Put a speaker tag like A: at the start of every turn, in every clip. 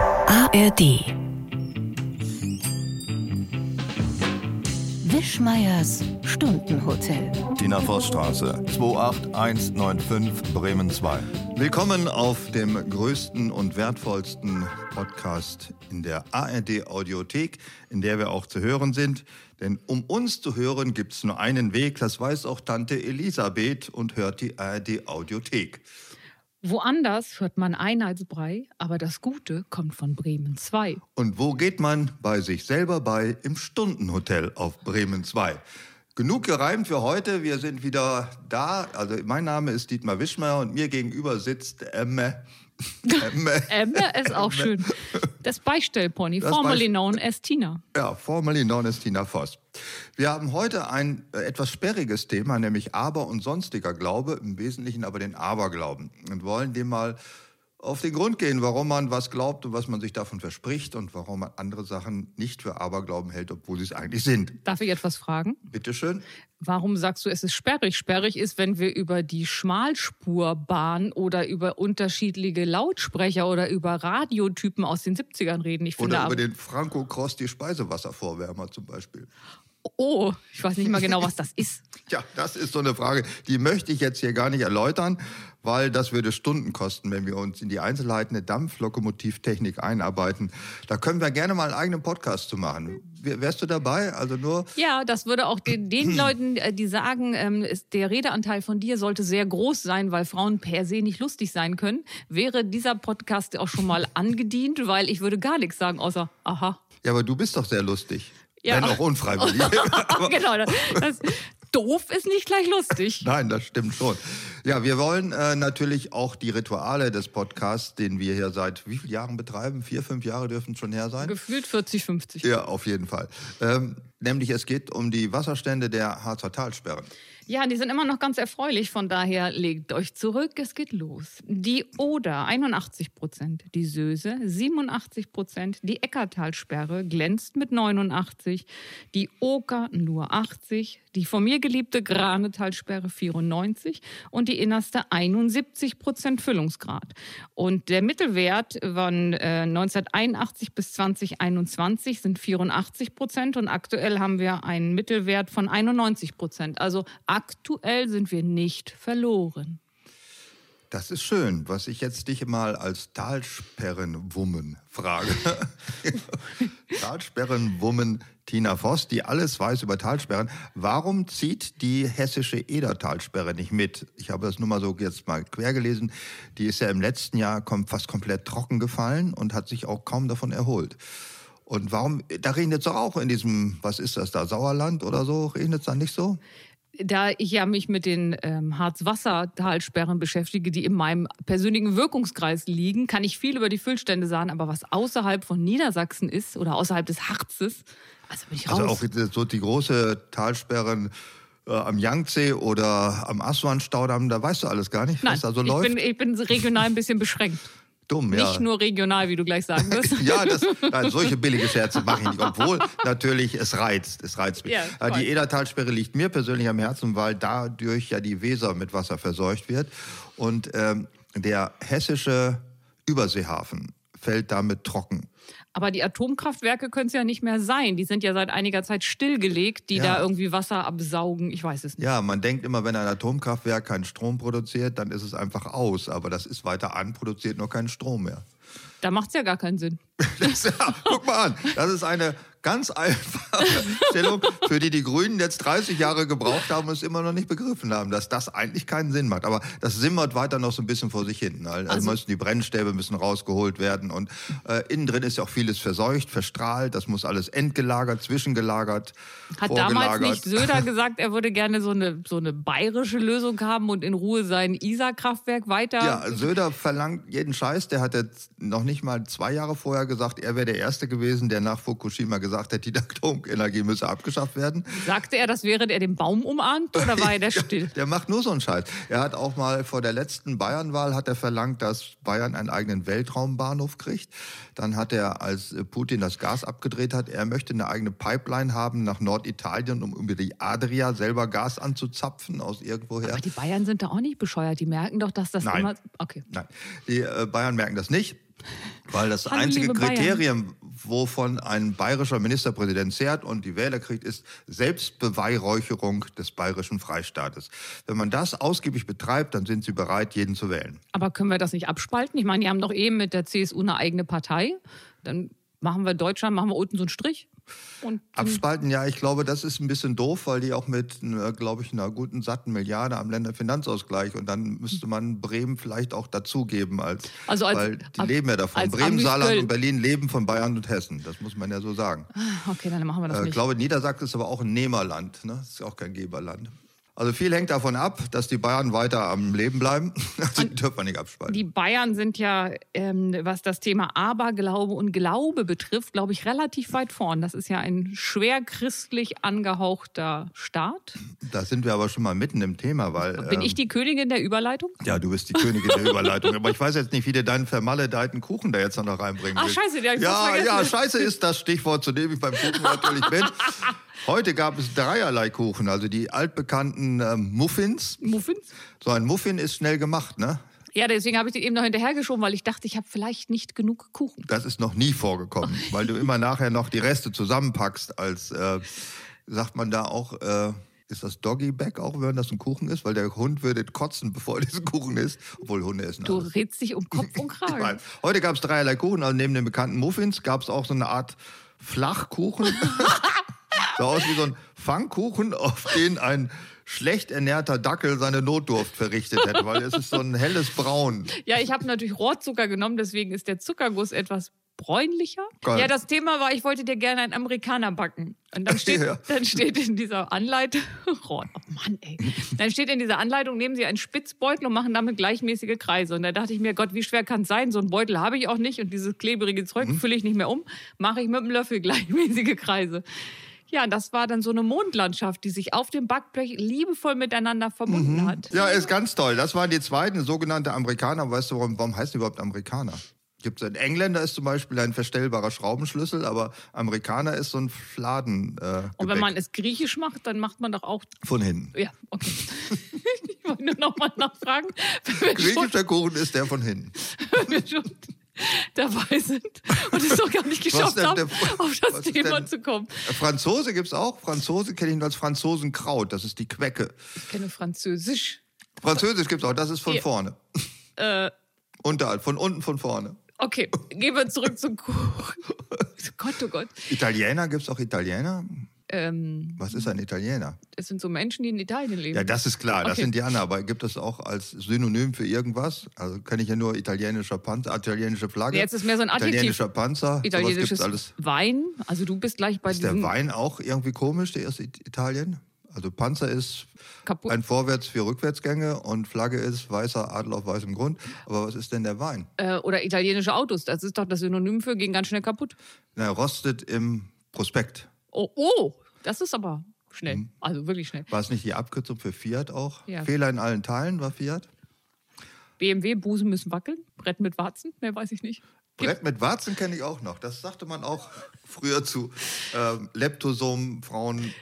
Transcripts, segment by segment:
A: ARD. Wischmeiers Stundenhotel.
B: Tina Vossstraße, 28195 Bremen 2. Willkommen auf dem größten und wertvollsten Podcast in der ARD Audiothek, in der wir auch zu hören sind. Denn um uns zu hören, gibt es nur einen Weg, das weiß auch Tante Elisabeth und hört die ARD Audiothek.
C: Woanders hört man Einheitsbrei, aber das Gute kommt von Bremen 2.
B: Und wo geht man bei sich selber bei im Stundenhotel auf Bremen 2? Genug gereimt für heute. Wir sind wieder da. Also mein Name ist Dietmar Wischmeier und mir gegenüber sitzt ähm, Emme. Emme.
C: Emmer Ähm, ist auch schön. Das Beistellpony,
B: Das
C: formerly
B: Beist-
C: known as Tina.
B: Ja, formerly known as Tina Voss. Wir haben heute ein äh, etwas sperriges Thema, nämlich Aber und sonstiger Glaube, im Wesentlichen aber den Aberglauben. Und wollen dem mal auf den Grund gehen, warum man was glaubt und was man sich davon verspricht und warum man andere Sachen nicht für Aberglauben hält, obwohl sie es eigentlich sind.
C: Darf ich etwas fragen?
B: Bitteschön.
C: Warum sagst du, es ist sperrig? Sperrig ist, wenn wir über die Schmalspurbahn oder über unterschiedliche Lautsprecher oder über Radiotypen aus den 70ern reden. Ich finde
B: Oder
C: aber-
B: über den Franco Cross die Speisewasservorwärmer zum Beispiel.
C: Oh, ich weiß nicht mal genau, was das ist.
B: Ja, das ist so eine Frage, die möchte ich jetzt hier gar nicht erläutern, weil das würde Stunden kosten, wenn wir uns in die Einzelheiten der Dampflokomotivtechnik einarbeiten. Da können wir gerne mal einen eigenen Podcast zu machen. W- Wärst du dabei? Also nur,
C: Ja, das würde auch den, den Leuten, äh, die sagen, ähm, ist, der Redeanteil von dir sollte sehr groß sein, weil Frauen per se nicht lustig sein können, wäre dieser Podcast auch schon mal angedient, weil ich würde gar nichts sagen, außer aha.
B: ja, aber du bist doch sehr lustig.
C: Ja.
B: Wenn auch unfreiwillig.
C: genau, das, das, doof ist nicht gleich lustig.
B: Nein, das stimmt schon. Ja, wir wollen äh, natürlich auch die Rituale des Podcasts, den wir hier seit wie vielen Jahren betreiben? Vier, fünf Jahre dürfen schon her sein.
C: Gefühlt 40, 50.
B: Ja, auf jeden Fall. Ähm, nämlich es geht um die Wasserstände der Harzer Talsperren.
C: Ja, die sind immer noch ganz erfreulich, von daher legt euch zurück, es geht los. Die Oder 81 Prozent, die Söse 87 Prozent, die Eckartalsperre glänzt mit 89, die Oker nur 80, die von mir geliebte Granetalsperre 94 und die innerste 71 Prozent Füllungsgrad. Und der Mittelwert von äh, 1981 bis 2021 sind 84 Prozent und aktuell haben wir einen Mittelwert von 91 Prozent. Also aktuell sind wir nicht verloren.
B: Das ist schön, was ich jetzt dich mal als Talsperrenwummen frage. Talsperrenwummen Tina Voss, die alles weiß über Talsperren. Warum zieht die hessische Eder-Talsperre nicht mit? Ich habe das nur mal so jetzt mal quer gelesen. Die ist ja im letzten Jahr kom fast komplett trocken gefallen und hat sich auch kaum davon erholt. Und warum, da regnet es auch in diesem, was ist das da, Sauerland oder so? Regnet es da nicht so?
C: Da ich ja mich mit den ähm, Harzwassertalsperren beschäftige, die in meinem persönlichen Wirkungskreis liegen, kann ich viel über die Füllstände sagen. Aber was außerhalb von Niedersachsen ist oder außerhalb des Harzes, also bin ich raus.
B: Also auch so die große Talsperren äh, am Yangtze oder am Aswan-Staudamm, da weißt du alles gar nicht,
C: Nein,
B: was da so
C: ich,
B: läuft.
C: Bin, ich bin regional ein bisschen beschränkt.
B: Dumm, ja.
C: Nicht nur regional, wie du gleich sagen wirst.
B: ja, das, nein, solche billige Scherze mache ich nicht, obwohl natürlich es reizt, es reizt mich.
C: Ja,
B: Äh,
C: voll.
B: die Edertalsperre liegt mir persönlich am Herzen, weil dadurch ja die Weser mit Wasser verseucht wird und ähm, der hessische Überseehafen fällt damit trocken.
C: Aber die Atomkraftwerke können es ja nicht mehr sein. Die sind ja seit einiger Zeit stillgelegt, die
B: Ja.
C: da irgendwie Wasser absaugen. Ich weiß es nicht.
B: Ja, man denkt immer, wenn ein Atomkraftwerk keinen Strom produziert, dann ist es einfach aus, aber das ist weiter an, produziert nur keinen Strom mehr.
C: Da macht es ja gar keinen Sinn.
B: Das, ja, guck mal an, das ist eine ganz einfache Stellung, für die die Grünen jetzt 30 Jahre gebraucht haben und es immer noch nicht begriffen haben, dass das eigentlich keinen Sinn macht. Aber das simmert weiter noch so ein bisschen vor sich hin. Also,
C: Also-
B: müssen die Brennstäbe müssen rausgeholt werden und äh, innen drin ist ja auch vieles verseucht, verstrahlt. Das muss alles endgelagert, zwischengelagert,
C: Hat damals
B: vorgelagert.
C: nicht Söder gesagt, er würde gerne so eine, so eine bayerische Lösung haben und in Ruhe sein Isar-Kraftwerk weiter?
B: Ja, Söder verlangt jeden Scheiß. Der hat jetzt noch nicht mal zwei Jahre vorher gesagt, er wäre der Erste gewesen, der nach Fukushima gesagt hat, die Atomenergie müsse abgeschafft werden.
C: Sagte er das, während er den Baum umarmt oder war er da still?
B: Der macht nur so einen Scheiß. Er hat auch mal vor der letzten Bayernwahl hat er verlangt, dass Bayern einen eigenen Weltraumbahnhof kriegt. Dann hat er, als Putin das Gas abgedreht hat, er möchte eine eigene Pipeline haben nach Norditalien, um über die Adria selber Gas anzuzapfen aus irgendwoher.
C: Aber die Bayern sind da auch nicht bescheuert. Die merken doch, dass das
B: Nein.
C: immer. Okay.
B: Nein, die äh, Bayern merken das nicht. Weil das
C: Hallo,
B: einzige
C: liebe Bayern.
B: Kriterium, wovon ein bayerischer Ministerpräsident zehrt und die Wähler kriegt, ist Selbstbeweihräucherung des bayerischen Freistaates. Wenn man das ausgiebig betreibt, dann sind sie bereit, jeden zu wählen.
C: Aber können wir das nicht abspalten? Ich meine, die haben doch eben mit der CSU eine eigene Partei. Dann machen wir Deutschland, machen wir unten so einen Strich. Und
B: Abspalten, ja, ich glaube, das ist ein bisschen doof, weil die auch mit, äh, glaube ich, einer guten satten Milliarde am Länderfinanzausgleich und dann müsste man Bremen vielleicht auch dazugeben als,
C: Also als-
B: weil die
C: ab-
B: leben ja davon.
C: als
B: Bremen,
C: Amis
B: Saarland
C: Köln.
B: und Berlin leben von Bayern und Hessen. Das muss man ja so sagen.
C: okay, dann machen wir das
B: Ich
C: nicht.
B: Äh, glaube, Niedersachsen ist aber auch ein Nehmerland. Ne? Ist ja auch kein Geberland. Also viel hängt davon ab, dass die Bayern weiter am Leben bleiben. Also die dürfen wir nicht abspalten.
C: Die Bayern sind ja, ähm, was das Thema Aberglaube und Glaube betrifft, glaube ich, relativ weit vorn. Das ist ja ein schwer christlich angehauchter Staat.
B: da sind wir aber schon mal mitten im Thema, weil.
C: Bin
B: ähm,
C: ich die Königin der Überleitung?
B: ja, du bist die Königin der Überleitung. Aber ich weiß jetzt nicht, wie du deinen vermaledeiten Kuchen da jetzt noch reinbringen
C: Ach,
B: willst.
C: Ah, scheiße, der hab ich fast
B: Ja,
C: vergessen.
B: ja, scheiße ist das Stichwort, zu dem ich beim Kuchen natürlich bin. Heute gab es dreierlei Kuchen. Also die altbekannten ähm, Muffins.
C: Muffins?
B: So ein Muffin ist schnell gemacht, ne?
C: Ja, deswegen habe ich den eben noch hinterhergeschoben, weil ich dachte, ich habe vielleicht nicht genug Kuchen.
B: Das ist noch nie vorgekommen, weil du immer nachher noch die Reste zusammenpackst als, äh, sagt man da auch, äh, ist das Doggy Bag auch, wenn das ein Kuchen ist? Weil der Hund würde kotzen, bevor er diesen Kuchen isst, obwohl Hunde essen.
C: Du
B: alles.
C: redst dich um Kopf und
B: Ich weiß.
C: Kragen.
B: Heute gab es dreierlei Kuchen, also neben den bekannten Muffins gab es auch so eine Art Flachkuchen. so aus wie so ein Fangkuchen, auf den ein schlecht ernährter Dackel seine Notdurft verrichtet hätte, weil es ist so ein helles Braun.
C: Ja, ich habe natürlich Rohrzucker genommen, deswegen ist der Zuckerguss etwas bräunlicher.
B: Geil.
C: Ja, das Thema war, ich wollte dir gerne einen Amerikaner backen. Und dann steht,
B: Ja.
C: dann steht in dieser Anleitung, Rohr, oh Mann, ey. Dann steht in dieser Anleitung, nehmen Sie einen Spitzbeutel und machen damit gleichmäßige Kreise. Und da dachte ich mir, Gott, wie schwer kann es sein? So einen Beutel habe ich auch nicht und dieses klebrige Zeug
B: Mhm.
C: fülle ich nicht mehr um. Mache ich mit dem Löffel gleichmäßige Kreise. Ja, das war dann so eine Mondlandschaft, die sich auf dem Backblech liebevoll miteinander verbunden hat.
B: Ja, ist ganz toll. Das waren die zweiten sogenannte Amerikaner. Aber Weißt du, warum, warum heißen die überhaupt Amerikaner? Gibt es in Engländer ist zum Beispiel ein verstellbarer Schraubenschlüssel, aber Amerikaner ist so ein Fladen. Äh,
C: Und
B: Gebäck
C: wenn man es griechisch macht, dann macht man doch auch
B: von hinten.
C: Ja, okay. ich wollte nur nochmal nachfragen, wenn wir, schon,
B: Griechischer Kuchen ist der von hinten.
C: wenn wir schon dabei sind und es doch gar nicht geschafft
B: denn
C: haben,
B: der-
C: auf
B: was
C: das
B: ist
C: Thema
B: denn-
C: zu kommen.
B: Äh, Franzose gibt's auch. Franzose kenne ich nur als Franzosenkraut. Das ist die Quecke.
C: Ich kenne Französisch.
B: Französisch gibt's auch. Das ist von
C: Ja.
B: vorne.
C: Äh,
B: Unterhalb, von unten, von vorne.
C: okay, gehen wir zurück zum Kuchen. Gott, oh Gott.
B: Italiener gibt's auch Italiener.
C: Ähm,
B: Was ist ein Italiener?
C: es sind so Menschen, die in Italien leben.
B: Ja, das ist klar, das
C: Okay.
B: sind die anderen. Aber gibt es auch als Synonym für irgendwas? Also kann ich ja nur italienischer Panzer, italienische Flagge.
C: Jetzt ist mehr so ein Adjektiv.
B: Italienischer Panzer, sowas
C: Italienisches
B: gibt's alles.
C: Wein. Also du bist gleich bei
B: Ist der
C: diesem
B: Wein auch irgendwie komisch, der aus It- Italien? Also Panzer ist
C: kaputt.
B: ein Vorwärts für Rückwärtsgänge und Flagge ist weißer Adel auf weißem Grund. Aber was ist denn der Wein?
C: Äh, oder italienische Autos. Das ist doch das Synonym für gehen ganz schnell kaputt.
B: Na, er rostet im Prospekt.
C: Oh, oh, das ist aber schnell.
B: Mhm.
C: Also wirklich schnell.
B: War es nicht die Abkürzung für Fiat auch?
C: Ja.
B: Fehler in allen Teilen war Fiat.
C: BMW, Busen müssen wackeln, Brett mit Warzen, mehr weiß ich nicht.
B: Brett mit Warzen kenne ich auch noch. Das sagte man auch früher zu ähm, Leptosomen-Frauen,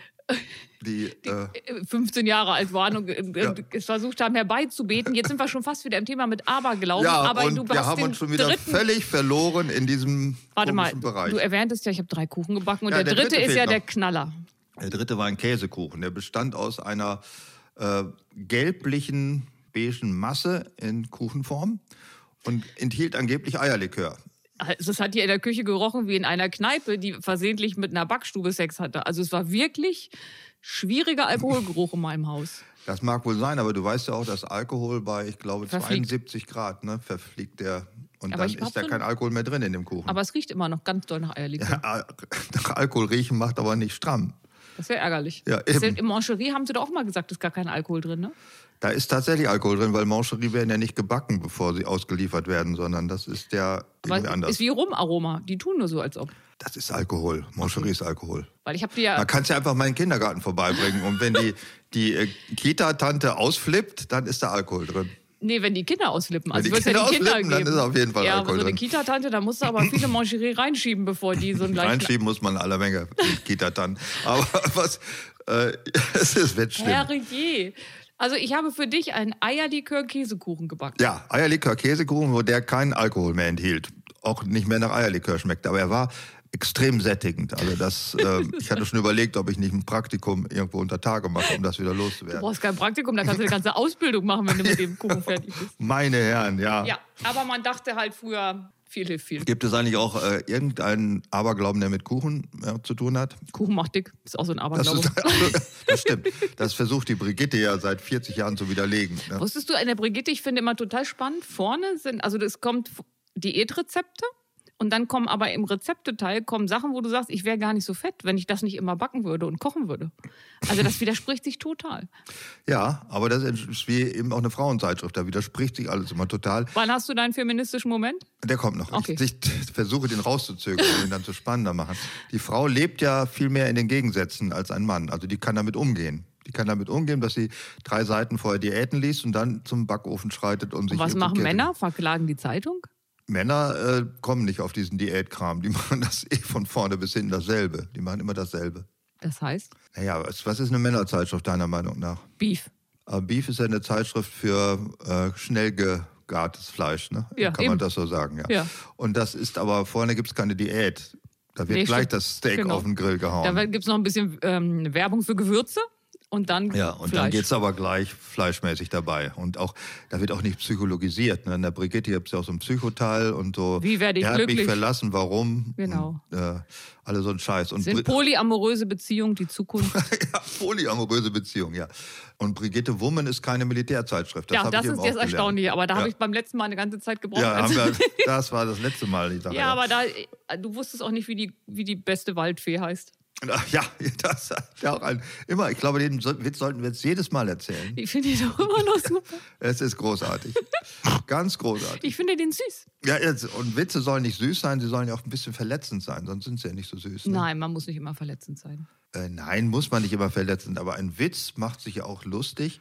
B: die, äh,
C: Äh, 15 Jahre alt waren und äh, äh, es versucht haben herbeizubeten. Jetzt sind wir schon fast wieder im Thema mit Aberglauben.
B: ja,
C: aber
B: und
C: du
B: wir
C: hast
B: haben
C: den
B: uns schon wieder
C: dritten.
B: völlig verloren in diesem
C: Warte mal,
B: komischen Bereich.
C: du erwähntest ja, ich habe drei Kuchen gebacken und
B: Ja,
C: der,
B: der
C: dritte,
B: dritte
C: ist
B: fehlt
C: ja
B: noch.
C: der Knaller.
B: Der dritte war ein Käsekuchen. Der bestand aus einer äh, gelblichen, beigen Masse in Kuchenform und enthielt angeblich Eierlikör.
C: Also es hat hier in der Küche gerochen wie in einer Kneipe, die versehentlich mit einer Backstube Sex hatte. Also es war wirklich schwieriger Alkoholgeruch in meinem Haus.
B: Das mag wohl sein, aber du weißt ja auch, dass Alkohol bei, ich glaube,
C: Verfliegt.
B: 72 Grad ne, verfliegt der. Und
C: Aber
B: dann
C: ich
B: ist
C: hoffe-
B: da kein Alkohol mehr drin in dem Kuchen.
C: Aber es riecht immer noch ganz doll nach Eierlikör.
B: Al- nach Alkohol riechen macht aber nicht stramm.
C: Das wäre ärgerlich.
B: Ja,
C: Das ist ja-
B: eben.
C: Im Mancherie haben sie doch auch mal gesagt, ist gar kein Alkohol drin, ne?
B: Da ist tatsächlich Alkohol drin, weil Mancherie werden ja nicht gebacken, bevor sie ausgeliefert werden, sondern das ist ja
C: Aber
B: irgendwie anders.
C: ist wie Rumaroma. Die tun nur so, als ob.
B: das ist Alkohol. Mancherie ist Alkohol.
C: Weil ich habe die ja.
B: Man kann es ja einfach mal in den Kindergarten vorbeibringen. Und wenn die, die äh, Kita-Tante ausflippt, dann ist da Alkohol drin.
C: Nee, wenn die Kinder auslippen. Also
B: die
C: wird's ja die
B: Kinder
C: Kinder
B: auslippen,
C: geben.
B: dann ist auf jeden Fall
C: ja,
B: Alkohol
C: aber so eine
B: drin.
C: Kita-Tante, da musst du aber viele Mancherie reinschieben, bevor die so einen leichten.
B: Reinschieben muss man aller Menge Kita-Tanten. Aber was, äh, es ist, wird schlimm.
C: Herrje. Also ich habe für dich einen Eierlikör-Käsekuchen gebacken.
B: Ja, Eierlikör Käsekuchen, wo der keinen Alkohol mehr enthielt. auch nicht mehr nach Eierlikör schmeckte. Aber er war extrem sättigend. Also das, äh, ich hatte schon überlegt, ob ich nicht ein Praktikum irgendwo unter Tage mache, um das wieder
C: Du
B: loszuwerden.
C: brauchst kein Praktikum, da kannst du eine ganze Ausbildung machen, wenn du mit dem Kuchen fertig bist.
B: Meine Herren, ja.
C: Ja, aber man dachte halt früher, viel hilft viel.
B: Gibt es eigentlich auch äh, irgendeinen Aberglauben, der mit Kuchen ja, zu tun hat?
C: Kuchen macht dick, ist auch so ein
B: Das,
C: Aberglaube.
B: ist, also, das stimmt. Das versucht die Brigitte ja seit 40 Jahren zu widerlegen. Ne?
C: Wusstest du, in der Brigitte, ich finde immer total spannend, vorne sind, also es kommt Diätrezepte und dann kommen aber im Rezepteteil kommen Sachen, wo du sagst, ich wäre gar nicht so fett, wenn ich das nicht immer backen würde und kochen würde. Also das widerspricht sich total.
B: Ja, aber das ist wie eben auch eine Frauenzeitschrift. Da widerspricht sich alles immer total.
C: Wann hast du deinen feministischen Moment?
B: Der kommt noch.
C: Okay.
B: Ich, ich versuche den rauszuzögern und ihn dann zu spannender machen. Die Frau lebt ja viel mehr in den Gegensätzen als ein Mann. Also die kann damit umgehen. Die kann damit umgehen, dass sie drei Seiten vorher Diäten liest und dann zum Backofen schreitet und sich.
C: Was machen
B: etikettet.
C: Männer? Verklagen die Zeitung?
B: Männer äh, kommen nicht auf diesen Diätkram. Die machen das eh von vorne bis hinten dasselbe. Die machen immer dasselbe.
C: Das heißt
B: Naja, was, was ist eine Männerzeitschrift deiner Meinung nach?
C: Beef.
B: Aber Beef ist ja eine Zeitschrift für äh, schnell gegartes Fleisch, ne?
C: Ja,
B: Kann
C: eben.
B: man das so sagen, ja.
C: Ja.
B: Und das ist aber, vorne gibt es keine Diät. Da wird
C: Nee,
B: gleich
C: stimmt.
B: das Steak
C: Genau.
B: auf den Grill gehauen.
C: Da gibt es noch ein bisschen ähm, Werbung für Gewürze und dann
B: ja, und
C: Fleisch.
B: dann geht's aber gleich fleischmäßig dabei. Und auch, da wird auch nicht psychologisiert. Ne? In der Brigitte gibt's ja auch so ein Psychoteil und so.
C: Wie werd ich
B: Er hat mich
C: glücklich?
B: verlassen, warum?
C: Genau.
B: Und, äh, alle so ein Scheiß. Und
C: Sind
B: Bri-
C: polyamoröse Beziehungen die Zukunft?
B: ja, polyamoröse Beziehung, ja. Und Brigitte Woman ist keine Militärzeitschrift. Das
C: ja,
B: hab
C: das
B: ich
C: ist
B: eben
C: das
B: auch gelernt.
C: Erstaunliche. Aber da
B: Ja.
C: habe ich beim letzten Mal eine ganze Zeit gebraucht.
B: Ja, haben
C: Also-
B: wir, das war das letzte Mal, die Sache.
C: ja, aber da, äh, du wusstest auch nicht, wie die, wie die beste Waldfee heißt.
B: Na, ja das hat ja auch ein, immer. Ich glaube, den so- Witz sollten wir jetzt jedes Mal erzählen.
C: Ich finde die doch immer noch super.
B: Es ist großartig. Ganz großartig.
C: Ich finde den süß.
B: Ja, jetzt, und Witze sollen nicht süß sein, sie sollen ja auch ein bisschen verletzend sein, sonst sind sie ja nicht so süß. Ne?
C: Nein, man muss nicht immer verletzend sein.
B: Äh, nein, muss man nicht immer verletzend, aber ein Witz macht sich ja auch lustig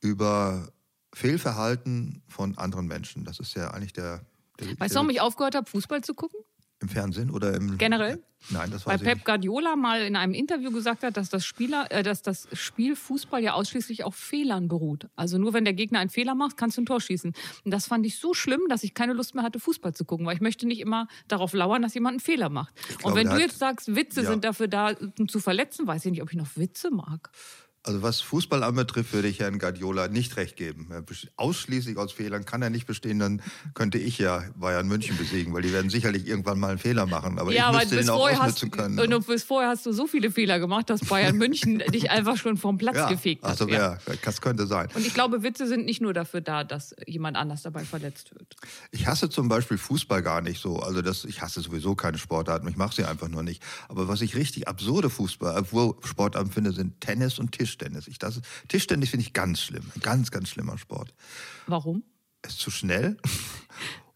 B: über Fehlverhalten von anderen Menschen. Das ist ja eigentlich der. der
C: Weißt du,
B: der,
C: warum ich aufgehört habe, Fußball zu gucken?
B: Im Fernsehen oder im.
C: Generell?
B: Nein, das war
C: Weil Pep Guardiola mal in einem Interview gesagt hat, dass das, Spieler, äh, dass das Spiel Fußball ja ausschließlich auf Fehlern beruht. Also nur wenn der Gegner einen Fehler macht, kannst du ein Tor schießen. Und das fand ich so schlimm, dass ich keine Lust mehr hatte, Fußball zu gucken, weil ich möchte nicht immer darauf lauern, dass jemand einen Fehler macht.
B: glaube,
C: Und wenn
B: der
C: du
B: hat-
C: jetzt sagst, Witze
B: Ja.
C: sind dafür da, um zu verletzen, weiß ich nicht, ob ich noch Witze mag.
B: Also was Fußball anbetrifft, würde ich Herrn Guardiola nicht recht geben. Er best- Ausschließlich aus Fehlern kann er nicht bestehen, dann könnte ich ja Bayern München besiegen, weil die werden sicherlich irgendwann mal einen Fehler machen. Aber ich müsste den auch
C: hast,
B: ausnutzen können. ne?
C: und du- bis vorher hast du so viele Fehler gemacht, dass Bayern München dich einfach schon vom Platz
B: ja.
C: gefegt hat.
B: Also
C: Ja.
B: ja. das könnte sein.
C: Und ich glaube, Witze sind nicht nur dafür da, dass jemand anders dabei verletzt wird.
B: Ich hasse zum Beispiel Fußball gar nicht so. Also das, ich hasse sowieso keine Sportarten. Ich mache sie einfach nur nicht. Aber was ich richtig absurde Fußball, äh, wo Sportarten finde, sind Tennis und Tischtennis. Ich, das, Tischtennis finde ich ganz schlimm, ein ganz, ganz schlimmer Sport.
C: Warum?
B: ist zu schnell.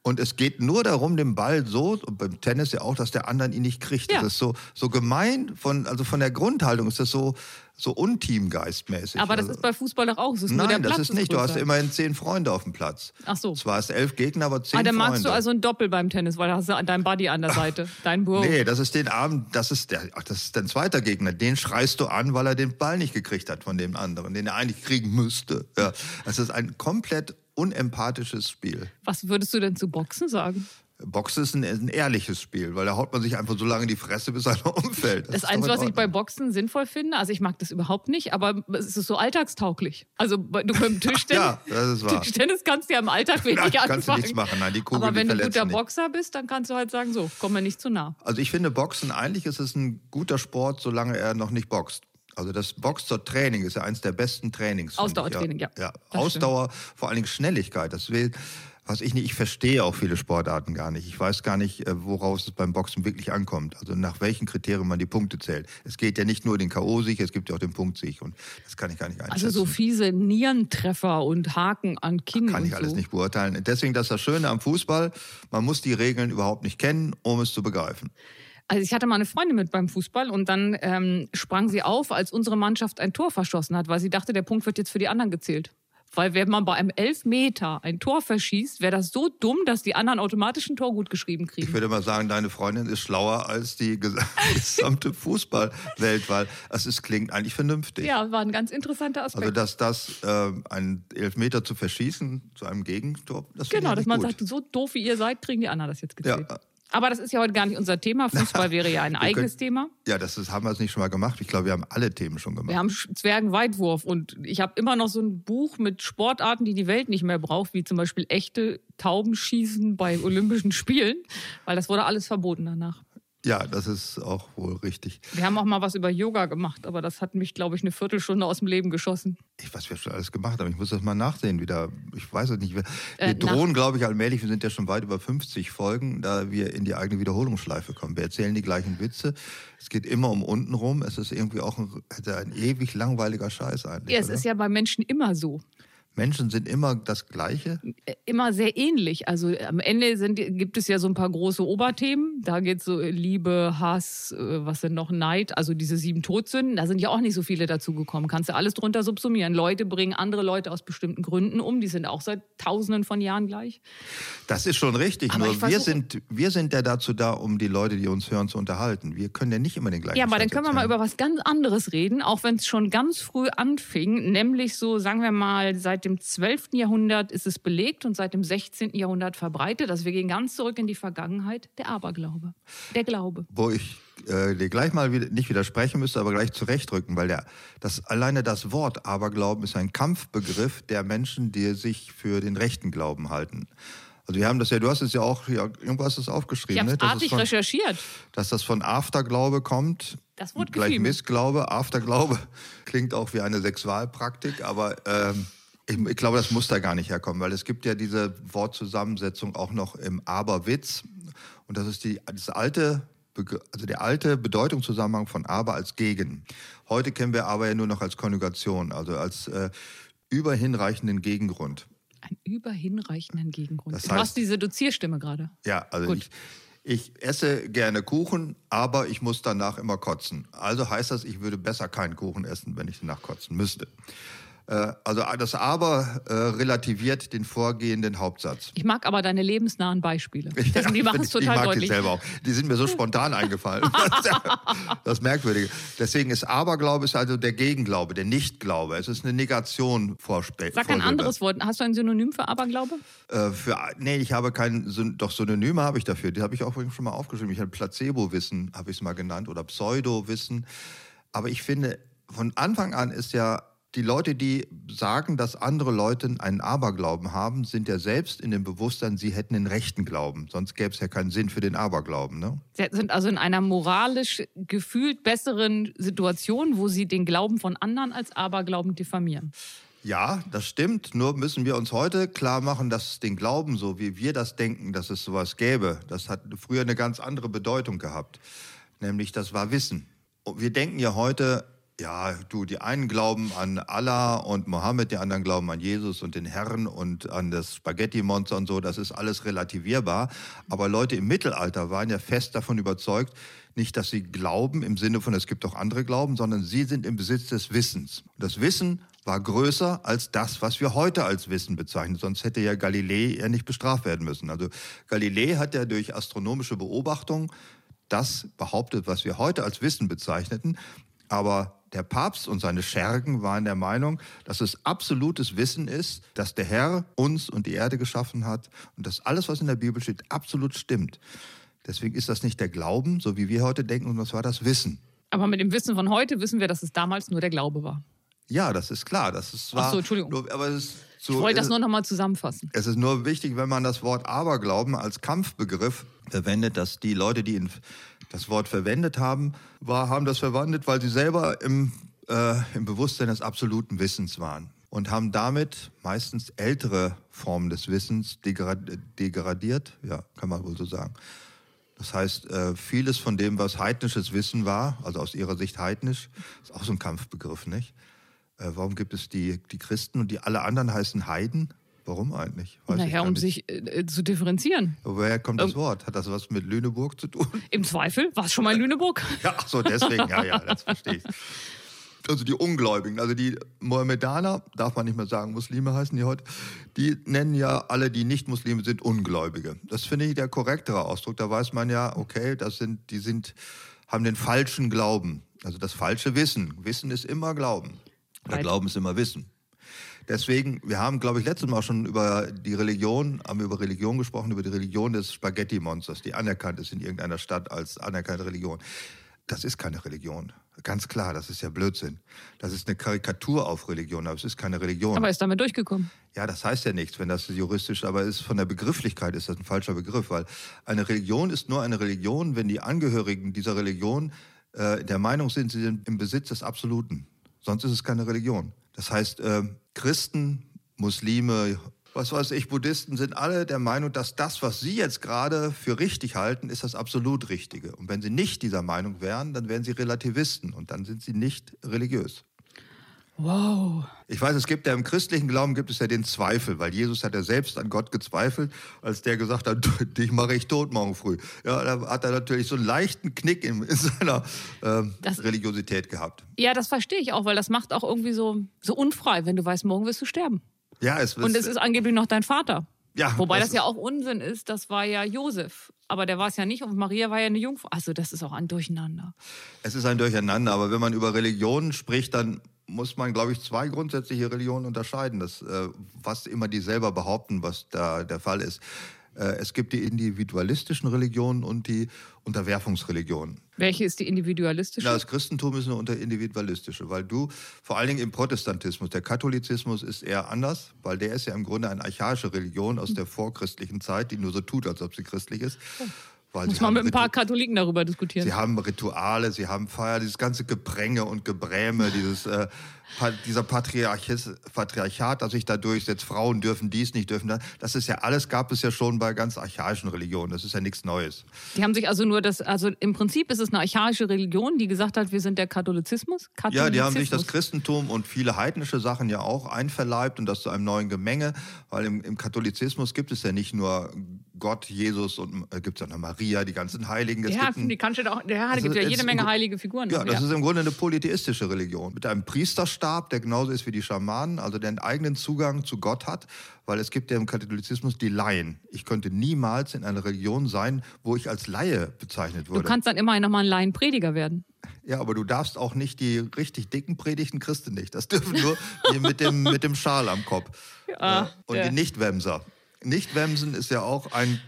B: Und es geht nur darum, den Ball so, und beim Tennis ja auch, dass der anderen ihn nicht kriegt.
C: Ja.
B: Das ist so, so gemein, von, also von der Grundhaltung ist das so, so unteamgeistmäßig.
C: Aber das
B: also,
C: ist bei Fußball doch auch. Es ist nur der
B: Nein,
C: Platz
B: das ist nicht. Du
C: größer.
B: hast immerhin zehn Freunde auf dem Platz.
C: Ach so.
B: Zwar ist elf Gegner, aber zehn
C: Ah, dann magst
B: Freunde.
C: du also ein Doppel beim Tennis, weil da hast du deinen Buddy an der Seite. Dein Bro.
B: Nee, das ist den Abend, das ist der, ach, das ist dein zweiter Gegner. Den schreist du an, weil er den Ball nicht gekriegt hat von dem anderen, den er eigentlich kriegen müsste. Ja, das ist ein komplett unempathisches Spiel.
C: Was würdest du denn zu Boxen sagen?
B: Boxen ist ein, ein ehrliches Spiel, weil da haut man sich einfach so lange in die Fresse, bis einer umfällt.
C: Das,
B: ist
C: Einzige,
B: doch
C: was
B: in
C: ich bei
B: Ordnung.
C: Boxen sinnvoll finde, also ich mag das überhaupt nicht, aber es ist so alltagstauglich. Also bei- du beim Tischtennis,
B: Ja, das ist wahr.
C: Tischtennis kannst du ja im Alltag wenig
B: Nein,
C: anfangen.
B: kannst du nichts machen. Nein, die Kugel,
C: aber
B: die
C: wenn du
B: verletzt
C: guter
B: nicht.
C: Boxer bist, dann kannst du halt sagen, so, komm mir nicht zu nah.
B: Also ich finde Boxen, eigentlich ist es ein guter Sport, solange er noch nicht boxt. Also das Box zur Training ist ja eins der besten Trainings. finde ich.
C: Ausdauertraining, ja.
B: ja.
C: Das
B: Ausdauer, vor allen Dingen Schnelligkeit. Das will, was ich nicht, ich verstehe auch viele Sportarten gar nicht. Ich weiß gar nicht, äh, worauf es beim Boxen wirklich ankommt. Also nach welchen Kriterien man die Punkte zählt. Es geht ja nicht nur den K.O.-Sieg, es gibt ja auch den Punktsieg. Und das kann ich gar nicht einschätzen.
C: Also so fiese Nierentreffer und Haken an Kinn
B: Kann
C: und
B: ich alles
C: so.
B: nicht beurteilen. Deswegen das ist das Schöne am Fußball. Man muss die Regeln überhaupt nicht kennen, um es zu begreifen.
C: Also ich hatte mal eine Freundin mit beim Fußball und dann ähm, sprang sie auf, als unsere Mannschaft ein Tor verschossen hat, weil sie dachte, der Punkt wird jetzt für die anderen gezählt. Weil wenn man bei einem Elfmeter ein Tor verschießt, wäre das so dumm, dass die anderen automatisch ein Tor gut geschrieben
B: Ich
C: kriegen.
B: würde mal sagen, deine Freundin ist schlauer als die ges- gesamte Fußballwelt, weil es ist, klingt eigentlich vernünftig.
C: Ja, war ein ganz interessanter
B: Also,
C: Aspekt.
B: dass das ähm, einen Elfmeter zu verschießen zu einem Gegentor, das finde
C: genau,
B: ich
C: dass
B: nicht
C: man
B: gut.
C: sagt, so doof wie ihr seid, kriegen die anderen das jetzt
B: Ja. äh,
C: gezählt. Aber das ist ja heute gar nicht unser Thema. Fußball wäre ja ein eigenes Thema.
B: Ja, das ist, haben wir es nicht schon mal gemacht. Ich glaube, wir haben alle Themen schon
C: Wir
B: gemacht.
C: haben Sch- Zwergenweitwurf und ich habe immer noch so ein Buch mit Sportarten, die die Welt nicht mehr braucht, wie zum Beispiel echte Taubenschießen bei Olympischen Spielen, weil das wurde alles verboten danach.
B: Ja, das ist auch wohl richtig.
C: Wir haben auch mal was über Yoga gemacht, aber das hat mich, glaube ich, eine Viertelstunde aus dem Leben geschossen.
B: Ich, was wir schon alles gemacht haben. Ich muss das mal nachsehen wieder. Ich weiß es nicht. Wir, wir
C: Äh, nach-
B: drohen, glaube ich, allmählich. Wir sind ja schon weit über 50 Folgen, da wir in die eigene Wiederholungsschleife kommen. Wir erzählen die gleichen Witze. Es geht immer um unten rum. Es ist irgendwie auch ein, hätte ein ewig langweiliger Scheiß eigentlich.
C: Ja, es
B: oder?
C: ist ja bei Menschen immer so.
B: Menschen sind immer das Gleiche.
C: Äh, Immer sehr ähnlich. Also äh, am Ende sind, gibt es ja so ein paar große Oberthemen. Da geht es so äh, Liebe, Hass, äh, was denn noch Neid, also diese sieben Todsünden. Da sind ja auch nicht so viele dazugekommen. Kannst du alles drunter subsumieren. Leute bringen andere Leute aus bestimmten Gründen um. Die sind auch seit Tausenden von Jahren gleich.
B: Das ist schon richtig.
C: Aber ich
B: Nur wir
C: versuche-
B: sind, wir sind ja dazu da, um die Leute, die uns hören, zu unterhalten. Wir können ja nicht immer den gleichen
C: Ja, aber dann
B: Scheiß
C: können wir mal
B: erzählen.
C: über was ganz anderes reden, auch wenn es schon ganz früh anfing, nämlich so, sagen wir mal, seit dem 12. Jahrhundert ist es belegt und seit dem 16. Jahrhundert verbreitet. Also wir gehen ganz zurück in die Vergangenheit, der Aberglaube, der Glaube.
B: wo ich äh, dir gleich mal wieder, nicht widersprechen müsste, aber gleich zurechtrücken, weil der, das, alleine das Wort Aberglauben ist ein Kampfbegriff der Menschen, die sich für den rechten Glauben halten. Also wir haben das ja, du hast es ja auch, ja, irgendwo hast du es
C: Ich
B: aufgeschrieben,
C: habe
B: ne?
C: es
B: Dass, es
C: artig
B: von,
C: recherchiert.
B: dass das von Afterglaube kommt.
C: Das wurde
B: Gleich
C: geschrieben.
B: Missglaube, Afterglaube klingt auch wie eine Sexualpraktik, aber ähm, ich, ich glaube, das muss da gar nicht herkommen, weil es gibt ja diese Wortzusammensetzung auch noch im Aberwitz. Und das ist die, das alte, Begr- also der alte Bedeutungszusammenhang von aber als gegen. Heute kennen wir aber ja nur noch als Konjugation, also als äh, über hinreichenden Gegengrund.
C: Einen überhinreichenden Gegengrund.
B: Das
C: du hast
B: heißt-
C: diese Dozierstimme gerade.
B: Ja, also
C: Gut.
B: ich, ich esse gerne Kuchen, aber ich muss danach immer kotzen. Also heißt das, ich würde besser keinen Kuchen essen, wenn ich danach kotzen müsste. Äh, also das Aber äh, relativiert den vorgehenden Hauptsatz.
C: Ich mag aber deine lebensnahen Beispiele. Das, die
B: Ich
C: machen
B: bin-
C: es total
B: ich mag
C: deutlich.
B: Die selber auch. Die sind mir so spontan eingefallen. das ist merkwürdig. Deswegen ist Aberglaube ist also der Gegenglaube, der Nichtglaube. Es ist eine Negation vorspä-
C: Sag ein
B: vorsilbert.
C: anderes Wort. Hast du ein Synonym für Aberglaube?
B: Äh, für, nee, ich habe keinen, Syn- doch Synonyme habe ich dafür. Die habe ich auch übrigens schon mal aufgeschrieben. Ich habe Placebo-Wissen, habe ich es mal genannt, oder Pseudo-Wissen. Aber ich finde, von Anfang an ist ja, die Leute, die sagen, dass andere Leute einen Aberglauben haben, sind ja selbst in dem Bewusstsein, sie hätten den rechten Glauben. Sonst gäbe es ja keinen Sinn für den Aberglauben. Ne?
C: Sie sind also in einer moralisch gefühlt besseren Situation, wo sie den Glauben von anderen als Aberglauben diffamieren.
B: Ja, das stimmt. Nur müssen wir uns heute klar machen, dass den Glauben, so wie wir das denken, dass es sowas gäbe, das hat früher eine ganz andere Bedeutung gehabt. Nämlich, das war Wissen. Und wir denken ja heute, ja, du, die einen glauben an Allah und Mohammed, die anderen glauben an Jesus und den Herrn und an das Spaghetti-Monster und so, das ist alles relativierbar. Aber Leute im Mittelalter waren ja fest davon überzeugt, nicht, dass sie glauben im Sinne von, es gibt auch andere Glauben, sondern sie sind im Besitz des Wissens. Und das Wissen war größer als das, was wir heute als Wissen bezeichnen. Sonst hätte ja Galilei ja nicht bestraft werden müssen. Also Galilei hat ja durch astronomische Beobachtung das behauptet, was wir heute als Wissen bezeichneten. Aber der Papst und seine Schergen waren der Meinung, dass es absolutes Wissen ist, dass der Herr uns und die Erde geschaffen hat und dass alles, was in der Bibel steht, absolut stimmt. Deswegen ist das nicht der Glauben, so wie wir heute denken, sondern das war das Wissen.
C: Aber mit dem Wissen von heute wissen wir, dass es damals nur der Glaube war.
B: Ja, das ist klar. Das ist
C: Ach
B: zwar,
C: so, Entschuldigung.
B: Nur, aber es ist so,
C: Ich wollte das
B: es-
C: nur nochmal zusammenfassen.
B: Es ist nur wichtig, wenn man das Wort Aberglauben als Kampfbegriff verwendet, dass die Leute, die ihn, das Wort verwendet haben, war, haben das verwendet, weil sie selber im, äh, im Bewusstsein des absoluten Wissens waren und haben damit meistens ältere Formen des Wissens degra degradiert, ja, kann man wohl so sagen. Das heißt, äh, vieles von dem, was heidnisches Wissen war, also aus ihrer Sicht heidnisch, ist auch so ein Kampfbegriff, nicht? Äh, warum gibt es die, die Christen und die alle anderen heißen Heiden? Warum eigentlich? Weiß ich
C: Naja,
B: gar
C: um
B: nicht.
C: sich um äh, äh, zu differenzieren.
B: Woher kommt das Wort? Hat das was mit Lüneburg zu tun?
C: Im Zweifel war es schon mal in Lüneburg.
B: Ja, ach so, deswegen, ja, ja, das verstehe ich. also die Ungläubigen, also die Mohammedaner, darf man nicht mehr sagen, Muslime heißen die heute, die nennen ja alle, die nicht Muslime sind, Ungläubige. Das finde ich der korrektere Ausdruck. Da weiß man ja, okay, das sind, die sind, haben den falschen Glauben, also das falsche Wissen. Wissen ist immer Glauben. Oder
C: Weit-
B: Glauben ist immer Wissen. Deswegen, wir haben, glaube ich, letztes Mal schon über die Religion, haben wir über Religion gesprochen, über die Religion des Spaghetti-Monsters, die anerkannt ist in irgendeiner Stadt als anerkannte Religion. Das ist keine Religion. Ganz klar, das ist ja Blödsinn. Das ist eine Karikatur auf Religion, aber es ist keine Religion.
C: Aber ist damit durchgekommen.
B: Ja, das heißt ja nichts, wenn das juristisch aber ist, von der Begrifflichkeit ist das ein falscher Begriff, weil eine Religion ist nur eine Religion, wenn die Angehörigen dieser Religion äh, der Meinung sind, sie sind im Besitz des Absoluten. Sonst ist es keine Religion. Das heißt, äh, Christen, Muslime, was weiß ich, Buddhisten sind alle der Meinung, dass das, was sie jetzt gerade für richtig halten, ist das absolut Richtige. Und wenn sie nicht dieser Meinung wären, dann wären sie Relativisten und dann sind sie nicht religiös.
C: Wow.
B: Ich weiß, es gibt ja im christlichen Glauben gibt es ja den Zweifel, weil Jesus hat ja selbst an Gott gezweifelt, als der gesagt hat, dich mache ich tot morgen früh. Ja, da hat er natürlich so einen leichten Knick in, in seiner ähm,
C: Das-
B: Religiosität gehabt.
C: Ja, das verstehe ich auch, weil das macht auch irgendwie so, so unfrei, wenn du weißt, morgen wirst du sterben.
B: Ja, es,
C: Und es ist angeblich noch dein Vater.
B: Ja,
C: Wobei
B: das
C: das, ja
B: ist-
C: auch Unsinn ist, das war ja Josef. Aber der war es ja nicht und Maria war ja eine Jungfrau. Also das ist auch ein Durcheinander.
B: es ist ein Durcheinander, aber wenn man über Religionen spricht, dann muss man, glaube ich, zwei grundsätzliche Religionen unterscheiden, das, äh, was immer die selber behaupten, was da der Fall ist. Äh, es gibt die individualistischen Religionen und die Unterwerfungsreligionen.
C: Welche ist die individualistische?
B: Na, das Christentum ist eine unterindividualistische, weil du, vor allen Dingen im Protestantismus, der Katholizismus ist eher anders, weil der ist ja im Grunde eine archaische Religion aus der vorchristlichen Zeit, die nur so tut, als ob sie christlich ist. Weil
C: Muss
B: sie
C: man
B: haben
C: mit ein paar
B: Ritu-
C: Katholiken darüber diskutieren.
B: Sie haben Rituale, sie haben Feier, dieses ganze Gepränge und Gebräme, dieses, äh, pa dieser Patriarchis, Patriarchat, das sich da durchsetzt, Frauen dürfen dies nicht, dürfen das. Das ist ja alles, gab es ja schon bei ganz archaischen Religionen, das ist ja nichts Neues.
C: Die haben sich also nur das, also im Prinzip ist es eine archaische Religion, die gesagt hat, wir sind der Katholizismus.
B: Ja, die haben sich das
C: Katholizismus.
B: Christentum und viele heidnische Sachen ja auch einverleibt und das zu einem neuen Gemenge, weil im, im Katholizismus gibt es ja nicht nur Gott, Jesus und äh, gibt es ja noch Maria, die ganzen Heiligen. Es
C: Ja,
B: gibt ein-
C: die kannst du da auch, ja, da
B: Also
C: gibt ja
B: es
C: jede
B: ist
C: Menge
B: im Gru-
C: heilige Figuren.
B: ja, das ist im Grunde eine polytheistische Religion mit einem Priesterstab, der genauso ist wie die Schamanen, also der einen eigenen Zugang zu Gott hat, weil es gibt ja im Katholizismus die Laien. Ich könnte niemals in einer Religion sein, wo ich als Laie bezeichnet
C: du
B: wurde.
C: kannst dann immerhin nochmal ein Laienprediger werden.
B: Ja, aber du darfst auch nicht die richtig dicken Predigten Christen nicht. Das dürfen nur die mit dem, mit dem Schal am Kopf.
C: Ja,
B: Äh, und
C: der-
B: die Nichtwemser. Nichtwemsen ist ja auch ein.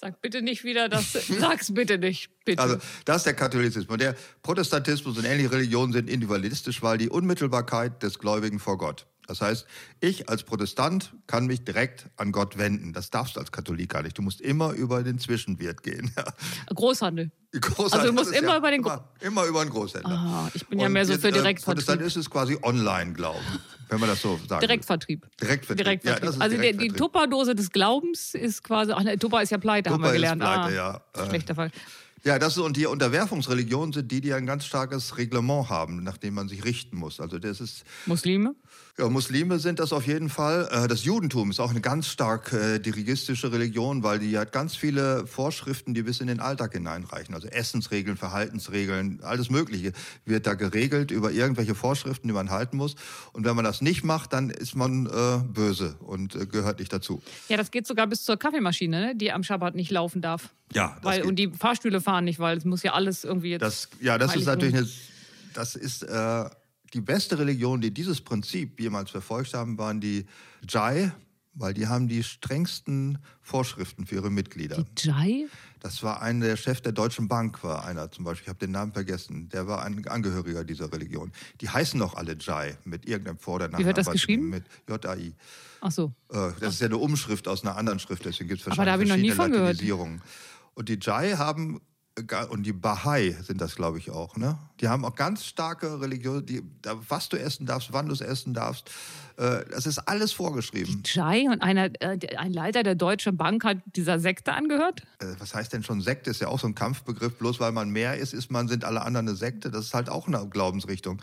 C: Sag bitte nicht wieder das, sag's bitte nicht, bitte.
B: Also, das ist der Katholizismus. Der Protestantismus und ähnliche Religionen sind individualistisch, weil die Unmittelbarkeit des Gläubigen vor Gott. Das heißt, ich als Protestant kann mich direkt an Gott wenden. Das darfst du als Katholik gar nicht. Du musst immer über den Zwischenwirt gehen.
C: Großhandel.
B: Großhändler
C: Also du musst
B: ist
C: immer über den Gro-
B: immer, immer über den Großhändler.
C: Ah, ich bin ja
B: Und
C: mehr so
B: jetzt,
C: für
B: äh,
C: Direktvertrieb.
B: Protestant ist es quasi Online-Glauben, wenn man das so sagen will.
C: Direktvertrieb.
B: Direktvertrieb. Ja, das ist
C: also der, die
B: Direktvertrieb.
C: Tupperdose des Glaubens ist quasi, ach ne, Tupper ist ja pleite, haben wir
B: Tupper ist
C: gelernt.
B: pleite,
C: ah,
B: ja. Äh,
C: Schlechter Fall.
B: Ja, das ist, und die Unterwerfungsreligionen sind die, die ein ganz starkes Reglement haben, nach dem man sich richten muss. Also das ist,
C: Muslime?
B: ja, Muslime sind das auf jeden Fall. Äh, Das Judentum ist auch eine ganz stark äh, dirigistische Religion, weil die hat ganz viele Vorschriften, die bis in den Alltag hineinreichen. Also Essensregeln, Verhaltensregeln, alles Mögliche wird da geregelt über irgendwelche Vorschriften, die man halten muss. Und wenn man das nicht macht, dann ist man äh, böse und äh, gehört nicht dazu.
C: Ja, das geht sogar bis zur Kaffeemaschine, ne, die am Schabbat nicht laufen darf.
B: Ja, das
C: weil,
B: geht.
C: und die Fahrstühle fahren nicht, weil es muss ja alles irgendwie jetzt.
B: Das, ja, das ist
C: Heiligen-
B: natürlich eine, das ist äh, die beste Religion, die dieses Prinzip jemals verfolgt haben, waren die Jai, weil die haben die strengsten Vorschriften für ihre Mitglieder.
C: Jai?
B: Das war einer, der Chef der Deutschen Bank war einer zum Beispiel, ich habe den Namen vergessen, der war ein Angehöriger dieser Religion. Die heißen doch alle Jai mit irgendeinem Vordernamen.
C: Wie wird das geschrieben?
B: Mit J-A-I.
C: Ach so.
B: Äh, Das ist ja eine Umschrift aus einer anderen Schrift, deswegen gibt es
C: Aber da
B: wahrscheinlich
C: habe
B: verschiedene
C: ich noch nie von gehört.
B: Latinisierungen. Und die Jai haben, äh, ga- und die Bahai sind das, glaube ich, auch, ne? Die haben auch ganz starke Religion, die, da, was du essen darfst, wann du es essen darfst. Äh, Das ist alles vorgeschrieben.
C: Jai und einer, äh, der- ein Leiter der Deutschen Bank hat dieser Sekte angehört?
B: Äh, Was heißt denn schon Sekte? Ist ja auch so ein Kampfbegriff. Bloß weil man mehr ist, ist man, sind alle anderen eine Sekte. Das ist halt auch eine Glaubensrichtung.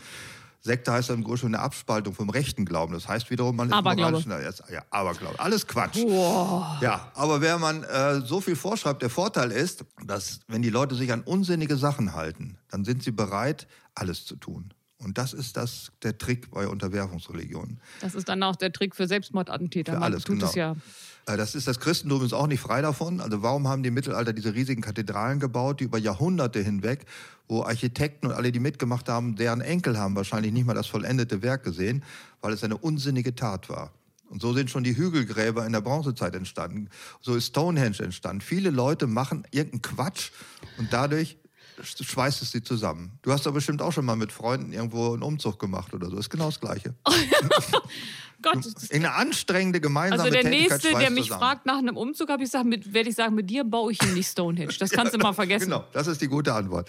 B: Sekte heißt dann im Grunde schon eine Abspaltung vom rechten Glauben. Das heißt wiederum, man ist
C: Aberglaube.
B: moralisch- na, jetzt- Ja, Aberglaube. Alles Quatsch.
C: Boah.
B: Ja, aber wenn man äh, so viel vorschreibt, der Vorteil ist, dass wenn die Leute sich an unsinnige Sachen halten, dann sind sie bereit, alles zu tun. Und das ist das, der Trick bei Unterwerfungsreligionen.
C: Das ist dann auch der Trick für Selbstmordattentäter.
B: Für
C: Man
B: alles,
C: tut
B: genau.
C: es ja.
B: Äh, Das ist das Christentum ist auch nicht frei davon. Also warum haben die im Mittelalter diese riesigen Kathedralen gebaut, die über Jahrhunderte hinweg, wo Architekten und alle, die mitgemacht haben, deren Enkel haben wahrscheinlich nicht mal das vollendete Werk gesehen, weil es eine unsinnige Tat war. Und so sind schon die Hügelgräber in der Bronzezeit entstanden. So ist Stonehenge entstanden. Viele Leute machen irgendeinen Quatsch und dadurch sch- schweißt es sie zusammen. Du hast doch bestimmt auch schon mal mit Freunden irgendwo einen Umzug gemacht oder so. Ist genau das Gleiche.
C: Gott,
B: In eine anstrengende gemeinsame
C: also der
B: Tätigkeit
C: Nächste,
B: schweißt
C: der mich
B: zusammen.
C: fragt nach einem Umzug, habe ich gesagt, mit, werde ich sagen, mit dir baue ich ihn nicht Stonehenge. Das kannst du mal vergessen.
B: Genau, das ist die gute Antwort.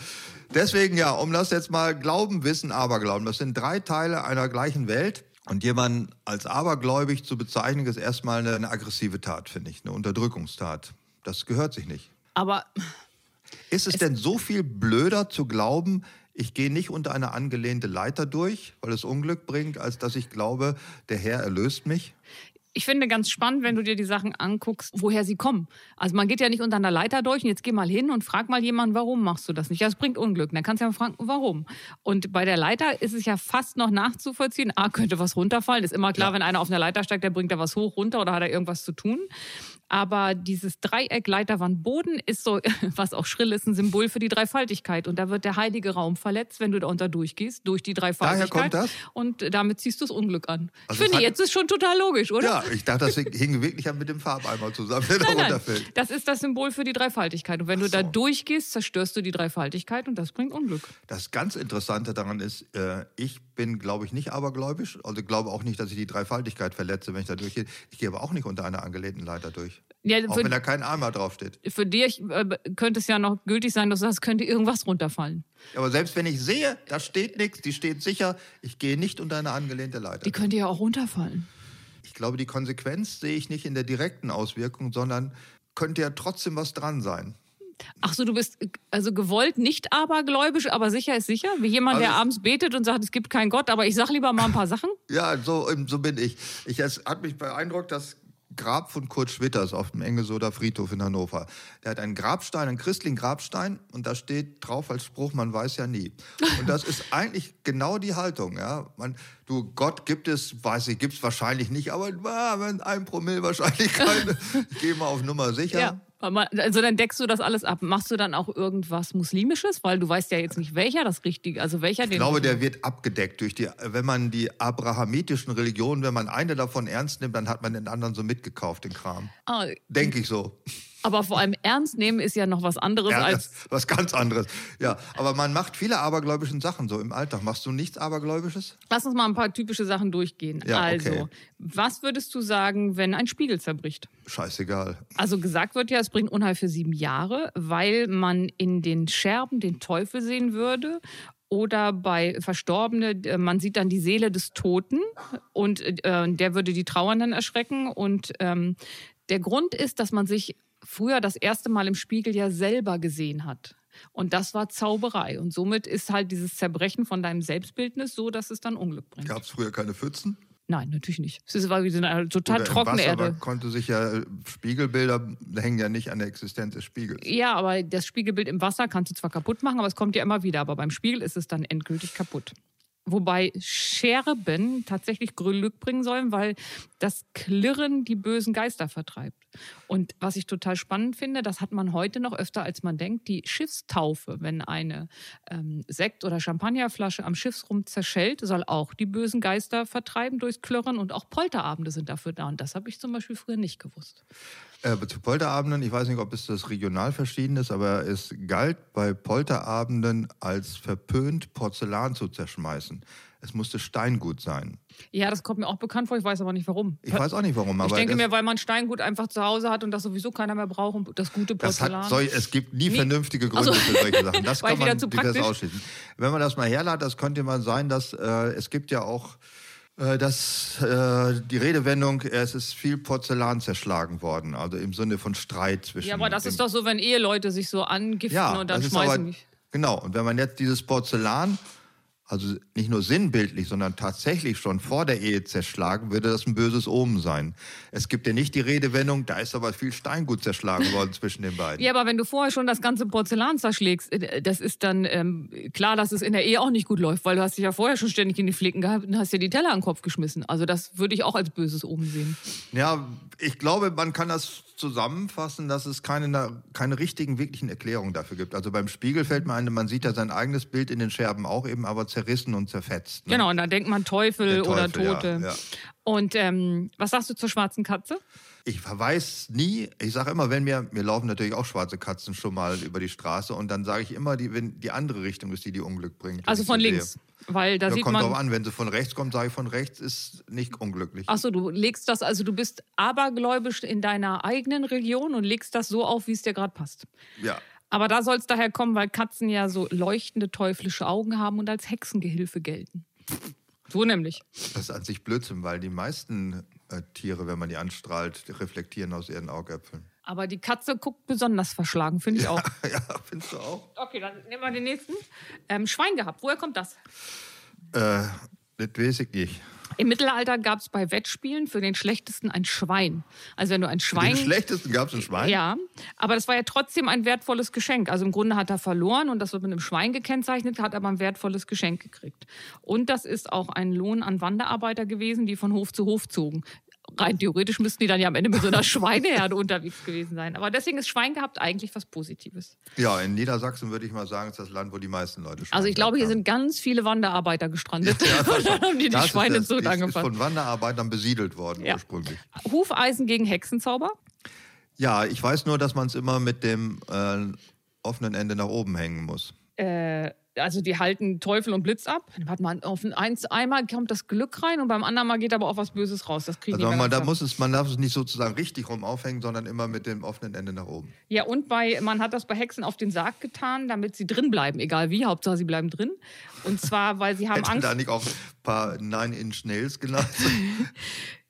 B: Deswegen ja, um das jetzt mal Glauben, Wissen, Aberglauben. Das sind drei Teile einer gleichen Welt. Und jemanden als abergläubig zu bezeichnen, ist erstmal eine, eine aggressive Tat, finde ich, eine Unterdrückungstat. Das gehört sich nicht.
C: Aber
B: Ist es, denn so viel blöder zu glauben, ich gehe nicht unter eine angelehnte Leiter durch, weil es Unglück bringt, als dass ich glaube, der Herr erlöst mich?
C: ich finde ganz spannend, wenn du dir die Sachen anguckst, woher sie kommen. Also man geht ja nicht unter einer Leiter durch und jetzt geh mal hin und frag mal jemanden, warum machst du das nicht? Das bringt Unglück. Dann kannst du ja mal fragen, warum. Und bei der Leiter ist es ja fast noch nachzuvollziehen. Ah, könnte was runterfallen. Ist immer klar,
B: Ja.
C: wenn einer auf einer Leiter steigt, der bringt da was hoch, runter oder hat er irgendwas zu tun. Aber dieses Dreieck Leiterwand Boden ist so, was auch schrill ist, ein Symbol für die Dreifaltigkeit. Und da wird der heilige Raum verletzt, wenn du da unter durchgehst, durch die Dreifaltigkeit.
B: kommt das?
C: Und damit ziehst du das Unglück an.
B: Also
C: ich
B: es
C: finde,
B: hat-
C: jetzt ist schon total logisch,
B: Ja,
C: oder?
B: ich dachte, das hing wirklich mit dem Farbeimer zusammen, der da
C: Nein, nein.
B: runterfällt.
C: Das ist das Symbol für die Dreifaltigkeit. Und wenn du
B: so.
C: da durchgehst, zerstörst du die Dreifaltigkeit und das bringt Unglück.
B: Das ganz Interessante daran ist, äh, ich bin, glaube ich, nicht abergläubisch. Also glaube auch nicht, dass ich die Dreifaltigkeit verletze, wenn ich da durchgehe. Ich gehe aber auch nicht unter einer angelehnten Leiter durch.
C: Ja,
B: Auch
C: für-
B: wenn da kein Eimer draufsteht.
C: Für dich äh, könnte es ja noch gültig sein, dass du sagst, könnte irgendwas runterfallen.
B: Aber selbst wenn ich sehe, da steht nichts, die steht sicher, ich gehe nicht unter eine angelehnte Leiter.
C: Die könnte ja auch runterfallen.
B: Ich glaube, die Konsequenz sehe ich nicht in der direkten Auswirkung, sondern könnte ja trotzdem was dran sein.
C: Ach so, du bist äh, also gewollt nicht abergläubisch, aber sicher ist sicher. Wie jemand,
B: Also
C: der
B: es-
C: abends betet und sagt, es gibt keinen Gott, aber ich sag lieber mal ein paar Sachen.
B: Ja, so, ähm, so bin ich. ich. Es hat mich beeindruckt, das Grab von Kurt Schwitters auf dem Engelsoder Friedhof in Hannover. Der hat einen Grabstein, einen christlichen Grabstein und da steht drauf als Spruch, man weiß ja nie. Und das ist eigentlich genau die Haltung. Ja? Man, du, Gott gibt es, weiß ich, gibt es wahrscheinlich nicht, aber ah, wenn ein Promille Wahrscheinlichkeit, ich gehe mal auf Nummer sicher.
C: Ja. weil man- Also dann deckst du das alles ab. Machst du dann auch irgendwas Muslimisches? Weil du weißt ja jetzt nicht, welcher das richtige, also welcher den.
B: Ich glaube, der wird abgedeckt durch die, wenn man die abrahamitischen Religionen, wenn man eine davon ernst nimmt, dann hat man den anderen so mitgekauft, den Kram.
C: Ah,
B: Denke ich so.
C: aber vor allem ernst nehmen ist ja noch was anderes
B: Ja,
C: als
B: das, was ganz anderes. Ja, aber man macht viele abergläubischen Sachen so im Alltag. Machst du nichts Abergläubisches?
C: Lass uns mal ein paar typische Sachen durchgehen.
B: Ja,
C: also,
B: okay.
C: was würdest du sagen, wenn ein Spiegel zerbricht?
B: Scheißegal.
C: Also gesagt wird ja, es bringt Unheil für sieben Jahre, weil man in den Scherben den Teufel sehen würde. Oder bei Verstorbene, äh, man sieht dann die Seele des Toten und äh, der würde die Trauernden erschrecken. Und ähm, der Grund ist, dass man sich früher das erste Mal im Spiegel ja selber gesehen hat. Und das war Zauberei. Und somit ist halt dieses Zerbrechen von deinem Selbstbildnis so, dass es dann Unglück bringt.
B: Gab es früher keine Pfützen?
C: Nein, natürlich nicht. Es ist- war wie so eine total
B: Oder im
C: trockene
B: Wasser,
C: Erde.
B: Man konnte sich ja äh, Spiegelbilder hängen ja nicht an der Existenz des Spiegels.
C: Ja, aber das Spiegelbild im Wasser kannst du zwar kaputt machen, aber es kommt ja immer wieder. Aber beim Spiegel ist es dann endgültig kaputt. Wobei Scherben tatsächlich Glück bringen sollen, weil das Klirren die bösen Geister vertreibt. Und was ich total spannend finde, das hat man heute noch öfter, als man denkt, die Schiffstaufe. Wenn eine ähm, Sekt- oder Champagnerflasche am Schiffsrum zerschellt, soll auch die bösen Geister vertreiben durchs Klirren. Und auch Polterabende sind dafür da. Und das habe ich zum Beispiel früher nicht gewusst.
B: Äh, zu Polterabenden, ich weiß nicht, ob es das regional verschieden ist, aber es galt bei Polterabenden als verpönt, Porzellan zu zerschmeißen. Es musste Steingut sein.
C: Ja, das kommt mir auch bekannt vor. Ich weiß aber nicht warum.
B: Ich weiß auch nicht, warum, aber
C: Ich denke
B: das,
C: mir, weil man Steingut einfach zu Hause hat und das sowieso keiner mehr braucht und das gute
B: Das
C: Porzellan.
B: hat sol- es gibt nie
C: Nie.
B: vernünftige Gründe
C: Also-
B: für solche Sachen. Das
C: War
B: kann
C: ich wieder
B: man
C: zu
B: durchaus
C: praktisch?
B: ausschließen. Wenn man das mal herleitet, das könnte mal sein, dass äh, es gibt ja auch äh, dass äh, die Redewendung, es ist viel Porzellan zerschlagen worden, also im Sinne von Streit zwischen.
C: ja, aber das
B: dem-
C: ist doch so, wenn Eheleute sich so angiften
B: ja,
C: und dann
B: das ist
C: schmeißen
B: aber,
C: mich.
B: genau. Und wenn man jetzt dieses Porzellan also nicht nur sinnbildlich, sondern tatsächlich schon vor der Ehe zerschlagen, würde das ein böses Omen sein. Es gibt ja nicht die Redewendung, da ist aber viel Steingut zerschlagen worden zwischen den beiden.
C: Ja, aber wenn du vorher schon das ganze Porzellan zerschlägst, äh, das ist dann ähm, klar, dass es in der Ehe auch nicht gut läuft, weil du hast dich ja vorher schon ständig in die Flicken gehabt und hast dir die Teller an den Kopf geschmissen. Also das würde ich auch als böses Omen sehen.
B: Ja, ich glaube, man kann das zusammenfassen, dass es keine, keine richtigen, wirklichen Erklärungen dafür gibt. Also beim Spiegel fällt mir ein, man sieht ja sein eigenes Bild in den Scherben auch eben, aber zerrissen und zerfetzt. Ne?
C: Genau, und da denkt man Teufel,
B: Der
C: oder
B: Teufel, ja,
C: Tote.
B: ja.
C: Und ähm, was sagst du zur schwarzen Katze?
B: Ich verweis nie, ich sage immer, wenn mir, mir laufen natürlich auch schwarze Katzen schon mal über die Straße und dann sage ich immer, die, wenn die andere Richtung ist, die die Unglück bringt. wenn
C: Also
B: ich
C: von
B: sie
C: links.
B: sehe.
C: Weil da
B: Ja,
C: sieht
B: kommt drauf
C: man.
B: an, wenn sie von rechts kommt, sage ich von rechts, ist nicht unglücklich.
C: Achso, du legst das, also du bist abergläubisch in deiner eigenen Region und legst das so auf, wie es dir gerade passt.
B: Ja.
C: Aber da soll es daher kommen, weil Katzen ja so leuchtende teuflische Augen haben und als Hexengehilfe gelten. So nämlich.
B: Das ist an sich Blödsinn, weil die meisten äh, Tiere, wenn man die anstrahlt, reflektieren aus ihren Augäpfeln.
C: Aber die Katze guckt besonders verschlagen, finde ich auch.
B: ja, findest du auch?
C: Okay, dann nehmen wir den nächsten. Ähm, Schwein gehabt. Woher kommt das?
B: Äh, das weiß ich nicht.
C: Im Mittelalter gab es bei Wettspielen für den schlechtesten ein Schwein. Also wenn du ein
B: Den
C: Schwein
B: schlechtesten gab es ein Schwein.
C: Ja, aber das war ja trotzdem ein wertvolles Geschenk. Also im Grunde hat er verloren und das wird mit einem Schwein gekennzeichnet, hat aber ein wertvolles Geschenk gekriegt. Und das ist auch ein Lohn an Wanderarbeiter gewesen, die von Hof zu Hof zogen. Rein theoretisch müssten die dann ja am Ende mit so einer Schweineherde unterwegs gewesen sein. Aber deswegen ist Schwein gehabt eigentlich was Positives.
B: Ja, in Niedersachsen würde ich mal sagen, ist das Land, wo die meisten Leute Schweine
C: Also ich glaube, hier
B: haben.
C: sind ganz viele Wanderarbeiter gestrandet. und dann haben die die
B: Das ist
C: Schweine
B: das-
C: zurück
B: das ist
C: angepasst.
B: von Wanderarbeitern besiedelt worden
C: Ja.
B: ursprünglich.
C: Hufeisen gegen Hexenzauber.
B: Ja, ich weiß nur, dass man es immer mit dem äh, offenen Ende nach oben hängen muss.
C: äh, also die halten Teufel und Blitz ab. Warte mal, auf ein eins, einmal kommt das Glück rein und beim anderen Mal geht aber auch was Böses raus. Das kriegen
B: Also
C: die
B: man, da
C: ganz ab.
B: muss es, man darf es nicht sozusagen richtig rum aufhängen, sondern immer mit dem offenen Ende nach oben.
C: Ja, und bei, man hat das bei Hexen auf den Sarg getan, damit sie drin bleiben, egal wie, Hauptsache sie bleiben drin. Und zwar, weil sie haben
B: Hätte da
C: Angst.
B: nicht auch ein paar Nine-Inch-Nails genannt?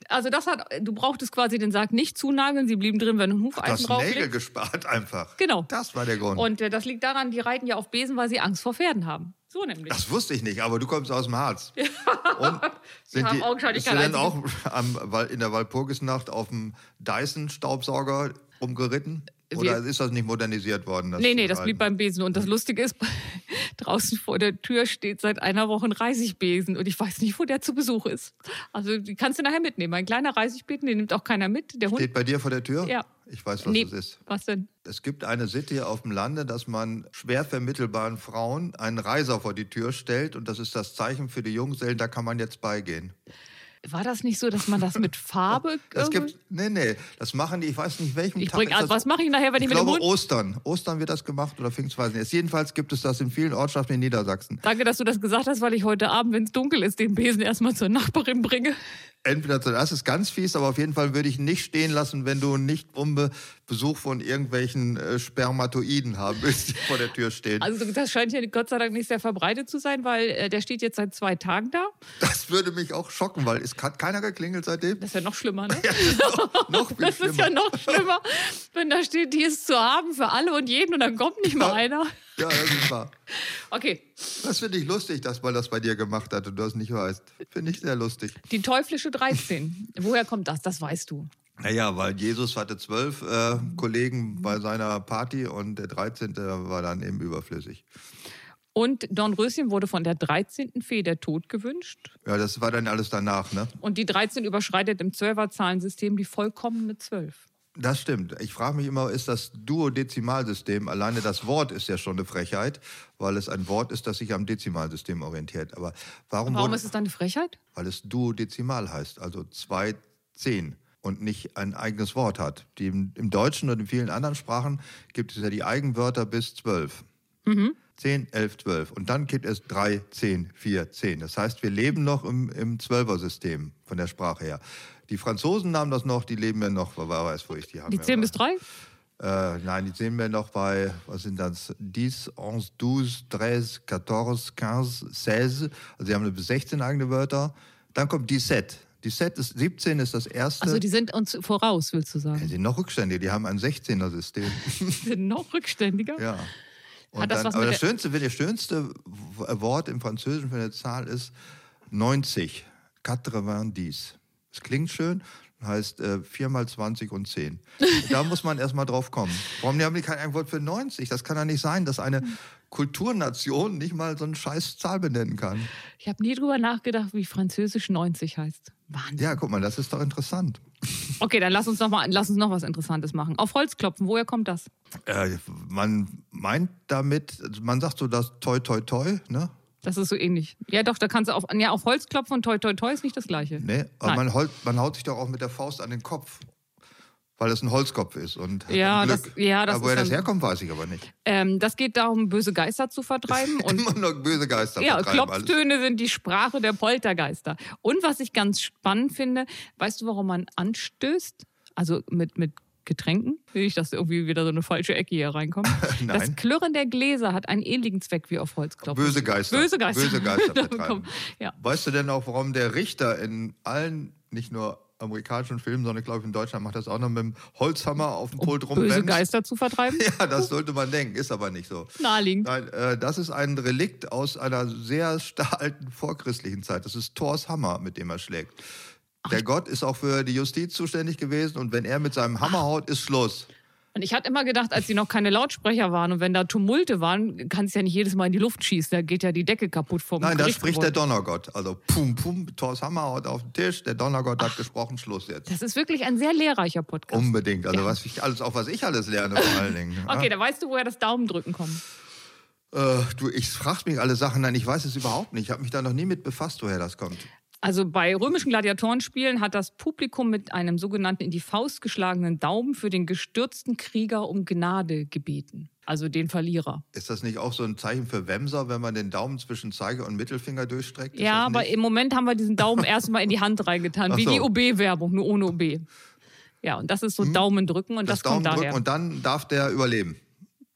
C: Also das hat, du brauchtest quasi den Sarg nicht zunageln, sie blieben drin, wenn du ein
B: Das
C: Hufeisen
B: Nägel
C: drauflegst.
B: gespart einfach.
C: Genau.
B: Das war der Grund.
C: Und äh, das liegt daran, die reiten ja auf Besen, weil sie Angst vor Pferden haben. So nämlich.
B: das wusste ich nicht, aber du kommst aus dem Harz. Und sind
C: haben
B: die,
C: augenscheinlich
B: bist du
C: kein
B: dann auch am, Wal- in der Walpurgisnacht auf dem Dyson-Staubsauger umgeritten? Oder ist das nicht modernisiert worden?
C: Nee, nee, das blieb
B: Reiten?
C: beim Besen. Und das Lustige ist, draußen vor der Tür steht seit einer Woche ein Reisigbesen und ich weiß nicht, wo der zu Besuch ist. Also die kannst du nachher mitnehmen. Ein kleiner Reisigbeten, den nimmt auch keiner mit. Der Hund.
B: Steht bei dir vor der Tür?
C: Ja.
B: Ich weiß, was
C: Nee,
B: es ist.
C: Was denn?
B: Es gibt eine Sitte hier auf dem Lande, dass man schwer vermittelbaren Frauen einen Reiser vor die Tür stellt und das ist das Zeichen für die Junggesellen, da kann man jetzt beigehen.
C: War das nicht so, dass man das mit Farbe?
B: Das
C: irgendwie-
B: gibt, nee, nee, das machen die, ich weiß nicht welchen
C: ich
B: Tag.
C: bring,
B: ist
C: also,
B: das,
C: was mache ich nachher, wenn
B: ich
C: ich, mit dem
B: glaube
C: Hund?
B: Ostern. Ostern wird das gemacht oder Pfingstweisen. Jetzt jedenfalls gibt es das in vielen Ortschaften in Niedersachsen.
C: Danke, dass du das gesagt hast, weil ich heute Abend, wenn es dunkel ist, den Besen erstmal zur Nachbarin bringe.
B: Entweder zu- das ist ganz fies, aber auf jeden Fall würde ich nicht stehen lassen, wenn du nicht um Be- Besuch von irgendwelchen äh, Spermatoiden haben willst, die vor der Tür stehen.
C: Also das scheint hier Gott sei Dank nicht sehr verbreitet zu sein, weil äh, der steht jetzt seit zwei Tagen da.
B: Das würde mich auch schocken, weil es hat keiner geklingelt seitdem.
C: Das ist ja noch schlimmer, ne?
B: Noch viel
C: Das ist
B: schlimmer.
C: ja noch schlimmer, wenn da steht, die ist zu haben für alle und jeden und dann kommt nicht mal einer.
B: Ja, das ist wahr.
C: Okay,
B: Das finde ich lustig, dass man das bei dir gemacht hat und du das nicht weißt. Finde ich sehr lustig.
C: die teuflische 13. Woher kommt das? Das weißt du.
B: Naja, weil Jesus hatte zwölf äh, Kollegen bei seiner Party und der 13. war dann eben überflüssig.
C: Und Dornröschen wurde von der 13. Fee der Tod gewünscht.
B: Ja, das war dann alles danach, ne?
C: Und die 13 überschreitet im Zwölferzahlensystem die vollkommene 12.
B: Das stimmt. Ich frage mich immer, ist das Duodezimalsystem, alleine das Wort ist ja schon eine Frechheit, weil es ein Wort ist, das sich am Dezimalsystem orientiert. Aber warum,
C: Warum
B: wurde-
C: ist es dann eine Frechheit?
B: weil es duodezimal heißt, also zwei Zehn und nicht ein eigenes Wort hat. Die im, Im Deutschen und in vielen anderen Sprachen gibt es ja die Eigenwörter bis zwölf. Zehn, elf, zwölf. Und dann gibt es drei, zehn, vier, zehn. Das heißt, wir leben noch im, im Zwölfer-System von der Sprache her. Die Franzosen haben das noch, die leben ja noch, wer weiß, wo ich die habe.
C: Die 10 bis 3?
B: Äh, nein, die sehen wir noch bei, was sind das? 10, 11, 12, 13, 14, 15, 16. Also, sie haben eine bis 16 eigene Wörter. Dann kommt die Set. Die Set ist 17, ist das erste.
C: Also
B: die
C: die sind uns voraus, willst du sagen.
B: sind noch rückständig, die haben ein 16er-System.
C: Die sind noch rückständiger.
B: ja. Und
C: Hat das
B: dann,
C: was
B: aber
C: mit
B: das
C: der-
B: schönste, das schönste Wort im Französischen für eine Zahl ist 90. 90. Es klingt schön, heißt äh, 4 mal 20 und 10. Da muss man erstmal drauf kommen. Warum haben die kein Wort für 90? Das kann ja nicht sein, dass eine Kulturnation nicht mal so eine scheiß Zahl benennen kann.
C: Ich habe nie drüber nachgedacht, wie Französisch 90 heißt. Wahnsinn.
B: Ja, guck mal, das ist doch interessant.
C: Okay, dann lass uns noch mal, lass uns noch was Interessantes machen. Auf Holz klopfen. Woher kommt das?
B: Äh, man meint damit, also man sagt so das toi toi toi, ne?
C: Das ist so ähnlich. Ja, doch, da kannst du auf, ja, auf Holz klopfen und toi toi toi ist nicht das gleiche.
B: Ne? Aber
C: Nein.
B: man, holt, man haut sich doch auch mit der Faust an den Kopf, weil es ein Holzkopf ist und hat
C: Ja,
B: dann Glück.
C: das- ja, das
B: Aber woher
C: ist
B: das
C: dann-
B: herkommt, weiß ich aber nicht.
C: Ähm, das geht darum, böse Geister zu vertreiben und
B: Immer nur böse Geister
C: Ja,
B: vertreiben alles.
C: Klopftöne sind die Sprache der Poltergeister. Und was ich ganz spannend finde, weißt du, warum man anstößt? Also mit, mit Getränken? Will ich, dass irgendwie wieder so eine falsche Ecke hier reinkommt?
B: Nein.
C: Das Klirren der Gläser hat einen ähnlichen Zweck wie auf Holzklopfen.
B: Böse Geister.
C: Böse Geister.
B: Böse Geister
C: Da
B: vertreiben.
C: kommen- ja.
B: Weißt du denn auch, warum der Richter in allen, nicht nur amerikanischen Filmen, sondern glaube ich in Deutschland macht das auch noch mit dem Holzhammer auf dem Pult
C: Oh, Böse
B: rumbremst?
C: Geister zu vertreiben?
B: Ja, das sollte man denken, ist aber nicht so.
C: Naheliegend.
B: Nein, äh, das ist ein Relikt aus einer sehr star- alten vorchristlichen Zeit. Das ist Thors Hammer, mit dem er schlägt. Der Gott ist auch für die Justiz zuständig gewesen und wenn er mit seinem Hammer haut, ist Schluss.
C: Und ich hatte immer gedacht, als sie noch keine Lautsprecher waren und wenn da Tumulte waren, kannst du ja nicht jedes Mal in die Luft schießen, da geht ja die Decke kaputt vom
B: Nein, da spricht
C: Gerichtsgebäude.
B: der Donnergott. Also pum, pum, Thors Hammer haut auf den Tisch, der Donnergott hat gesprochen, Schluss jetzt.
C: Das ist wirklich ein sehr lehrreicher Podcast.
B: Unbedingt. Also was ich alles, auch was ich alles lerne vor allen Dingen.
C: Okay, da weißt du, woher das Daumendrücken kommt.
B: Äh, du, ich frage mich alle Sachen, nein, ich weiß es überhaupt nicht. Ich habe mich da noch nie mit befasst, woher das kommt.
C: Also bei römischen Gladiatorenspielen hat das Publikum mit einem sogenannten in die Faust geschlagenen Daumen für den gestürzten Krieger um Gnade gebeten. Also den Verlierer.
B: Ist das nicht auch so ein Zeichen für Wemser, wenn man den Daumen zwischen Zeige und Mittelfinger durchstreckt? Ist
C: ja,
B: das
C: aber
B: nicht-
C: im Moment haben wir diesen Daumen erstmal in die Hand reingetan,
B: Ach
C: wie
B: so. Hm?
C: die OB-Werbung, nur ohne OB. Ja, und das ist so Daumen drücken und das, kommt
B: Daumendrücken
C: daher.
B: und dann darf der überleben.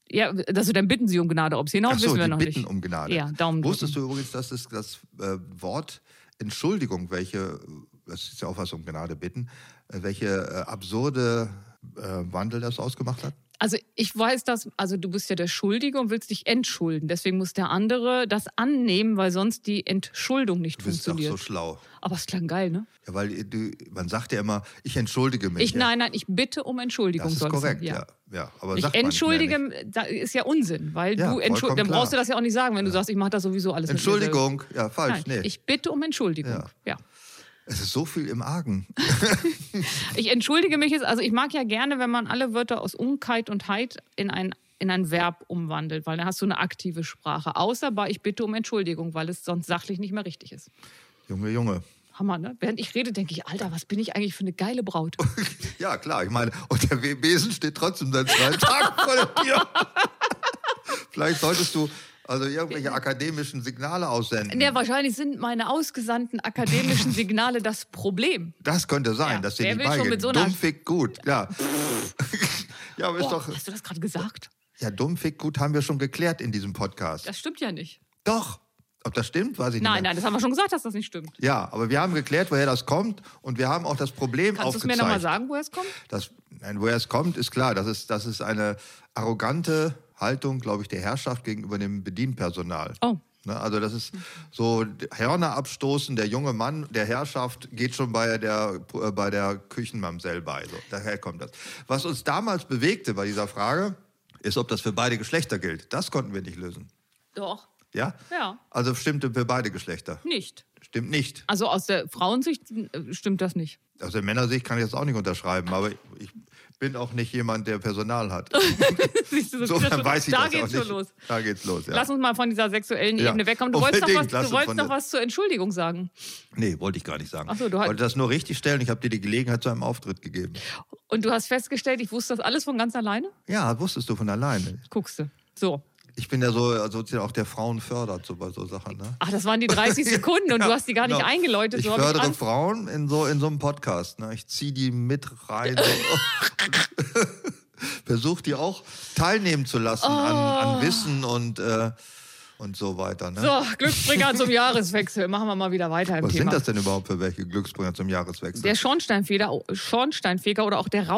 C: ja, also dann bitten sie um Gnade. Ob sie hinaus,
B: Ach so,
C: wissen wir
B: die
C: noch
B: bitten
C: nicht.
B: um Gnade.
C: Ja, Daumen
B: Wusstest du übrigens, dass das, das äh, Wort Entschuldigung, welche, das ist ja auch was um Gnade bitten, äh, welche äh, absurde äh, Wandel das ausgemacht hat?
C: Also ich weiß das, also du bist ja der Schuldige und willst dich entschulden. Deswegen muss der andere das annehmen, weil sonst die Entschuldung nicht
B: Du bist doch
C: funktioniert.
B: so schlau.
C: Aber es klang geil, ne?
B: Ja, weil du, man sagt ja immer, ich entschuldige mich.
C: Ich,
B: ja.
C: Nein, nein, ich bitte um Entschuldigung.
B: Das ist
C: soll es
B: korrekt,
C: sein.
B: ja. ja. aber
C: Ich
B: sagt man nicht mehr nicht.
C: entschuldige, da ist ja Unsinn, weil
B: Ja,
C: du
B: vollkommen
C: entschuldigst, dann
B: klar.
C: brauchst du das ja auch nicht sagen, wenn du sagst, ich mache das sowieso alles mit mir selber.
B: Entschuldigung, ja, falsch,
C: Nein,
B: nee.
C: Ich bitte um Entschuldigung.
B: Ja.
C: Ja.
B: Es ist so viel im Argen.
C: Ich entschuldige mich jetzt, also ich mag ja gerne, wenn man alle Wörter aus Unkeit und Heit in ein, in ein Verb umwandelt, weil dann hast du eine aktive Sprache. Außer bei ich bitte um Entschuldigung, weil es sonst sachlich nicht mehr richtig ist.
B: Junge, Junge.
C: Hammer, ne? Während ich rede, denke ich, Alter, was bin ich eigentlich für eine geile Braut?
B: Ja, klar, ich meine, und der Besen steht trotzdem seit zwei Tagen vor der Tür. Vielleicht solltest du also irgendwelche akademischen Signale aussenden.
C: Ja, wahrscheinlich sind meine ausgesandten akademischen Signale das Problem.
B: Das könnte sein,
C: Ja,
B: dass dir
C: wer
B: nicht
C: will schon
B: beigeht.
C: mit so einer-
B: dumm fick gut, ja. ja, aber ist
C: Boah,
B: doch.
C: hast du das gerade gesagt?
B: Ja, dumm fick gut haben wir schon geklärt in diesem Podcast.
C: Das stimmt ja nicht.
B: Doch. Ob das stimmt, weiß ich
C: Nein,
B: nicht. mehr.
C: nein, das haben wir schon gesagt, dass das nicht stimmt.
B: Ja, aber wir haben geklärt, woher das kommt und wir haben auch das Problem
C: Kannst du es mir
B: aufgezeigt.
C: nochmal sagen, woher es kommt?
B: Das, nein, woher es kommt, ist klar. Das ist, das ist eine arrogante Haltung, glaube ich, der Herrschaft gegenüber dem Bedienpersonal.
C: Oh.
B: Ne, also das ist so Hörner abstoßen, der junge Mann der Herrschaft geht schon bei der, äh, bei der Küchenmamsell bei. So, daher kommt das. Was uns damals bewegte bei dieser Frage, ist, ob das für beide Geschlechter gilt. Das konnten wir nicht lösen.
C: Doch,
B: Ja?
C: Ja.
B: Also stimmte für beide Geschlechter.
C: nicht.
B: Stimmt nicht.
C: Also aus der Frauensicht äh, stimmt das nicht.
B: Aus der Männersicht kann ich das auch nicht unterschreiben, aber ich- ich bin auch nicht jemand, der Personal hat.
C: Siehst du, das
B: So,
C: ist ja
B: dann
C: schon-
B: weiß ich
C: da
B: das
C: geht's
B: auch
C: schon
B: nicht.
C: los.
B: Da geht's los, ja.
C: Lass uns mal von dieser sexuellen
B: Ja,
C: Ebene wegkommen. Du wolltest doch
B: unbedingt,
C: was,
B: lass
C: du
B: uns
C: wolltest
B: von
C: doch
B: der-
C: was zur Entschuldigung sagen.
B: nee, wollte ich gar nicht sagen.
C: Ach so, du
B: ich
C: halt-
B: wollte das nur richtig stellen. Ich habe dir die Gelegenheit zu einem Auftritt gegeben.
C: Und du hast festgestellt, ich wusste das alles von ganz alleine?
B: Ja, wusstest du von alleine.
C: Guckst du. So.
B: Ich bin ja so also sozusagen auch der Frauenförder zu bei so Sachen. Ne?
C: Ach, das waren die 30 Sekunden und du hast die gar nicht
B: Genau.
C: eingeläutet.
B: Ich
C: So hab ich
B: fördere
C: Angst.
B: Frauen in so, in so einem Podcast. Ne? Ich ziehe die mit rein. So. Versuche die auch teilnehmen zu lassen an, an Wissen und äh, und so weiter. Ne?
C: Oh. So, Glücksbringer zum Jahreswechsel. Machen wir mal wieder weiter im
B: Was
C: Thema.
B: sind das denn überhaupt für welche Glücksbringer zum Jahreswechsel?
C: Der Schornsteinfeger, oh, Schornsteinfeger oder auch der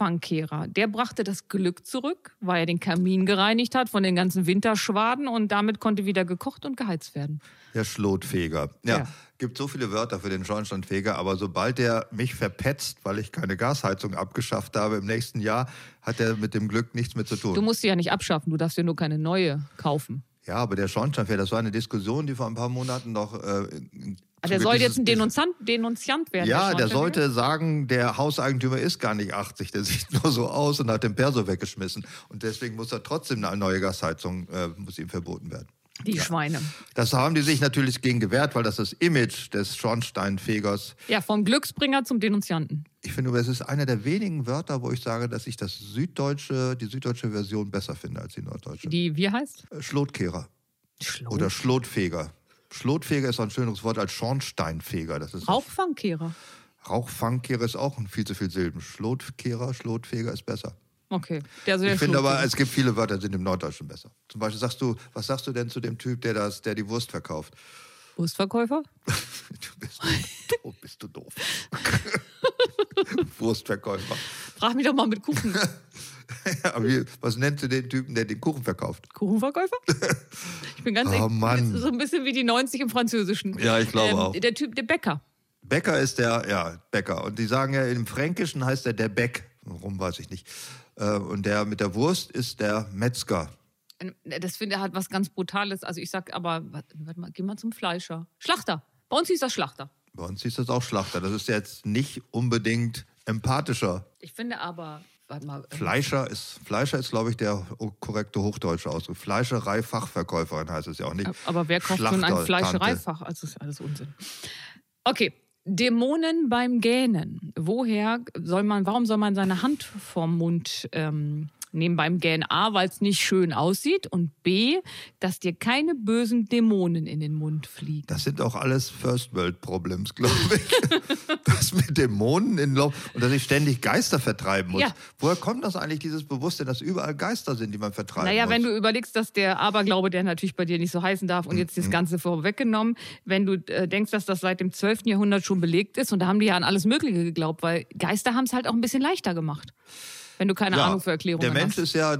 C: Rauchfangkehrer, der brachte das Glück zurück, weil er den Kamin gereinigt hat von den ganzen Winterschwaden und damit konnte wieder gekocht und geheizt werden.
B: Der Schlotfeger. Ja,
C: Ja.
B: gibt so viele Wörter für den Schornsteinfeger, aber sobald der mich verpetzt, weil ich keine Gasheizung abgeschafft habe im nächsten Jahr, hat er mit dem Glück nichts mehr zu tun.
C: Du musst sie ja nicht abschaffen, du darfst dir nur keine neue kaufen.
B: ja, aber der Schornsteinfeger, das war eine Diskussion, die vor ein paar Monaten noch. Äh, in-
C: Also der
B: zu-
C: soll
B: dieses-
C: jetzt ein Denunziant, Denunziant werden.
B: Ja, der
C: Schornsteinfeger?
B: sollte sagen, der Hauseigentümer ist gar nicht 80, der sieht nur so aus und hat den Perso weggeschmissen. Und deswegen muss er trotzdem eine neue Gasheizung, äh, muss ihm verboten werden.
C: Die Schweine.
B: Das haben die sich natürlich gegen gewehrt, weil das das Image des Schornsteinfegers
C: Ja, vom Glücksbringer zum Denunzianten.
B: Ich finde, aber es ist einer der wenigen Wörter, wo ich sage, dass ich das süddeutsche, die süddeutsche Version besser finde als die norddeutsche.
C: Die, wie heißt?
B: Äh, Schlotkehrer oder Schlotfeger. Schlotfeger ist so ein schöneres Wort als Schornsteinfeger. Das ist
C: Rauchfangkehrer.
B: Rauchfangkehrer ist auch ein viel zu viel Silben. Schlotkehrer, Schlotfeger ist besser.
C: Okay. Der, also der
B: ich finde aber,
C: Schlotkehrer.
B: es gibt viele Wörter, die sind im Norddeutschen besser. Zum Beispiel sagst du, was sagst du denn zu dem Typ, der das, der die Wurst verkauft?
C: Wurstverkäufer?
B: Du bist, du bist du doof. Wurstverkäufer.
C: Frag mich doch mal mit Kuchen.
B: Ja, wie, was nennst du den Typen, der den Kuchen verkauft?
C: Kuchenverkäufer? Ich bin ganz
B: Oh,
C: ehrlich,
B: Mann.
C: das ist so ein bisschen wie die 90 im Französischen. Ähm,
B: Ja, ich glaube auch.
C: Der Typ, der Bäcker.
B: Bäcker ist der, ja, Bäcker. Und die sagen ja, im Fränkischen heißt er der Beck. Warum weiß ich nicht. Äh, Und der mit der Wurst ist der Metzger.
C: Ähm, Das finde ich hat was ganz Brutales. Also ich sag aber, warte mal, geh mal zum Fleischer. Schlachter. Bei uns hieß das Schlachter.
B: Bei uns hieß das auch Schlachter. Das ist jetzt nicht unbedingt empathischer.
C: Ich finde aber, warte mal, ähm,
B: Fleischer ist, Fleischer ist, glaube ich, der o- korrekte hochdeutsche Ausdruck. Fleischereifachverkäuferin heißt es ja auch nicht.
C: aber wer kauft nun ein
B: Schlachter- Tante.
C: Fleischereifach? Also das ist alles Unsinn. Okay. Dämonen beim Gähnen. Woher soll man, warum soll man seine Hand vorm Mund ähm, nehmen beim Gähnen? A, weil es nicht schön aussieht und B, dass dir keine bösen Dämonen in den Mund fliegen.
B: Das sind auch alles First World Problems, glaube ich. das mit Dämonen in Lauf und dass ich ständig Geister vertreiben muss.
C: Ja.
B: Woher kommt das eigentlich, dieses Bewusstsein, dass überall Geister sind, die man vertreiben
C: Naja,
B: muss? Mm,
C: wenn du überlegst, dass der Aberglaube, der natürlich bei dir nicht so heißen darf und jetzt das Ganze vorweggenommen, wenn du äh, denkst, dass das seit dem 12. Jahrhundert schon belegt ist und da haben die ja an alles Mögliche geglaubt, weil Geister haben es halt auch ein bisschen leichter gemacht. Wenn du keine Ahnung für Erklärungen
B: Der Mensch
C: hast.
B: ist ja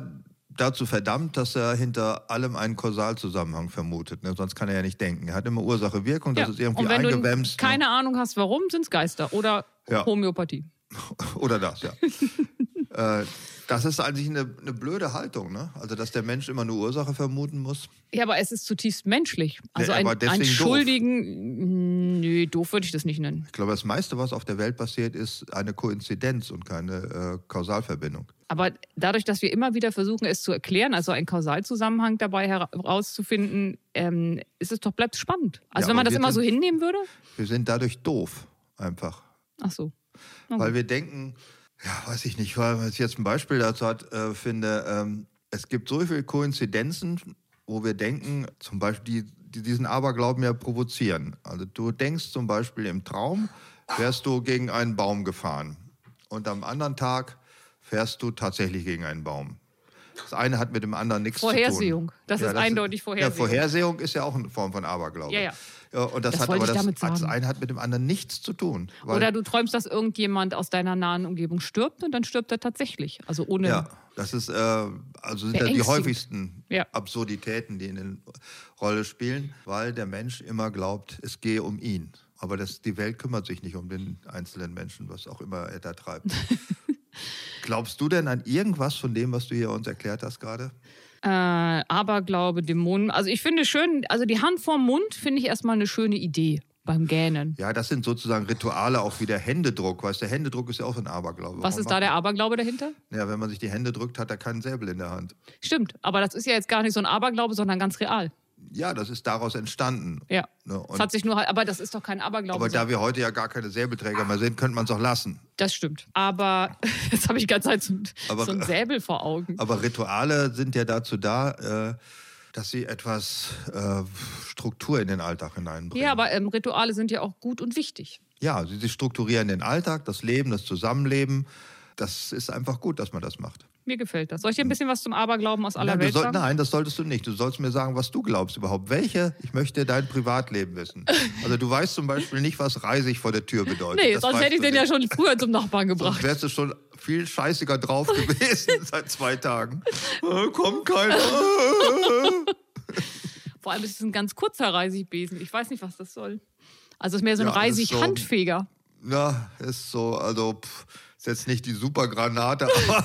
B: dazu verdammt, dass er hinter allem einen Kausalzusammenhang vermutet. Ne? Sonst kann er ja nicht denken. Er hat immer Ursache, Wirkung, das ist irgendwie
C: und wenn du
B: eingewämst.
C: keine Ahnung hast, warum, sind es Geister oder
B: Ja.
C: Homöopathie.
B: ne? Oder das, ja. äh, das ist eigentlich eine, eine blöde Haltung, ne? Also, dass der Mensch immer eine Ursache vermuten muss.
C: Ja, aber es ist zutiefst menschlich. Also
B: aber
C: ein,
B: deswegen
C: ein
B: doof.
C: Schuldigen, nee, doof würde ich das nicht nennen.
B: Ich glaube, das meiste, was auf der Welt passiert, ist eine Koinzidenz und keine äh, Kausalverbindung.
C: Aber dadurch, dass wir immer wieder versuchen, es zu erklären, also einen Kausalzusammenhang dabei herauszufinden, ähm, ist es doch bleibt es spannend. Also
B: Ja,
C: wenn man
B: aber
C: das
B: wir
C: immer so
B: sind-
C: hinnehmen würde,
B: Wir sind dadurch doof, einfach.
C: ach so. Mhm.
B: Weil wir denken, ja, weiß ich nicht, weil ich jetzt ein Beispiel dazu hat, äh, finde, ähm, es gibt so viele Koinzidenzen, wo wir denken, zum Beispiel, die, die diesen Aberglauben ja provozieren. Also du denkst zum Beispiel im Traum, wärst du gegen einen Baum gefahren und am anderen Tag fährst du tatsächlich gegen einen Baum. Das eine hat mit dem anderen nichts
C: Vorhersehung.
B: zu tun.
C: Das ist eindeutig Vorhersehung.
B: Ja, Vorhersehung ist ja auch eine Form von Aberglaube.
C: Ja, ja.
B: und das,
C: Das
B: hat
C: wollte
B: aber
C: ich
B: das,
C: damit
B: das
C: sagen.
B: eine hat mit dem anderen nichts zu tun. weil-
C: Oder du träumst, dass irgendjemand aus deiner nahen Umgebung stirbt und dann stirbt er tatsächlich. Also ohne.
B: Ja, das ist äh, also sind ja die
C: Beängstigend.
B: häufigsten
C: Ja.
B: Absurditäten, die in der Rolle spielen, weil der Mensch immer glaubt, es gehe um ihn. Aber das, die Welt kümmert sich nicht um den einzelnen Menschen, was auch immer er da treibt. Glaubst du denn an irgendwas von dem, was du hier uns erklärt hast gerade?
C: Äh, Aberglaube, Dämonen. Also ich finde schön, also die Hand vorm Mund finde ich erstmal eine schöne Idee beim Gähnen.
B: Ja, das sind sozusagen Rituale, auch wie der Händedruck. Weißt du, Händedruck ist ja auch so ein Aberglaube.
C: Was
B: Warum
C: ist da
B: macht-
C: der Aberglaube dahinter?
B: Ja, wenn man sich die Hände drückt, hat er keinen Säbel in der Hand.
C: Stimmt, aber das ist ja jetzt gar nicht so ein Aberglaube, sondern ganz real.
B: Ja, das ist daraus entstanden.
C: Ja.
B: Ne,
C: Es
B: und-
C: hat sich nur, halt- aber das ist doch kein Aberglaube.
B: aber da wir heute ja gar keine Säbelträger mehr sind, könnte man es auch lassen.
C: Das stimmt. Aber jetzt habe ich die ganze Zeit so, ein-
B: Aber- äh,
C: so ein Säbel vor Augen.
B: Aber Rituale sind ja dazu da, äh, dass sie etwas äh, Struktur in den Alltag hineinbringen.
C: Ja, aber ähm, Rituale sind ja auch gut und wichtig.
B: ja sie, sie strukturieren den Alltag, das Leben, das Zusammenleben. Das ist einfach gut, dass man das macht.
C: Mir gefällt das. Soll ich dir ein bisschen was zum Aberglauben aus aller
B: Nein, du
C: Welt
B: soll,
C: sagen?
B: nein, das solltest du nicht. Du sollst mir sagen, was du glaubst überhaupt. Welche? Ich möchte dein Privatleben wissen. Also du weißt zum Beispiel nicht, was reisig vor der Tür bedeutet.
C: Nee,
B: Das
C: sonst
B: weißt
C: hätte ich
B: du
C: den
B: nicht.
C: ja schon früher zum Nachbarn
B: Sonst
C: gebracht.
B: wärst du schon viel scheißiger drauf gewesen seit zwei Tagen. Äh, kommt keiner.
C: Vor allem ist es ein ganz kurzer Reisigbesen. Ich weiß nicht, was das soll. Also es ist mehr so ein
B: Ja, das ist so-
C: Reisig-Handfeger.
B: Ja, ist so, also pff, ist jetzt nicht die Supergranate, aber.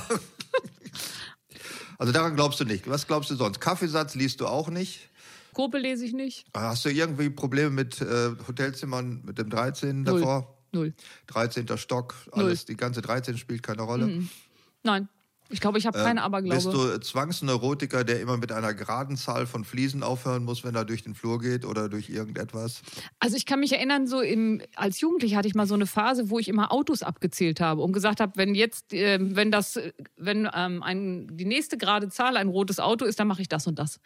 B: Also daran glaubst du nicht. Was glaubst du sonst? Kaffeesatz liest du auch nicht. Ah,
C: Gruppe lese ich nicht.
B: Hast du irgendwie Probleme mit äh, Hotelzimmern, mit dem 13
C: Null.
B: davor?
C: Null.
B: 13. Stock,
C: Null.
B: alles, die ganze 13 spielt keine Rolle. Ähm,
C: Nein. Ich glaube, ich habe keine
B: Äh, Bist
C: Aberglaube.
B: du Zwangsneurotiker, der immer mit einer geraden Zahl von Fliesen aufhören muss, wenn er durch den Flur geht oder durch irgendetwas?
C: Also ich kann mich erinnern, so im, als Jugendliche hatte ich mal so eine Phase, wo ich immer Autos abgezählt habe und gesagt habe, wenn jetzt, ähm, wenn das, äh, wenn ähm, ein, die nächste gerade Zahl ein rotes Auto ist, dann mache ich das und das.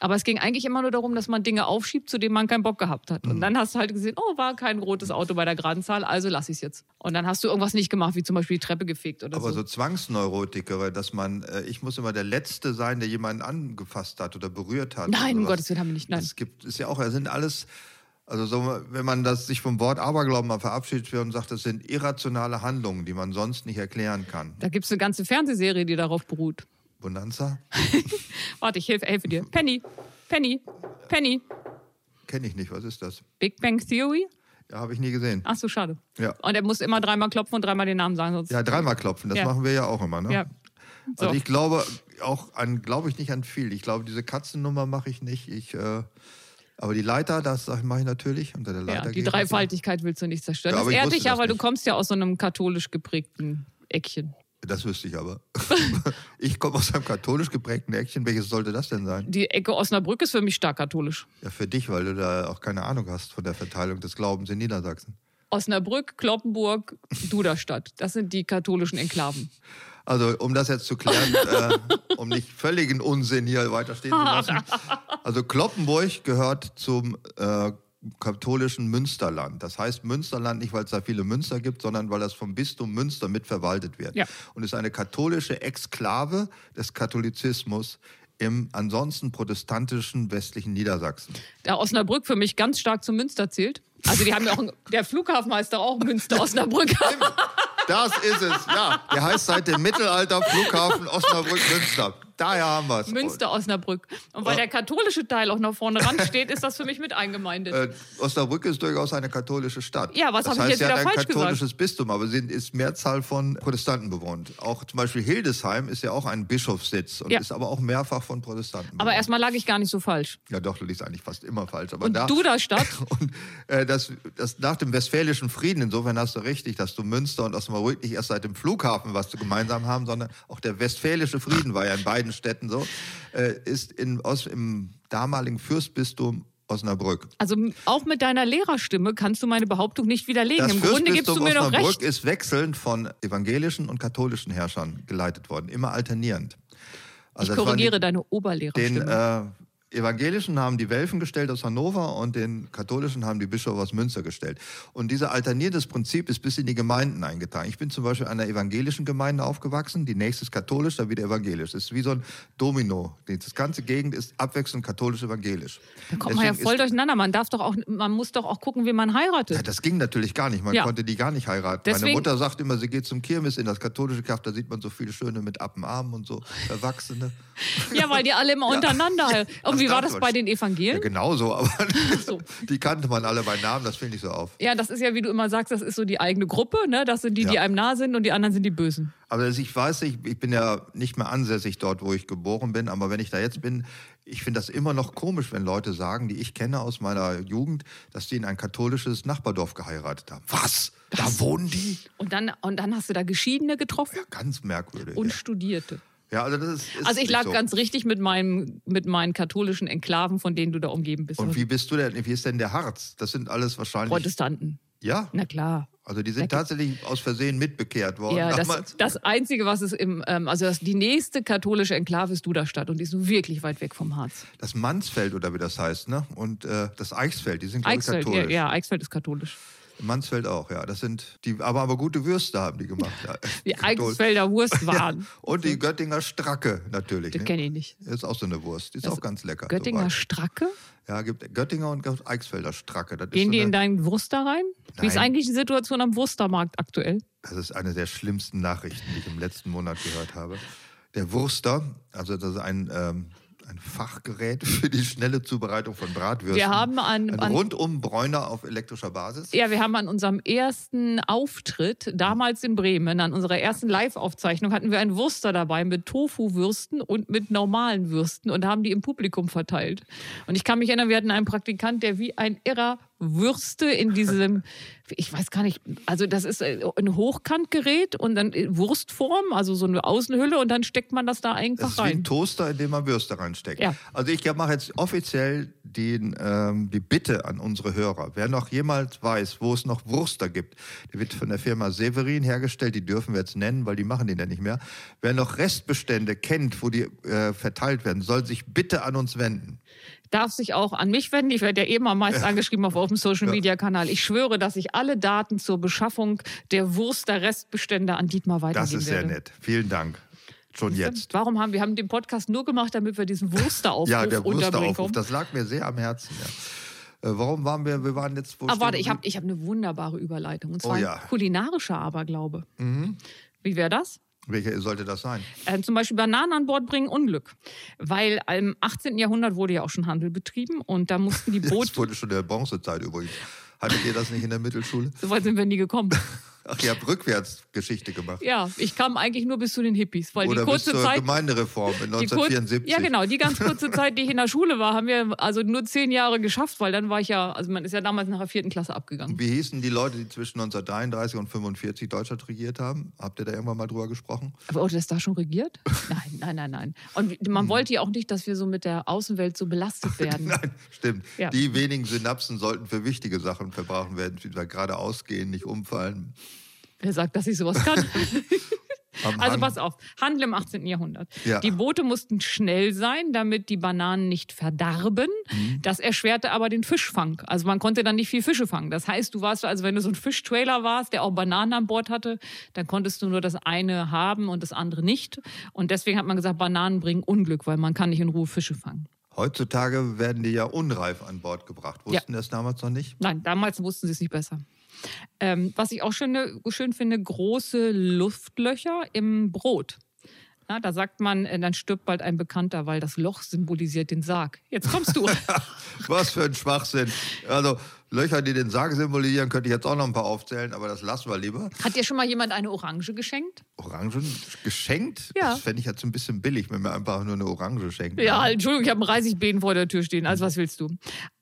C: Aber es ging eigentlich immer nur darum, dass man Dinge aufschiebt, zu denen man keinen Bock gehabt hat.
B: Mhm.
C: Und dann hast du halt gesehen, oh, war kein rotes Auto bei der geraden Zahl, also lass ich es jetzt. Und dann hast du irgendwas nicht gemacht, wie zum Beispiel die Treppe gefegt oder
B: Aber
C: so.
B: so Zwangsneurotiker, weil dass man, äh, ich muss immer der Letzte sein, der jemanden angefasst hat oder berührt hat.
C: Nein,
B: oder
C: um
B: sowas.
C: Gottes Willen haben wir nicht, nein.
B: Es gibt, ist ja auch, es sind alles, also so, wenn man das sich vom Wort Aberglauben mal verabschiedet wird und sagt, das sind irrationale Handlungen, die man sonst nicht erklären kann.
C: Da gibt es eine ganze Fernsehserie, die darauf beruht.
B: Bonanza?
C: Warte, ich helfe, helfe dir. Penny, Penny, Penny.
B: Kenne ich nicht, was ist das?
C: Big Bang Theory?
B: Ja, habe ich nie gesehen.
C: Ach so, schade.
B: Ja.
C: Und er muss immer dreimal klopfen und dreimal den Namen sagen, sonst.
B: Ja, dreimal klopfen, das
C: Ja.
B: machen wir ja auch immer, ne?
C: Ja. So.
B: Also ich glaube auch an, glaube ich nicht an viel. Ich glaube, diese Katzennummer mache ich nicht. Ich, äh, aber die Leiter, das sag- mache ich natürlich. Unter der
C: ja,
B: Leiter
C: die
B: gehe ich nicht
C: Dreifaltigkeit willst du nicht zerstören.
B: Ja,
C: das
B: aber ich
C: ehrt
B: wusste
C: dich ja,
B: das
C: weil du
B: nicht.
C: kommst ja aus so einem katholisch geprägten Eckchen.
B: hin. Das wüsste ich aber. ich komme aus einem katholisch geprägten Eckchen. Welches sollte das denn sein?
C: Die Ecke Osnabrück ist für mich stark katholisch.
B: Ja, für dich, weil du da auch keine Ahnung hast von der Verteilung des Glaubens in Niedersachsen.
C: Osnabrück, Kloppenburg, Duderstadt. Das sind die katholischen Enklaven.
B: Also, um das jetzt zu klären, äh, um nicht völligen Unsinn hier weiterstehen zu lassen. Also, Kloppenburg gehört zum äh, katholischen Münsterland. Das heißt Münsterland nicht, weil es da viele Münster gibt, sondern weil das vom Bistum Münster mitverwaltet wird.
C: Ja.
B: Und ist eine katholische Exklave des Katholizismus im ansonsten protestantischen westlichen Niedersachsen.
C: Da Osnabrück für mich ganz stark zu Münster zählt. Also die haben ja auch einen, der Flughafenmeister auch Münster Osnabrück.
B: Das ist es, ja. Der heißt seit dem Mittelalter Flughafen Osnabrück-Münster. Daher haben wir es.
C: Münster Osnabrück. Und weil der katholische Teil auch noch vorne ran steht, ist das für mich mit eingemeindet.
B: Äh, Osnabrück ist durchaus eine katholische Stadt.
C: Ja, was
B: das
C: hab ich
B: heißt,
C: jetzt
B: sie
C: wieder
B: hat ein
C: falsch
B: katholisches Bistum, aber sie ist Mehrzahl von Protestanten bewohnt. Auch zum Beispiel Hildesheim ist ja auch ein Bischofssitz und
C: Ja.
B: ist aber auch mehrfach von Protestanten
C: Aber
B: bewohnt.
C: erstmal lag ich gar nicht so falsch.
B: Ja doch, du liest eigentlich fast immer falsch. Aber
C: Und
B: da,
C: Duderstadt,
B: und äh, das, das nach dem Westfälischen Frieden, insofern hast du richtig, dass du Münster und Osnabrück nicht erst seit dem Flughafen was zu gemeinsam haben, sondern auch der Westfälische Frieden war ja in beiden Städten so, äh, ist in, Os- im damaligen Fürstbistum Osnabrück.
C: also m- auch mit deiner Lehrerstimme kannst du meine Behauptung nicht widerlegen.
B: Das
C: Im Grunde gibst du
B: Fürstbistum
C: mir doch
B: Osnabrück
C: recht.
B: ist wechselnd von evangelischen und katholischen Herrschern geleitet worden, immer alternierend.
C: Ich
B: Also das waren
C: korrigiere
B: die,
C: deine
B: den
C: Oberlehrerstimme.
B: äh, evangelischen haben die Welfen gestellt aus Hannover und den katholischen haben die Bischöfe aus Münster gestellt. Und dieser alterniertes Prinzip ist bis in die Gemeinden eingetragen. Ich bin zum Beispiel in einer evangelischen Gemeinde aufgewachsen, die nächste ist katholisch, dann wieder evangelisch. Das ist wie so ein Domino. Das ganze Gegend ist abwechselnd katholisch-evangelisch.
C: da kommt man ja
B: Deswegen ist
C: voll durcheinander. Man darf doch auch, man muss doch auch gucken, wie man
B: Ja,
C: heiratet.
B: das ging natürlich gar nicht. Man
C: Ja.
B: konnte die gar nicht heiraten. Meine
C: Deswegen-
B: Mutter sagt immer, sie geht zum Kirmes in das katholische Kaff, da sieht man so viele Schöne mit Appenarmen und so, Erwachsene. Also
C: Ja, weil die alle immer untereinander. heiraten. Und wie war das bei den
B: Ja,
C: Evangelen?
B: genauso, aber
C: so.
B: die kannte man alle bei Namen, das fiel nicht so auf.
C: Ja, das ist ja, wie du immer sagst, das ist so die eigene Gruppe. Ne? Das sind die, die
B: Ja.
C: einem nah sind und die anderen sind die Bösen.
B: Aber das- ich weiß, ich, ich bin ja nicht mehr ansässig dort, wo ich geboren bin, aber wenn ich da jetzt bin, ich finde das immer noch komisch, wenn Leute sagen, die ich kenne aus meiner Jugend, dass die in ein katholisches Nachbardorf geheiratet haben. Was? Da wohnen die?
C: Und dann, und dann hast du da Geschiedene getroffen
B: Ja, ganz merkwürdig.
C: und
B: ja.
C: Studierte.
B: ja, also das ist, ist
C: Also ich
B: nicht
C: lag
B: so.
C: ganz richtig mit, meinem, mit meinen katholischen Enklaven, von denen du da umgeben bist.
B: Und wie bist du denn, wie ist denn der Harz? Das sind alles wahrscheinlich.
C: Protestanten.
B: Ja,
C: Na klar.
B: also die sind tatsächlich aus Versehen mitbekehrt worden.
C: Ja,
B: damals.
C: das, das Einzige, was es im, ähm, also das, die nächste katholische Enklave ist Duderstadt und die ist nun wirklich weit weg vom Harz.
B: das Mansfeld oder wie das heißt, ne? Und äh, das Eichsfeld, die sind glaube ich
C: Eichsfeld, ja,
B: katholisch.
C: ja, Eichsfeld ist katholisch.
B: Mansfeld auch, ja. Das sind die, aber, aber gute Würste haben die gemacht.
C: Die Eigensfelder Wurst waren.
B: Und die Göttinger Stracke natürlich. ne?
C: Das kenne ich nicht.
B: Ist auch so eine Wurst. Die ist auch ganz lecker.
C: Göttinger
B: soweit.
C: Stracke?
B: Ja, gibt Göttinger und Eichsfelder Stracke. Das
C: Gehen
B: ist
C: die
B: so
C: in
B: eine,
C: deinen Wurster rein? Wie ist
B: Nein.
C: eigentlich die Situation am Wurstermarkt aktuell?
B: das ist eine der schlimmsten Nachrichten, die ich im letzten Monat gehört habe. Der Wurster, also das ist ein, ähm, ein Fachgerät für die schnelle Zubereitung von Bratwürsten.
C: Wir haben an,
B: ein
C: an
B: rundum Bräuner auf elektrischer Basis.
C: Ja, wir haben an unserem ersten Auftritt, damals in Bremen, an unserer ersten Live-Aufzeichnung, hatten wir einen Wurster dabei mit Tofu-Würsten und mit normalen Würsten und haben die im Publikum verteilt. Und ich kann mich erinnern, wir hatten einen Praktikant, der wie ein Irrer Würste in diesem, ich weiß gar nicht, also das ist äh, ein Hochkantgerät und dann in Wurstform, also so eine Außenhülle und dann steckt man das da
B: Das
C: einfach
B: ist wie ein
C: rein.
B: Toaster, in dem man Würste reinsteckt.
C: Ja.
B: Also ich mache jetzt offiziell den, ähm, die Bitte an unsere Hörer. Wer noch jemals weiß, wo es noch Wurster gibt, der wird von der Firma Severin hergestellt. Die dürfen wir jetzt nennen, weil die machen den ja nicht mehr. Wer noch Restbestände kennt, wo die äh, verteilt werden, soll sich bitte an uns wenden.
C: darf sich auch an mich wenden. Ich werde ja eben am meisten angeschrieben auf Open Social Media Kanal. Ich schwöre, dass ich alle Daten zur Beschaffung der Wurster Restbestände an Dietmar weitergeben
B: Das ist sehr
C: werde.
B: nett. Vielen Dank. Schon jetzt.
C: Warum haben wir haben den Podcast nur gemacht, damit wir diesen Wursteraufruf
B: Ja, der
C: unterbringen
B: Wursteraufruf,
C: kommen?
B: das lag mir sehr am Herzen. Ja. Äh, warum waren wir, wir waren jetzt... Wo
C: Ah, warte,
B: stehen
C: ich habe ich hab eine wunderbare Überleitung. Und zwar
B: Oh ja. Mhm.
C: ein kulinarischer Aberglaube. Wie wäre das?
B: Welcher sollte das sein?
C: äh, zum Beispiel Bananen an Bord bringen Unglück. Weil im 18. Jahrhundert wurde ja auch schon Handel betrieben und da mussten die
B: Das
C: Boote,
B: wurde schon in der Bronzezeit übrigens. Hattet ihr das nicht in der Mittelschule?
C: so weit sind wir nie gekommen.
B: Ach, ihr habt rückwärts Geschichte gemacht.
C: Ja, ich kam eigentlich nur bis zu den Hippies, weil
B: Oder
C: die
B: bis
C: kurze
B: zur
C: Zeit.
B: Gemeindereform in
C: Die kur-
B: 1974.
C: ja, genau. Die ganz kurze Zeit, die ich in der Schule war, haben wir also nur zehn Jahre geschafft, weil dann war ich ja, also man ist ja damals nach der vierten Klasse abgegangen.
B: Wie hießen die Leute, die zwischen 1933 und 1945 Deutschland regiert haben? Habt ihr da irgendwann mal drüber gesprochen?
C: Aber wurde das da schon regiert? Nein, nein, nein, nein. Und man wollte ja auch nicht, dass wir so mit der Außenwelt so belastet werden.
B: Hm. Nein, stimmt.
C: Ja.
B: Die wenigen Synapsen sollten für wichtige Sachen verbrauchen werden. Wie gesagt, Geradeaus gehen, nicht umfallen.
C: Wer sagt, dass ich sowas kann?
B: Am
C: Also
B: Hang-
C: pass auf, Handel im 18. Jahrhundert.
B: Ja.
C: Die Boote mussten schnell sein, damit die Bananen nicht verdarben. Das erschwerte aber den Fischfang. Also man konnte dann nicht viel Fische fangen. Das heißt, du warst, also wenn du so ein Fischtrailer warst, der auch Bananen an Bord hatte, dann konntest du nur das eine haben und das andere nicht. Und deswegen hat man gesagt, Bananen bringen Unglück, weil man kann nicht in Ruhe Fische fangen.
B: Heutzutage werden die ja unreif an Bord gebracht. Wussten das damals noch nicht?
C: Nein, damals wussten sie es nicht besser. Ähm, was ich auch schön, schön finde, große Luftlöcher im Brot. Na, da sagt man, äh, dann stirbt bald ein Bekannter, weil das Loch symbolisiert den Sarg. Jetzt kommst du.
B: Was für ein Schwachsinn. Also Löcher, die den Sarg symbolisieren, könnte ich jetzt auch noch ein paar aufzählen, aber das lassen wir lieber.
C: Hat dir schon mal jemand eine Orange geschenkt?
B: Orangen geschenkt?
C: Ja.
B: Das fände ich jetzt ein bisschen billig, wenn mir einfach nur eine Orange schenken.
C: Ja, halt. Entschuldigung, ich habe einen Reisigbeben vor der Tür stehen. Also was willst du?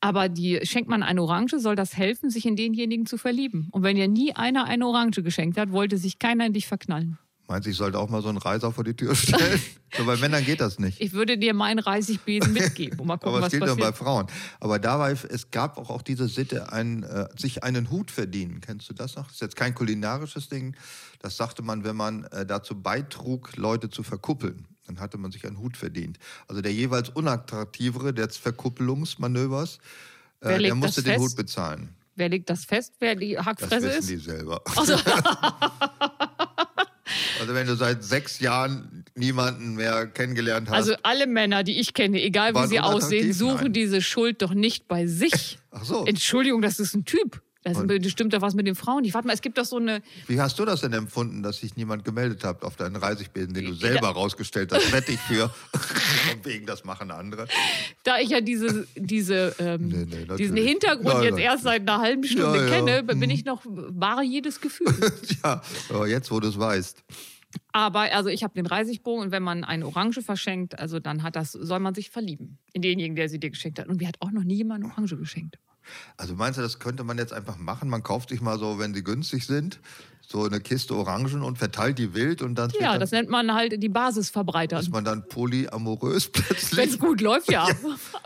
C: Aber die schenkt man eine Orange, soll das helfen, sich in denjenigen zu verlieben. Und wenn dir nie einer eine Orange geschenkt hat, wollte sich keiner in dich verknallen.
B: Meinst du, ich sollte auch mal so einen Reiser vor die Tür stellen? so, bei Männern geht das nicht.
C: Ich würde dir meinen Reisigbesen mitgeben und mal gucken,
B: Aber es
C: was
B: geht nur
C: passiert.
B: bei Frauen. Aber dabei, es gab auch, auch diese Sitte, einen, äh, sich einen Hut verdienen. Kennst du das noch? Das ist jetzt kein kulinarisches Ding. Das sagte man, wenn man äh, dazu beitrug, Leute zu verkuppeln. Dann hatte man sich einen Hut verdient. Also der jeweils unattraktivere des Verkuppelungsmanövers,
C: Wer
B: äh, der
C: legt
B: musste
C: das
B: den
C: fest?
B: Hut bezahlen.
C: Wer legt das fest, wer die
B: Das
C: Hackfresse
B: wissen
C: ist?
B: die selber. also wenn du seit sechs Jahren niemanden mehr kennengelernt hast.
C: Also alle Männer, die ich kenne, egal wie
B: Waren
C: sie aussehen,
B: unattraktiv?
C: suchen
B: Nein.
C: diese Schuld doch nicht bei sich.
B: Ach so.
C: Entschuldigung, das ist ein Typ. Das ist bestimmt doch was mit den Frauen. Ich warte mal, es gibt doch so eine.
B: wie hast du das denn empfunden, dass sich niemand gemeldet hat auf deinen Reisigbesen, den du selber rausgestellt hast? Wette ich für. Und wegen das machen andere.
C: Da ich ja diese, diese, ähm,
B: Nee, nee, natürlich.
C: diesen Hintergrund
B: Nein,
C: jetzt
B: nein.
C: erst seit einer halben Stunde
B: Ja, Mhm. ja.
C: kenne, bin ich noch wahre jedes Gefühl.
B: Tja, aber jetzt, wo du es weißt.
C: Aber also ich habe den Reisigbogen und wenn man eine Orange verschenkt, also dann hat das, soll man sich verlieben in denjenigen, der sie dir geschenkt hat. Und mir hat auch noch nie jemand eine Orange geschenkt.
B: Also meinst du, das könnte man jetzt einfach machen? Man kauft sich mal so, wenn sie günstig sind, so eine Kiste Orangen und verteilt die wild und dann,
C: Ja,
B: dann
C: das nennt man halt die Basis verbreitern.
B: ist man dann polyamorös
C: Wenn
B: plötzlich.
C: es gut läuft, ja.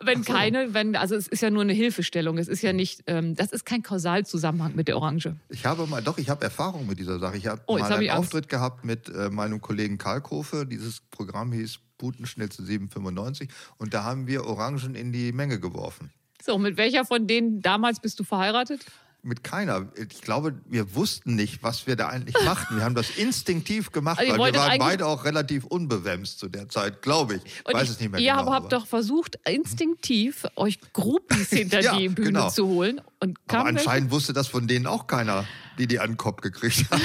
C: Wenn keine, wenn, also es ist ja nur eine Hilfestellung. Es ist ja nicht, ähm, das ist kein Kausalzusammenhang mit der Orange.
B: Ich habe mal, doch, ich habe Erfahrung mit dieser Sache. Ich habe
C: Oh, jetzt
B: mal
C: hab
B: einen
C: ich Angst.
B: Auftritt gehabt mit äh, meinem Kollegen Kalkofe. Dieses Programm hieß Butenschnitzel 795 und da haben wir Orangen in die Menge geworfen.
C: So, mit welcher von denen damals bist du verheiratet?
B: mit keiner. Ich glaube, wir wussten nicht, was wir da eigentlich machten. Wir haben das instinktiv gemacht,
C: Also ihr
B: weil
C: wolltet
B: wir waren
C: eigentlich-
B: beide auch relativ unbewämst zu der Zeit, glaube ich.
C: Und
B: Weiß
C: ich-
B: es nicht mehr
C: Ihr
B: genau.
C: habt
B: aber-
C: doch versucht, instinktiv euch Groupies hinter
B: Ja,
C: die Bühne
B: genau.
C: zu holen. Und kam
B: Aber anscheinend wusste das von denen auch keiner, die die an den Kopf gekriegt haben.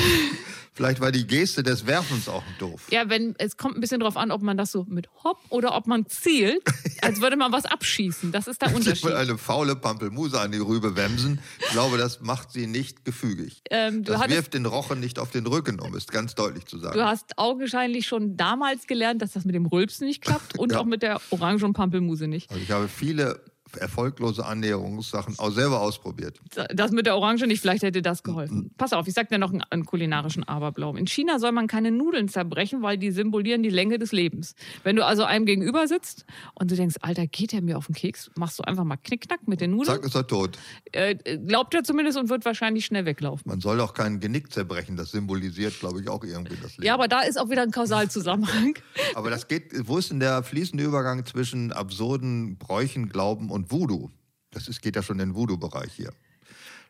B: Vielleicht war die Geste des Werfens auch doof.
C: Ja, wenn es kommt ein bisschen drauf an, ob man das so mit Hopp oder ob man zielt, als würde man was abschießen. Das ist der
B: Ich will
C: Unterschied.
B: eine faule Pampelmuse an die Rübe wemsen. Ich glaube, das macht sie nicht gefügig.
C: Ähm, du,
B: das
C: hattest,
B: wirft den Rochen nicht auf den Rücken, um es ganz deutlich zu sagen.
C: du hast augenscheinlich schon damals gelernt, dass das mit dem Rülpsen nicht klappt und
B: Ja.
C: auch mit der Orange und Pampelmuse nicht.
B: Also ich habe viele erfolglose Annäherungssachen auch selber ausprobiert.
C: Das mit der Orange nicht, vielleicht hätte das
B: Mm,
C: geholfen. Pass auf, ich sag dir noch einen, einen kulinarischen Aberglauben. In China soll man keine Nudeln zerbrechen, weil die symbolieren die Länge des Lebens. Wenn du also einem gegenüber sitzt und du denkst, Alter, geht der mir auf den Keks, machst du einfach mal Knickknack mit den Nudeln.
B: Zack, ist er tot.
C: Äh, glaubt er zumindest und wird wahrscheinlich schnell weglaufen.
B: Man soll doch keinen Genick zerbrechen. Das symbolisiert, glaube ich, auch irgendwie das Leben.
C: Ja, aber da ist auch wieder ein Kausalzusammenhang.
B: Aber das geht, wo ist denn der fließende Übergang zwischen absurden Bräuchen, Glauben und Voodoo? Das ist, geht ja schon in den Voodoo-Bereich hier.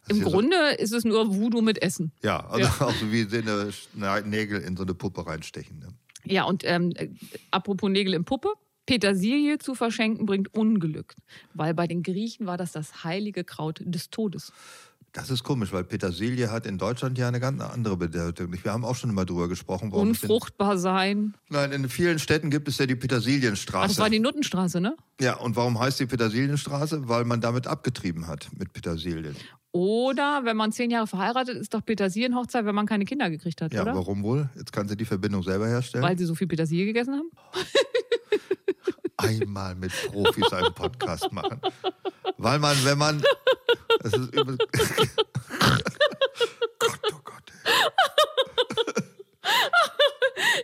B: Das
C: Im
B: ist ja
C: Grunde ist es nur Voodoo mit Essen.
B: So, ja, also
C: ja.
B: auch so wie so eine Schne- Nägel in so eine Puppe reinstechen. Ne?
C: Ja, und ähm, äh, apropos Nägel in Puppe. Petersilie zu verschenken bringt Unglück, weil bei den Griechen war das das heilige Kraut des Todes.
B: Das ist komisch, weil Petersilie hat in Deutschland ja eine ganz andere Bedeutung. Wir haben auch schon immer drüber gesprochen. warum es in-
C: Unfruchtbar sein.
B: Nein, in vielen Städten gibt es ja die
C: Ach, das
B: Petersilienstraße.
C: war die Nuttenstraße, ne?
B: ja, und warum heißt die Petersilienstraße? Weil man damit abgetrieben hat mit Petersilien.
C: Oder wenn man zehn Jahre verheiratet ist, doch Petersilienhochzeit, wenn man keine Kinder gekriegt hat,
B: Ja,
C: oder?
B: warum wohl? Jetzt kann sie die Verbindung selber herstellen.
C: Weil sie so viel Petersilie gegessen haben?
B: einmal mit Profis einen Podcast machen. Weil man, wenn man. Das ist übel. Gott, oh Gott. ey.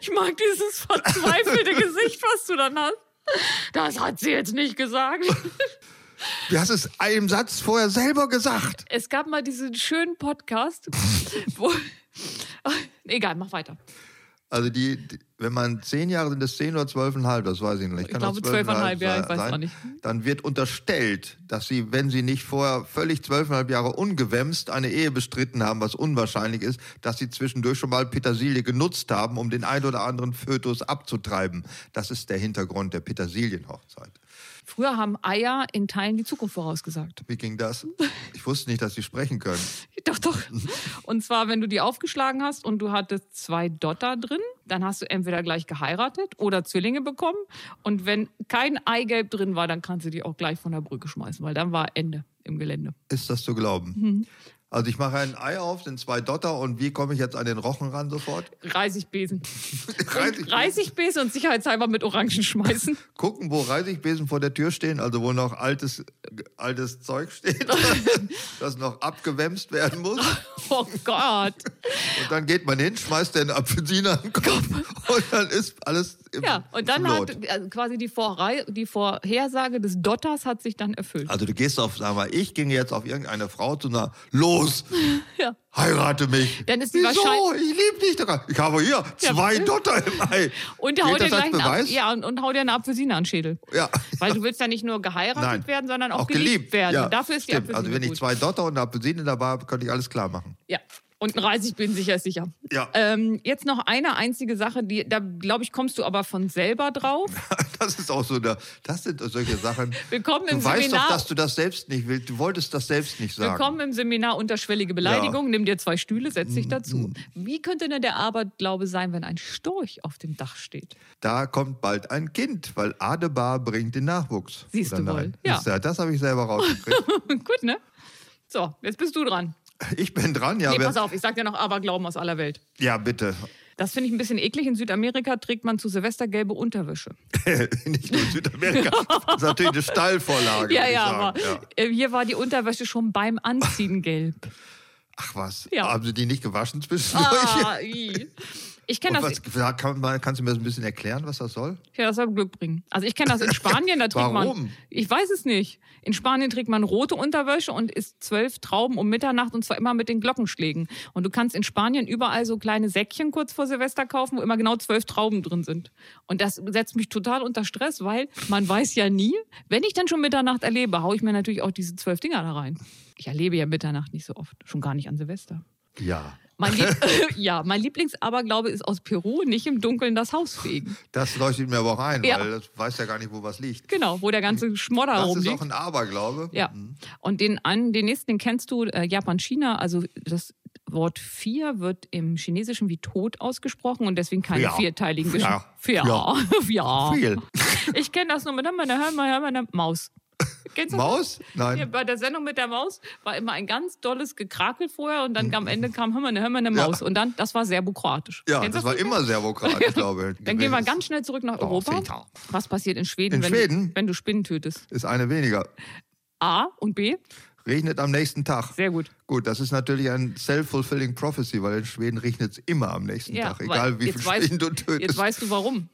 C: Ich mag dieses verzweifelte Gesicht, was du dann hast. Das hat sie jetzt nicht gesagt.
B: Du hast es einem Satz vorher selber gesagt.
C: Es gab mal diesen schönen Podcast, wo. Egal, mach weiter.
B: Also die, die, wenn man zehn Jahre sind, das zehn oder zwölfeinhalb, das weiß ich nicht.
C: Ich glaube, zwölfeinhalb, ja, ich weiß auch nicht.
B: Dann wird unterstellt, dass sie, wenn sie nicht vorher völlig zwölfeinhalb Jahre ungewämst eine Ehe bestritten haben, was unwahrscheinlich ist, dass sie zwischendurch schon mal Petersilie genutzt haben, um den ein oder anderen Fötus abzutreiben. Das ist der Hintergrund der Petersilienhochzeit.
C: Früher haben Eier in Teilen die Zukunft vorausgesagt.
B: Wie ging das? Ich wusste nicht, dass sie sprechen können.
C: Doch, doch. Und zwar, wenn du die aufgeschlagen hast und du hattest zwei Dotter drin, dann hast du entweder gleich geheiratet oder Zwillinge bekommen. Und wenn kein Eigelb drin war, dann kannst du die auch gleich von der Brücke schmeißen, weil dann war Ende im Gelände.
B: Ist das zu glauben?
C: Mhm.
B: Also ich mache ein Ei auf, sind zwei Dotter und wie komme ich jetzt an den Rochen ran sofort?
C: Reisigbesen.
B: Reißig-
C: Reisigbesen und sicherheitshalber mit Orangen schmeißen.
B: gucken, wo Reisigbesen vor der Tür stehen, also wo noch altes, altes Zeug steht, das noch abgewämst werden muss.
C: Oh Gott.
B: Und dann geht man hin, schmeißt den Apfelsiner in den Kopf und dann ist alles im
C: Ja, und dann
B: Lot.
C: hat also quasi die, Vorrei die Vorhersage des Dotters hat sich dann erfüllt.
B: Also du gehst auf, sag mal, ich ginge jetzt auf irgendeine Frau zu einer, los,
C: Ja.
B: heirate mich.
C: Dann ist die
B: Wieso?
C: wahrscheinlich-
B: Ich liebe dich daran. Ich habe hier zwei Dotter im Ei.
C: Und
B: Geht
C: hau dir
B: das als
C: gleich einen Apf-
B: Beweis?
C: ja, und, und hau dir eine Apfelsine an den Schädel.
B: Ja.
C: Weil du willst ja nicht nur geheiratet
B: Nein.
C: werden, sondern auch, geliebt, werden.
B: Ja,
C: Dafür ist die
B: stimmt.
C: Apfelsine
B: Also wenn ich
C: gut.
B: zwei Dotter und eine Apfelsine dabei habe, könnte ich alles klar machen.
C: ja. Und ein Reis, ich bin sicher, ist sicher.
B: Ja.
C: Ähm, jetzt noch eine einzige Sache, die, da glaube ich, kommst du aber von selber drauf.
B: Das ist auch so eine, das sind solche Sachen.
C: Willkommen im
B: du weißt
C: Seminar.
B: doch, dass du das selbst nicht willst. Du wolltest das selbst nicht sagen.
C: Willkommen im Seminar unterschwellige Beleidigung. Nimm dir zwei Stühle, setz
B: Mm,
C: dich dazu. Wie könnte denn der Aberglaube sein, wenn ein Storch auf dem Dach steht?
B: Da kommt bald ein Kind, weil Adebar bringt den Nachwuchs.
C: Siehst
B: Oder
C: du wohl,
B: nein?
C: ja.
B: Ist Das habe ich selber rausgekriegt.
C: Gut, ne? So, jetzt bist du dran.
B: ich bin dran, ja.
C: Nee,
B: wer-
C: pass auf, ich sag dir noch Aberglauben aus aller Welt.
B: Ja, bitte.
C: Das finde ich ein bisschen eklig. In Südamerika trägt man zu Silvester gelbe Unterwäsche.
B: nicht nur in Südamerika. Das ist natürlich eine Steilvorlage.
C: Ja,
B: würde ich
C: ja,
B: sagen.
C: aber
B: Ja.
C: äh, hier war die Unterwäsche schon beim Anziehen gelb.
B: Ach was,
C: Ja.
B: Ah, haben sie die nicht gewaschen zwischendurch?
C: Ah, i. Ich kenne
B: Und
C: das,
B: was, kann, man- kannst du mir das ein bisschen erklären, was das soll?
C: ja, das soll Glück bringen. Also ich kenne das in Spanien, da trägt
B: Warum?
C: man. Ich weiß es nicht. In Spanien trägt man rote Unterwäsche und isst zwölf Trauben um Mitternacht und zwar immer mit den Glockenschlägen. Und du kannst in Spanien überall so kleine Säckchen kurz vor Silvester kaufen, wo immer genau zwölf Trauben drin sind. Und das setzt mich total unter Stress, weil man weiß ja nie, wenn ich dann schon Mitternacht erlebe, haue ich mir natürlich auch diese zwölf Dinger da rein. Ich erlebe ja Mitternacht nicht so oft, schon gar nicht an Silvester.
B: Ja.
C: Mein Lieb ja, mein Lieblingsaberglaube ist aus Peru, nicht im Dunkeln das Haus fegen.
B: Das leuchtet mir aber auch ein,
C: Ja.
B: weil das weiß ja gar nicht, wo was liegt.
C: Genau, wo der ganze Schmodder
B: Mhm. Das ist auch
C: rumliegt.
B: ein Aberglaube.
C: Ja.
B: Mhm.
C: Und den, an, den nächsten, den kennst du, äh, Japan, China. Also das Wort vier wird im Chinesischen wie tot ausgesprochen und deswegen keine
B: Ja.
C: vierteiligen Gesch-
B: Ja.
C: Vier.
B: Ja.
C: Ja.
B: Viel.
C: Ich kenne das nur mit einer hör mal, hör mal, einer Maus. Kennst du das?
B: Maus?
C: Ja,
B: Nein.
C: bei der Sendung mit der Maus war immer ein ganz dolles Gekrakel vorher und dann am Ende kam, hör mal, ne, hör mal, eine
B: Mhm. Ja.
C: Maus. Und dann, das war serbokratisch.
B: Ja,
C: Kennst du
B: das war
C: nicht?
B: immer servokratisch, glaube ich.
C: Dann gehen wir
B: gewesen.
C: ganz schnell zurück nach
B: Doch,
C: Europa.
B: Väter.
C: Was passiert in Schweden,
B: In
C: wenn,
B: Schweden?
C: Du, wenn du Spinnen tötest?
B: Ist eine weniger.
C: A und B?
B: Regnet am nächsten Tag.
C: Sehr gut.
B: Gut, das ist natürlich ein self-fulfilling prophecy, weil in Schweden regnet es immer am nächsten Tag,
C: weil
B: egal wie
C: jetzt
B: viel
C: weißt-
B: Schweden du
C: Jetzt
B: tötest.
C: weißt du warum.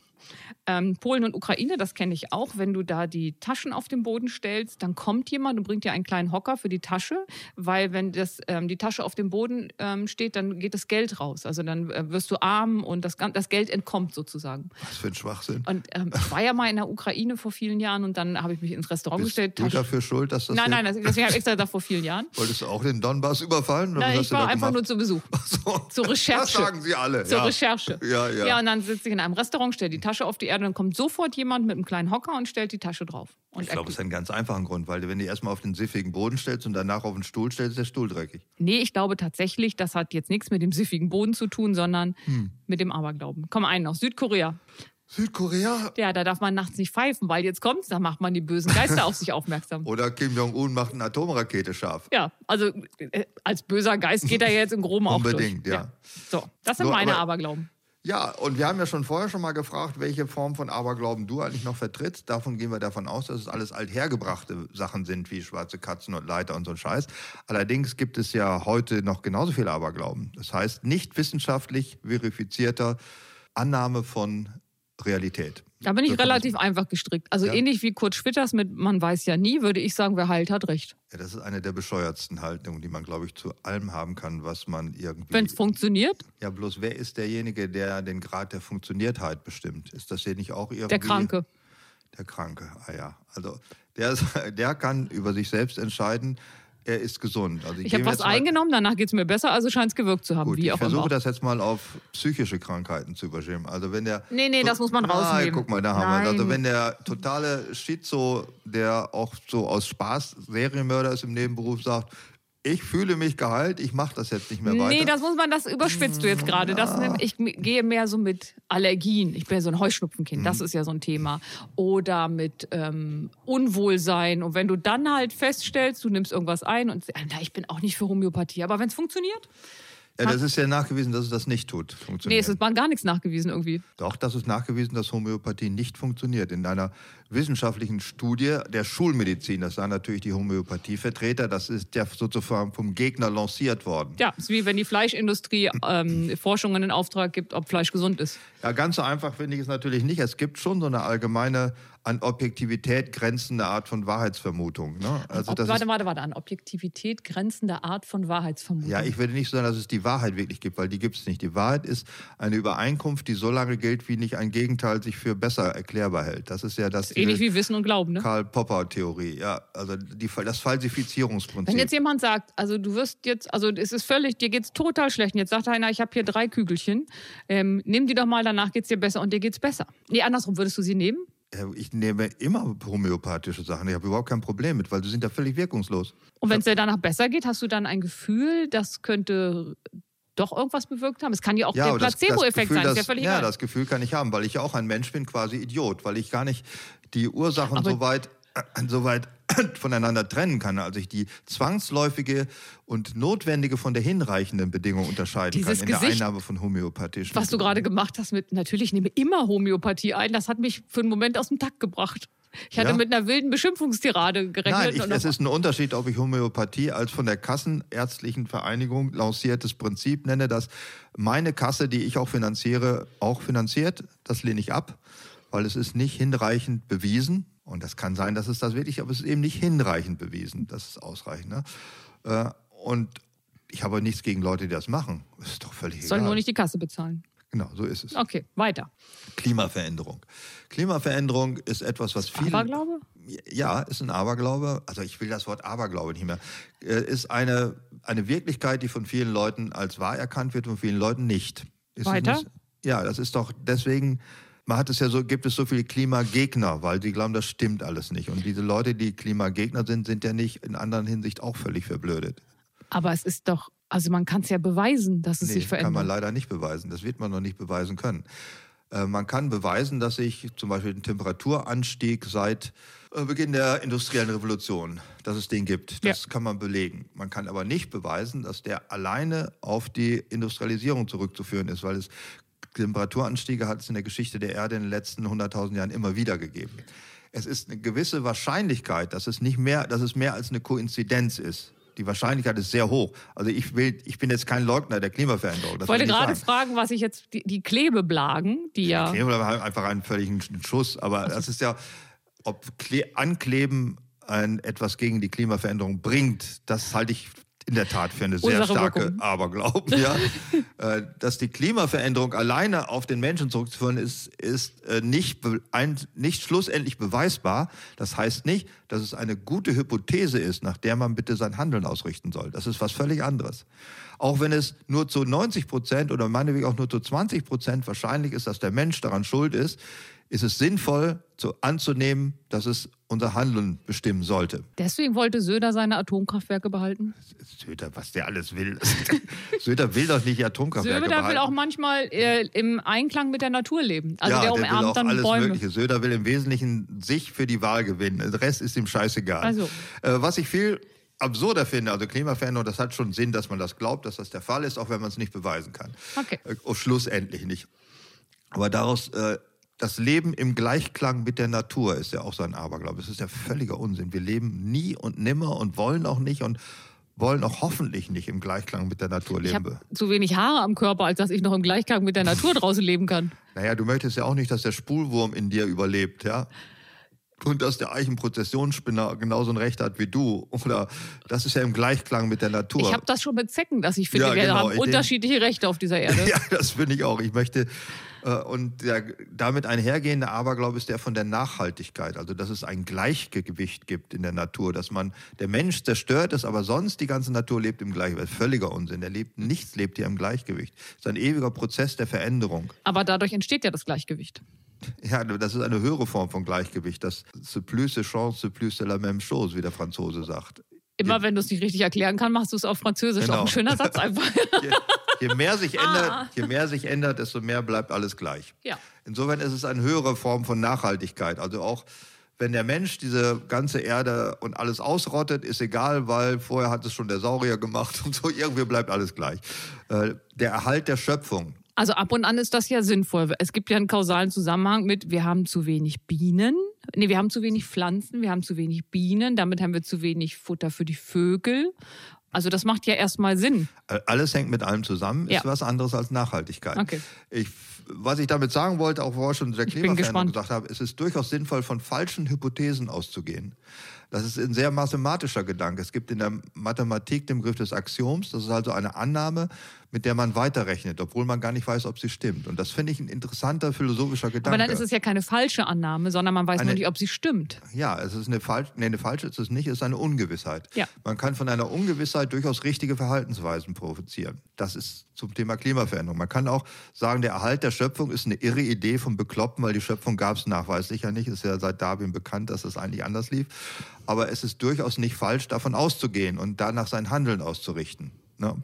C: Ähm, Polen und Ukraine, das kenne ich auch. Wenn du da die Taschen auf den Boden stellst, dann kommt jemand und bringt dir einen kleinen Hocker für die Tasche, weil wenn das, ähm, die Tasche auf dem Boden ähm, steht, dann geht das Geld raus. Also dann äh, wirst du arm und das, gan- das Geld entkommt sozusagen.
B: Was für ein Schwachsinn.
C: Und ähm, ich war ja mal in der Ukraine vor vielen Jahren und dann habe ich mich ins Restaurant
B: Bist
C: gestellt.
B: du dafür schuld, dass das
C: nein,
B: hier-
C: nein, das- deswegen habe ich extra da vor vielen Jahren.
B: Wolltest du auch den Donbass überfallen? oder
C: Nein,
B: was
C: ich
B: hast du da
C: war einfach nur
B: gemacht?
C: zu Besuch.
B: so.
C: zur
B: Das
C: Recherche.
B: sagen sie alle.
C: Zur
B: ja.
C: Recherche.
B: Ja, ja.
C: und dann sitze ich in einem Restaurant, stelle die Tasche auf die Erde, dann kommt sofort jemand mit einem kleinen Hocker und stellt die Tasche drauf. Und
B: Ich glaube, es hat einen ganz einfachen Grund, weil wenn du erstmal auf den siffigen Boden stellst und danach auf den Stuhl stellst, ist der Stuhl dreckig.
C: nee, ich glaube tatsächlich, das hat jetzt nichts mit dem süffigen Boden zu tun, sondern
B: Hm.
C: mit dem Aberglauben. Komm, einen noch. Südkorea.
B: Südkorea
C: Ja, da darf man nachts nicht pfeifen, weil jetzt kommt's, da macht man die bösen Geister auf sich aufmerksam.
B: oder Kim Jong-un macht eine Atomrakete scharf.
C: Ja, also äh, als böser Geist geht er ja jetzt im Groben auch durch.
B: Unbedingt, ja.
C: So, das sind
B: Nur,
C: meine
B: aber-
C: Aberglauben.
B: Ja, und wir haben ja schon vorher schon mal gefragt, welche Form von Aberglauben du eigentlich noch vertrittst. Davon gehen wir davon aus, dass es alles althergebrachte Sachen sind, wie schwarze Katzen und Leiter und so ein Scheiß. Allerdings gibt es ja heute noch genauso viele Aberglauben. Das heißt, nicht wissenschaftlich verifizierter Annahme von Realität.
C: Da bin ich
B: So kann man's
C: relativ einfach gestrickt. Also
B: Ja.
C: ähnlich wie Kurt Schwitters mit Man weiß ja nie, würde ich sagen, wer heilt, hat recht.
B: Ja, das ist eine der bescheuertsten Haltungen, die man, glaube ich, zu allem haben kann, was man irgendwie.
C: Wenn es funktioniert,
B: ja, bloß wer ist derjenige, der den Grad der Funktioniertheit bestimmt? Ist das hier nicht auch irgendwie.
C: der Kranke.
B: Der Kranke, ah ja. Also der, ist, der kann über sich selbst entscheiden, er ist gesund. Also
C: Ich habe
B: gehe jetzt
C: was
B: mal-
C: eingenommen, danach geht es mir besser, also scheint es gewirkt zu haben,
B: Gut,
C: wie
B: ich
C: auch immer.
B: versuche das jetzt mal auf psychische Krankheiten zu überschieben. Also wenn der
C: Nee, nee, das muss man
B: Nein,
C: rausnehmen.
B: guck mal, da haben wir. Also
C: Nein.
B: wenn der totale Schizo, der auch so aus Spaß Serienmörder ist im Nebenberuf, sagt, ich fühle mich geheilt, ich mache das jetzt nicht mehr weiter.
C: Nee, das muss man, das überspitzt du jetzt gerade. Das nimm- Ich m- gehe mehr so mit Allergien. Ich bin ja so ein Heuschnupfenkind,
B: Mhm.
C: das ist ja so ein Thema. Oder mit ähm, Unwohlsein. Und wenn du dann halt feststellst, du nimmst irgendwas ein und äh, na, ich bin auch nicht für Homöopathie. Aber wenn es funktioniert,
B: ja, das ist ja nachgewiesen, dass es das nicht tut.
C: nee,
B: Funktioniert.
C: es ist mal gar nichts nachgewiesen irgendwie.
B: Doch, das ist nachgewiesen, dass Homöopathie nicht funktioniert. In einer wissenschaftlichen Studie der Schulmedizin, das sahen natürlich die Homöopathievertreter, das ist ja sozusagen vom Gegner lanciert worden.
C: Ja, ist wie wenn die Fleischindustrie ähm, Forschungen in Auftrag gibt, ob Fleisch gesund ist.
B: Ja, ganz so einfach finde ich es natürlich nicht. Es gibt schon so eine allgemeine, an Objektivität grenzende Art von Wahrheitsvermutung. Ne? Also
C: Ob,
B: das
C: warte,
B: ist,
C: warte, warte, an Objektivität grenzender Art von Wahrheitsvermutung.
B: ja, ich würde nicht sagen, dass es die Wahrheit wirklich gibt, weil die gibt es nicht. Die Wahrheit ist eine Übereinkunft, die so lange gilt, wie nicht ein Gegenteil sich für besser erklärbar hält. Das ist ja das,
C: Ähnlich wie Wissen und Glauben, ne?
B: Karl Popper Theorie, ja, also die, das Falsifizierungsprinzip.
C: Wenn jetzt jemand sagt, also du wirst jetzt, also es ist völlig, dir geht's total schlecht. Und jetzt sagt einer, ich habe hier drei Kügelchen, ähm, nimm die doch mal, danach geht's dir besser und dir geht's besser. Nee, andersrum würdest du sie nehmen?
B: Äh, ich nehme immer homöopathische Sachen, ich habe überhaupt kein Problem mit, weil sie sind da völlig wirkungslos.
C: Und wenn es dir danach besser geht, hast du dann ein Gefühl, das könnte doch irgendwas bewirkt haben. Es kann ja auch der
B: aber das- das
C: Placebo-Effekt
B: Gefühl,
C: sein, ist ja
B: das,
C: völlig
B: ja,
C: egal.
B: das Gefühl kann ich haben, weil ich ja auch ein Mensch bin, quasi Idiot, weil ich gar nicht die Ursachen
C: Aber-
B: so weit, äh, so weit voneinander trennen kann, als ich die zwangsläufige und notwendige von der hinreichenden Bedingung unterscheiden
C: Dieses
B: kann in
C: Gesicht,
B: der Einnahme von homöopathischen.
C: Was du gerade gemacht hast mit, natürlich nehme immer Homöopathie ein, das hat mich für einen Moment aus dem Takt gebracht. Ich hatte
B: Ja.
C: mit einer wilden Beschimpfungstirade
B: Nein,
C: gerechnet.
B: ich,
C: und
B: es
C: noch-
B: ist ein Unterschied, ob ich Homöopathie als von der Kassenärztlichen Vereinigung lanciertes Prinzip nenne, dass meine Kasse, die ich auch finanziere, auch finanziert. Das lehne ich ab, weil es ist nicht hinreichend bewiesen. Und das kann sein, dass es das wirklich, aber es ist eben nicht hinreichend bewiesen. Das ist ausreichend. Ne? Äh, Und ich habe nichts gegen Leute, die das machen. Ist doch völlig
C: soll
B: egal.
C: nur nicht die Kasse bezahlen.
B: genau, so ist es.
C: Okay, weiter.
B: Klimaveränderung. Klimaveränderung ist etwas, was viele.
C: Aberglaube?
B: Ja, ist ein Aberglaube. Also ich will das Wort Aberglaube nicht mehr. Äh, Ist eine, eine Wirklichkeit, die von vielen Leuten als wahr erkannt wird, von vielen Leuten nicht. Ist es
C: Weiter?
B: Nicht? Ja, das ist doch deswegen. Man hat es ja so, gibt es so viele Klimagegner, weil die glauben, das stimmt alles nicht. Und diese Leute, die Klimagegner sind, sind ja nicht in anderen Hinsicht auch völlig verblödet.
C: Aber es ist doch, also man kann es ja beweisen, dass es
B: Nee,
C: sich
B: kann man
C: verändert.
B: leider nicht beweisen. Das wird man noch nicht beweisen können. Äh, Man kann beweisen, dass sich zum Beispiel den Temperaturanstieg seit äh, Beginn der industriellen Revolution, dass es den gibt. Das kann man belegen. Man kann aber nicht beweisen, dass der alleine auf die Industrialisierung zurückzuführen ist, weil es Temperaturanstiege hat es in der Geschichte der Erde in den letzten 100.000 Jahren immer wieder gegeben. Es ist eine gewisse Wahrscheinlichkeit, dass es nicht mehr, dass es mehr als eine Koinzidenz ist. Die Wahrscheinlichkeit ist sehr hoch. Also ich will, ich bin jetzt kein Leugner der Klimaveränderung. Das
C: Ich wollte
B: will ich
C: gerade
B: sagen.
C: fragen, was ich jetzt, die, die Klebeblagen, die ja,
B: Kleben oder halt einfach einen völligen Schuss. Aber das ist ja, ob Kle Ankleben ein, etwas gegen die Klimaveränderung bringt, das halte ich in der Tat für eine sehr
C: Ursache,
B: starke
C: Wirkung.
B: Aberglauben. Ja. Äh, Dass die Klimaveränderung alleine auf den Menschen zurückzuführen ist, ist äh, nicht, be- ein, nicht schlussendlich beweisbar. Das heißt nicht, dass es eine gute Hypothese ist, nach der man bitte sein Handeln ausrichten soll. Das ist was völlig anderes. Auch wenn es nur zu 90 Prozent oder meinetwegen auch nur zu 20 Prozent wahrscheinlich ist, dass der Mensch daran schuld ist, ist es sinnvoll zu, anzunehmen, dass es unser Handeln bestimmen sollte.
C: deswegen wollte Söder seine Atomkraftwerke behalten.
B: Söder, was der alles will. Söder will doch nicht die Atomkraftwerke
C: Söder will
B: behalten.
C: auch manchmal äh, im Einklang mit der Natur leben. Also
B: ja,
C: der
B: der, will
C: umarmt
B: auch
C: dann
B: alles
C: Bäume.
B: Mögliche. Söder will im Wesentlichen sich für die Wahl gewinnen. Der Rest ist ihm scheißegal.
C: Also.
B: Äh, was ich viel absurder finde, also Klimaveränderung, das hat schon Sinn, dass man das glaubt, dass das der Fall ist, auch wenn man es nicht beweisen kann.
C: Okay.
B: Äh, oh, schlussendlich nicht. Aber daraus, äh, das Leben im Gleichklang mit der Natur ist ja auch so ein Aberglaube. Es ist ja völliger Unsinn. Wir leben nie und nimmer und wollen auch nicht und wollen auch hoffentlich nicht im Gleichklang mit der Natur
C: Ich
B: leben.
C: habe zu wenig Haare am Körper, als dass ich noch im Gleichklang mit der Natur draußen leben kann.
B: Naja, du möchtest ja auch nicht, dass der Spulwurm in dir überlebt, ja? Und dass der Eichenprozessionsspinner genauso ein Recht hat wie du. Oder das ist ja im Gleichklang mit der Natur.
C: Ich habe das schon mit Zecken, dass ich finde,
B: Ja,
C: wir
B: genau,
C: haben
B: ich-
C: unterschiedliche Rechte auf dieser Erde.
B: ja, das finde ich auch. Ich möchte. äh, Und der damit einhergehende Aberglaube ist der von der Nachhaltigkeit. Also, dass es ein Gleichgewicht gibt in der Natur, dass man, der Mensch zerstört es, aber sonst die ganze Natur lebt im Gleichgewicht. Völliger Unsinn. Der lebt, nichts lebt hier im Gleichgewicht. Es ist ein ewiger Prozess der Veränderung.
C: Aber dadurch entsteht ja das Gleichgewicht.
B: Ja, das ist eine höhere Form von Gleichgewicht. Das c'est plus c'est chance, c'est plus c'est la même chose, wie der Franzose sagt.
C: Immer wenn du es nicht richtig erklären kannst, machst du es auf Französisch.
B: Genau.
C: Auch ein schöner Satz einfach.
B: Je, je, mehr sich ändert, je mehr sich ändert, desto mehr bleibt alles gleich.
C: Ja.
B: Insofern ist es eine höhere Form von Nachhaltigkeit. Also auch wenn der Mensch diese ganze Erde und alles ausrottet, ist egal, weil vorher hat es schon der Saurier gemacht und so, irgendwie bleibt alles gleich. Äh, Der Erhalt der Schöpfung,
C: Also ab und an ist das ja sinnvoll. Es gibt ja einen kausalen Zusammenhang mit, wir haben zu wenig Bienen. Nee, wir haben zu wenig Pflanzen, wir haben zu wenig Bienen, damit haben wir zu wenig Futter für die Vögel. Also das macht ja erstmal Sinn.
B: Äh, Alles hängt mit allem zusammen, ist
C: Ja.
B: was anderes als Nachhaltigkeit.
C: Okay.
B: Ich, was ich damit sagen wollte, auch vorher schon zu der
C: bin
B: Klimaveränderung
C: gespannt.
B: gesagt habe, es ist durchaus sinnvoll, von falschen Hypothesen auszugehen. Das ist ein sehr mathematischer Gedanke. Es gibt in der Mathematik den Begriff des Axioms. Das ist also eine Annahme, mit der man weiterrechnet, obwohl man gar nicht weiß, ob sie stimmt. Und das finde ich ein interessanter philosophischer Gedanke.
C: Aber dann ist es ja keine falsche Annahme, sondern man weiß
B: Eine-
C: nur nicht, ob sie stimmt.
B: Ja, es ist eine falsche, nee, eine falsche ist es nicht, es ist eine Ungewissheit.
C: Ja.
B: Man kann von einer Ungewissheit durchaus richtige Verhaltensweisen provozieren. Das ist zum Thema Klimaveränderung. Man kann auch sagen, der Erhalt der Schöpfung ist eine irre Idee vom Bekloppen, weil die Schöpfung gab es nachweislich ja nicht. Ist ja seit Darwin bekannt, dass das eigentlich anders lief. Aber es ist durchaus nicht falsch, davon auszugehen und danach sein Handeln auszurichten. Ne?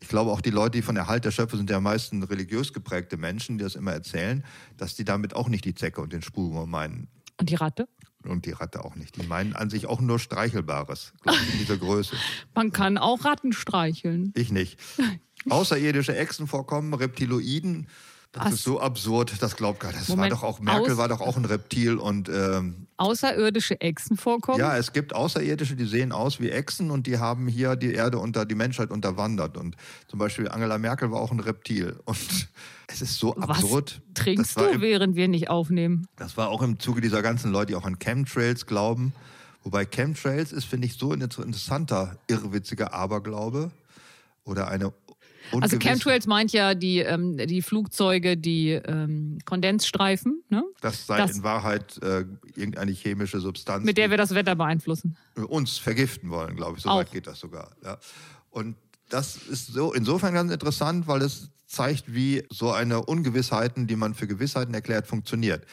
B: Ich glaube, auch die Leute, die von Erhalt der Schöpfung sind, ja am meisten religiös geprägte Menschen, die das immer erzählen, dass die damit auch nicht die Zecke und den Spulwurm meinen.
C: Und die Ratte?
B: Und die Ratte auch nicht. Die meinen an sich auch nur Streichelbares, glaube ich, in dieser Größe.
C: Man kann auch Ratten streicheln.
B: Ich nicht. Außerirdische Echsen vorkommen, Reptiloiden. Das
C: Was?
B: ist so absurd, das glaubt gar nicht. Das war
C: Moment,
B: doch auch,
C: aus-
B: Merkel war doch auch ein Reptil und ähm,
C: außerirdische Echsen vorkommen?
B: Ja, es gibt Außerirdische, die sehen aus wie Echsen und die haben hier die Erde unter die Menschheit unterwandert. Und zum Beispiel Angela Merkel war auch ein Reptil. Und es ist so
C: Was
B: absurd. das
C: trinkst
B: war
C: du,
B: im-
C: während wir nicht aufnehmen?
B: Das war auch im Zuge dieser ganzen Leute, die auch an Chemtrails glauben. Wobei Chemtrails ist, finde ich, so ein interessanter, irrwitziger Aberglaube. Oder eine
C: Also
B: ungewisse-
C: Chemtrails meint ja die, ähm, die Flugzeuge, die ähm, Kondensstreifen, ne?
B: Das sei
C: das-
B: in Wahrheit äh, irgendeine chemische Substanz,
C: mit der wir das Wetter beeinflussen.
B: die uns vergiften wollen, glaube ich. So
C: Auch.
B: weit geht das sogar. Ja. Und das ist so insofern ganz interessant, weil es zeigt, wie so eine Ungewissheiten, die man für Gewissheiten erklärt, funktioniert.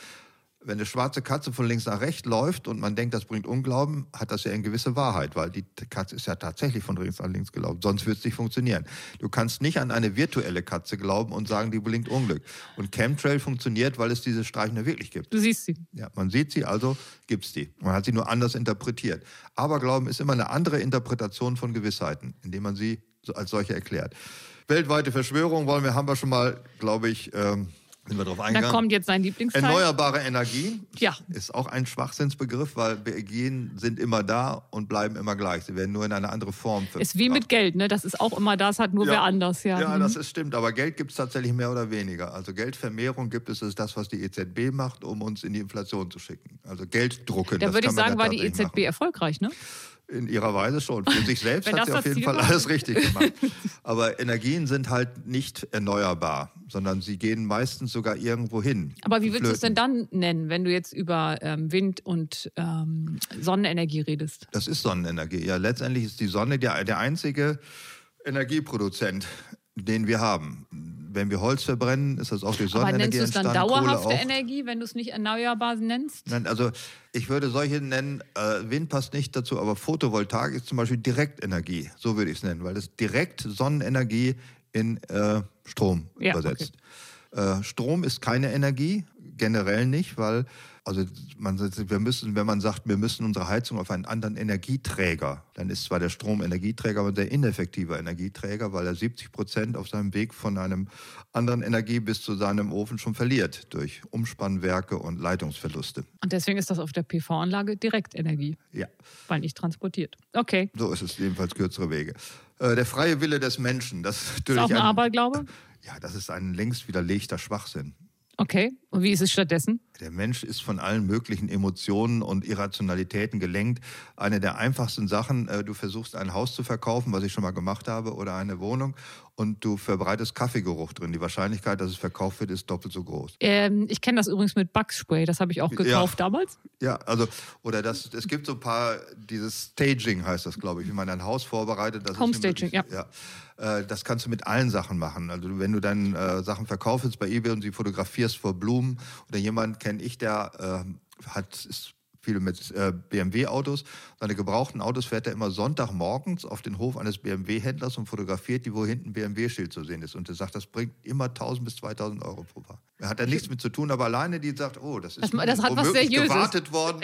B: Wenn eine schwarze Katze von links nach rechts läuft und man denkt, das bringt Unglauben, hat das ja eine gewisse Wahrheit, weil die Katze ist ja tatsächlich von links nach links gelaufen, sonst würde es nicht funktionieren. Du kannst nicht an eine virtuelle Katze glauben und sagen, die bringt Unglück. Und Chemtrail funktioniert, weil es diese Streichen ja wirklich gibt.
C: Du siehst sie.
B: Ja, man sieht sie, also gibt es die. Man hat sie nur anders interpretiert. Aberglauben ist immer eine andere Interpretation von Gewissheiten, indem man sie so- als solche erklärt. Weltweite Verschwörung wollen wir, haben wir schon mal, glaube ich, ähm, sind wir drauf
C: Da
B: eingegangen.
C: kommt jetzt sein Lieblingsteil.
B: Erneuerbare Energien
C: Ja.
B: ist auch ein Schwachsinnsbegriff, weil Energien sind immer da und bleiben immer gleich. Sie werden nur in eine andere Form
C: Ist wie mit
B: verbracht.
C: Geld, ne? Das ist auch immer das, hat nur wer anders, ja.
B: Ja,
C: Mhm.
B: das ist stimmt, aber Geld gibt es tatsächlich mehr oder weniger. Also Geldvermehrung gibt es, ist das, was die EZB macht, um uns in die Inflation zu schicken. Also Geld drucken.
C: da
B: das
C: würde
B: kann
C: ich
B: man
C: sagen,
B: ja
C: war die E EZB
B: tatsächlich machen.
C: erfolgreich, ne?
B: In ihrer Weise schon. Für sich selbst
C: Wenn
B: hat
C: das
B: sie
C: das
B: auf jeden
C: Ziel
B: Fall
C: war.
B: alles richtig gemacht. Aber Energien sind halt nicht erneuerbar, sondern sie gehen meistens sogar irgendwo hin.
C: Aber wie willst du es
B: Flöten.
C: denn dann nennen, wenn du jetzt über ähm, Wind und ähm, Sonnenenergie redest?
B: Das ist Sonnenenergie. Ja, letztendlich ist die Sonne der, der einzige Energieproduzent, den wir haben. Wenn wir Holz verbrennen, ist das auch durch
C: Aber nennst
B: Sonnenenergie
C: du es dann
B: entstanden, Kohle
C: dauerhafte
B: auch.
C: Energie, wenn du es nicht erneuerbar nennst?
B: Nein, also ich würde solche nennen, äh, Wind passt nicht dazu, aber Photovoltaik ist zum Beispiel Direktenergie, so würde ich es nennen, weil das direkt Sonnenenergie in äh, Strom
C: Ja,
B: übersetzt. Äh, Strom ist keine Energie, generell nicht, weil also man, wir müssen, wenn man sagt, wir müssen unsere Heizung auf einen anderen Energieträger, dann ist zwar der Strom Energieträger, aber ein sehr ineffektiver Energieträger, weil er 70 Prozent auf seinem Weg von einem anderen Energie bis zu seinem Ofen schon verliert durch Umspannwerke und Leitungsverluste.
C: Und deswegen ist das auf der PV-Anlage Direktenergie,
B: Ja,
C: weil nicht transportiert. Okay.
B: so ist es jedenfalls kürzere Wege. Äh, der freie Wille des Menschen, das ist
C: Ist
B: natürlich
C: auch ein
B: ein-
C: Aberglaube?
B: Ja, das ist ein längst widerlegter Schwachsinn.
C: Okay. Und wie ist es stattdessen?
B: Der Mensch ist von allen möglichen Emotionen und Irrationalitäten gelenkt. Eine der einfachsten Sachen, äh, du versuchst ein Haus zu verkaufen, was ich schon mal gemacht habe, oder eine Wohnung und du verbreitest Kaffeegeruch drin. Die Wahrscheinlichkeit, dass es verkauft wird, ist doppelt so groß.
C: Ähm, ich kenne das übrigens mit Bugspray, das habe ich auch gekauft damals.
B: Ja, also, oder das, es gibt so ein paar, dieses Staging heißt das, glaube ich, wie man ein Haus vorbereitet. Das ist
C: Homestaging,
B: eine mögliche- ja. Äh, Das kannst du mit allen Sachen machen. Also, wenn du dann äh, Sachen verkaufst bei eBay und sie fotografierst vor Blumen oder jemand kenne ich, der äh, hat ist viel mit äh, BMW-Autos. Seine gebrauchten Autos fährt er immer Sonntagmorgens auf den Hof eines BMW-Händlers und fotografiert die, wo hinten ein BMW-Schild zu sehen ist. Und er sagt, das bringt immer 1000 bis 2000 Euro pro Paar. Er hat da nichts mit zu tun, aber alleine die sagt, oh, das ist
C: Das- das hat was
B: womöglich
C: Seriöses.
B: gewartet verhaftet worden,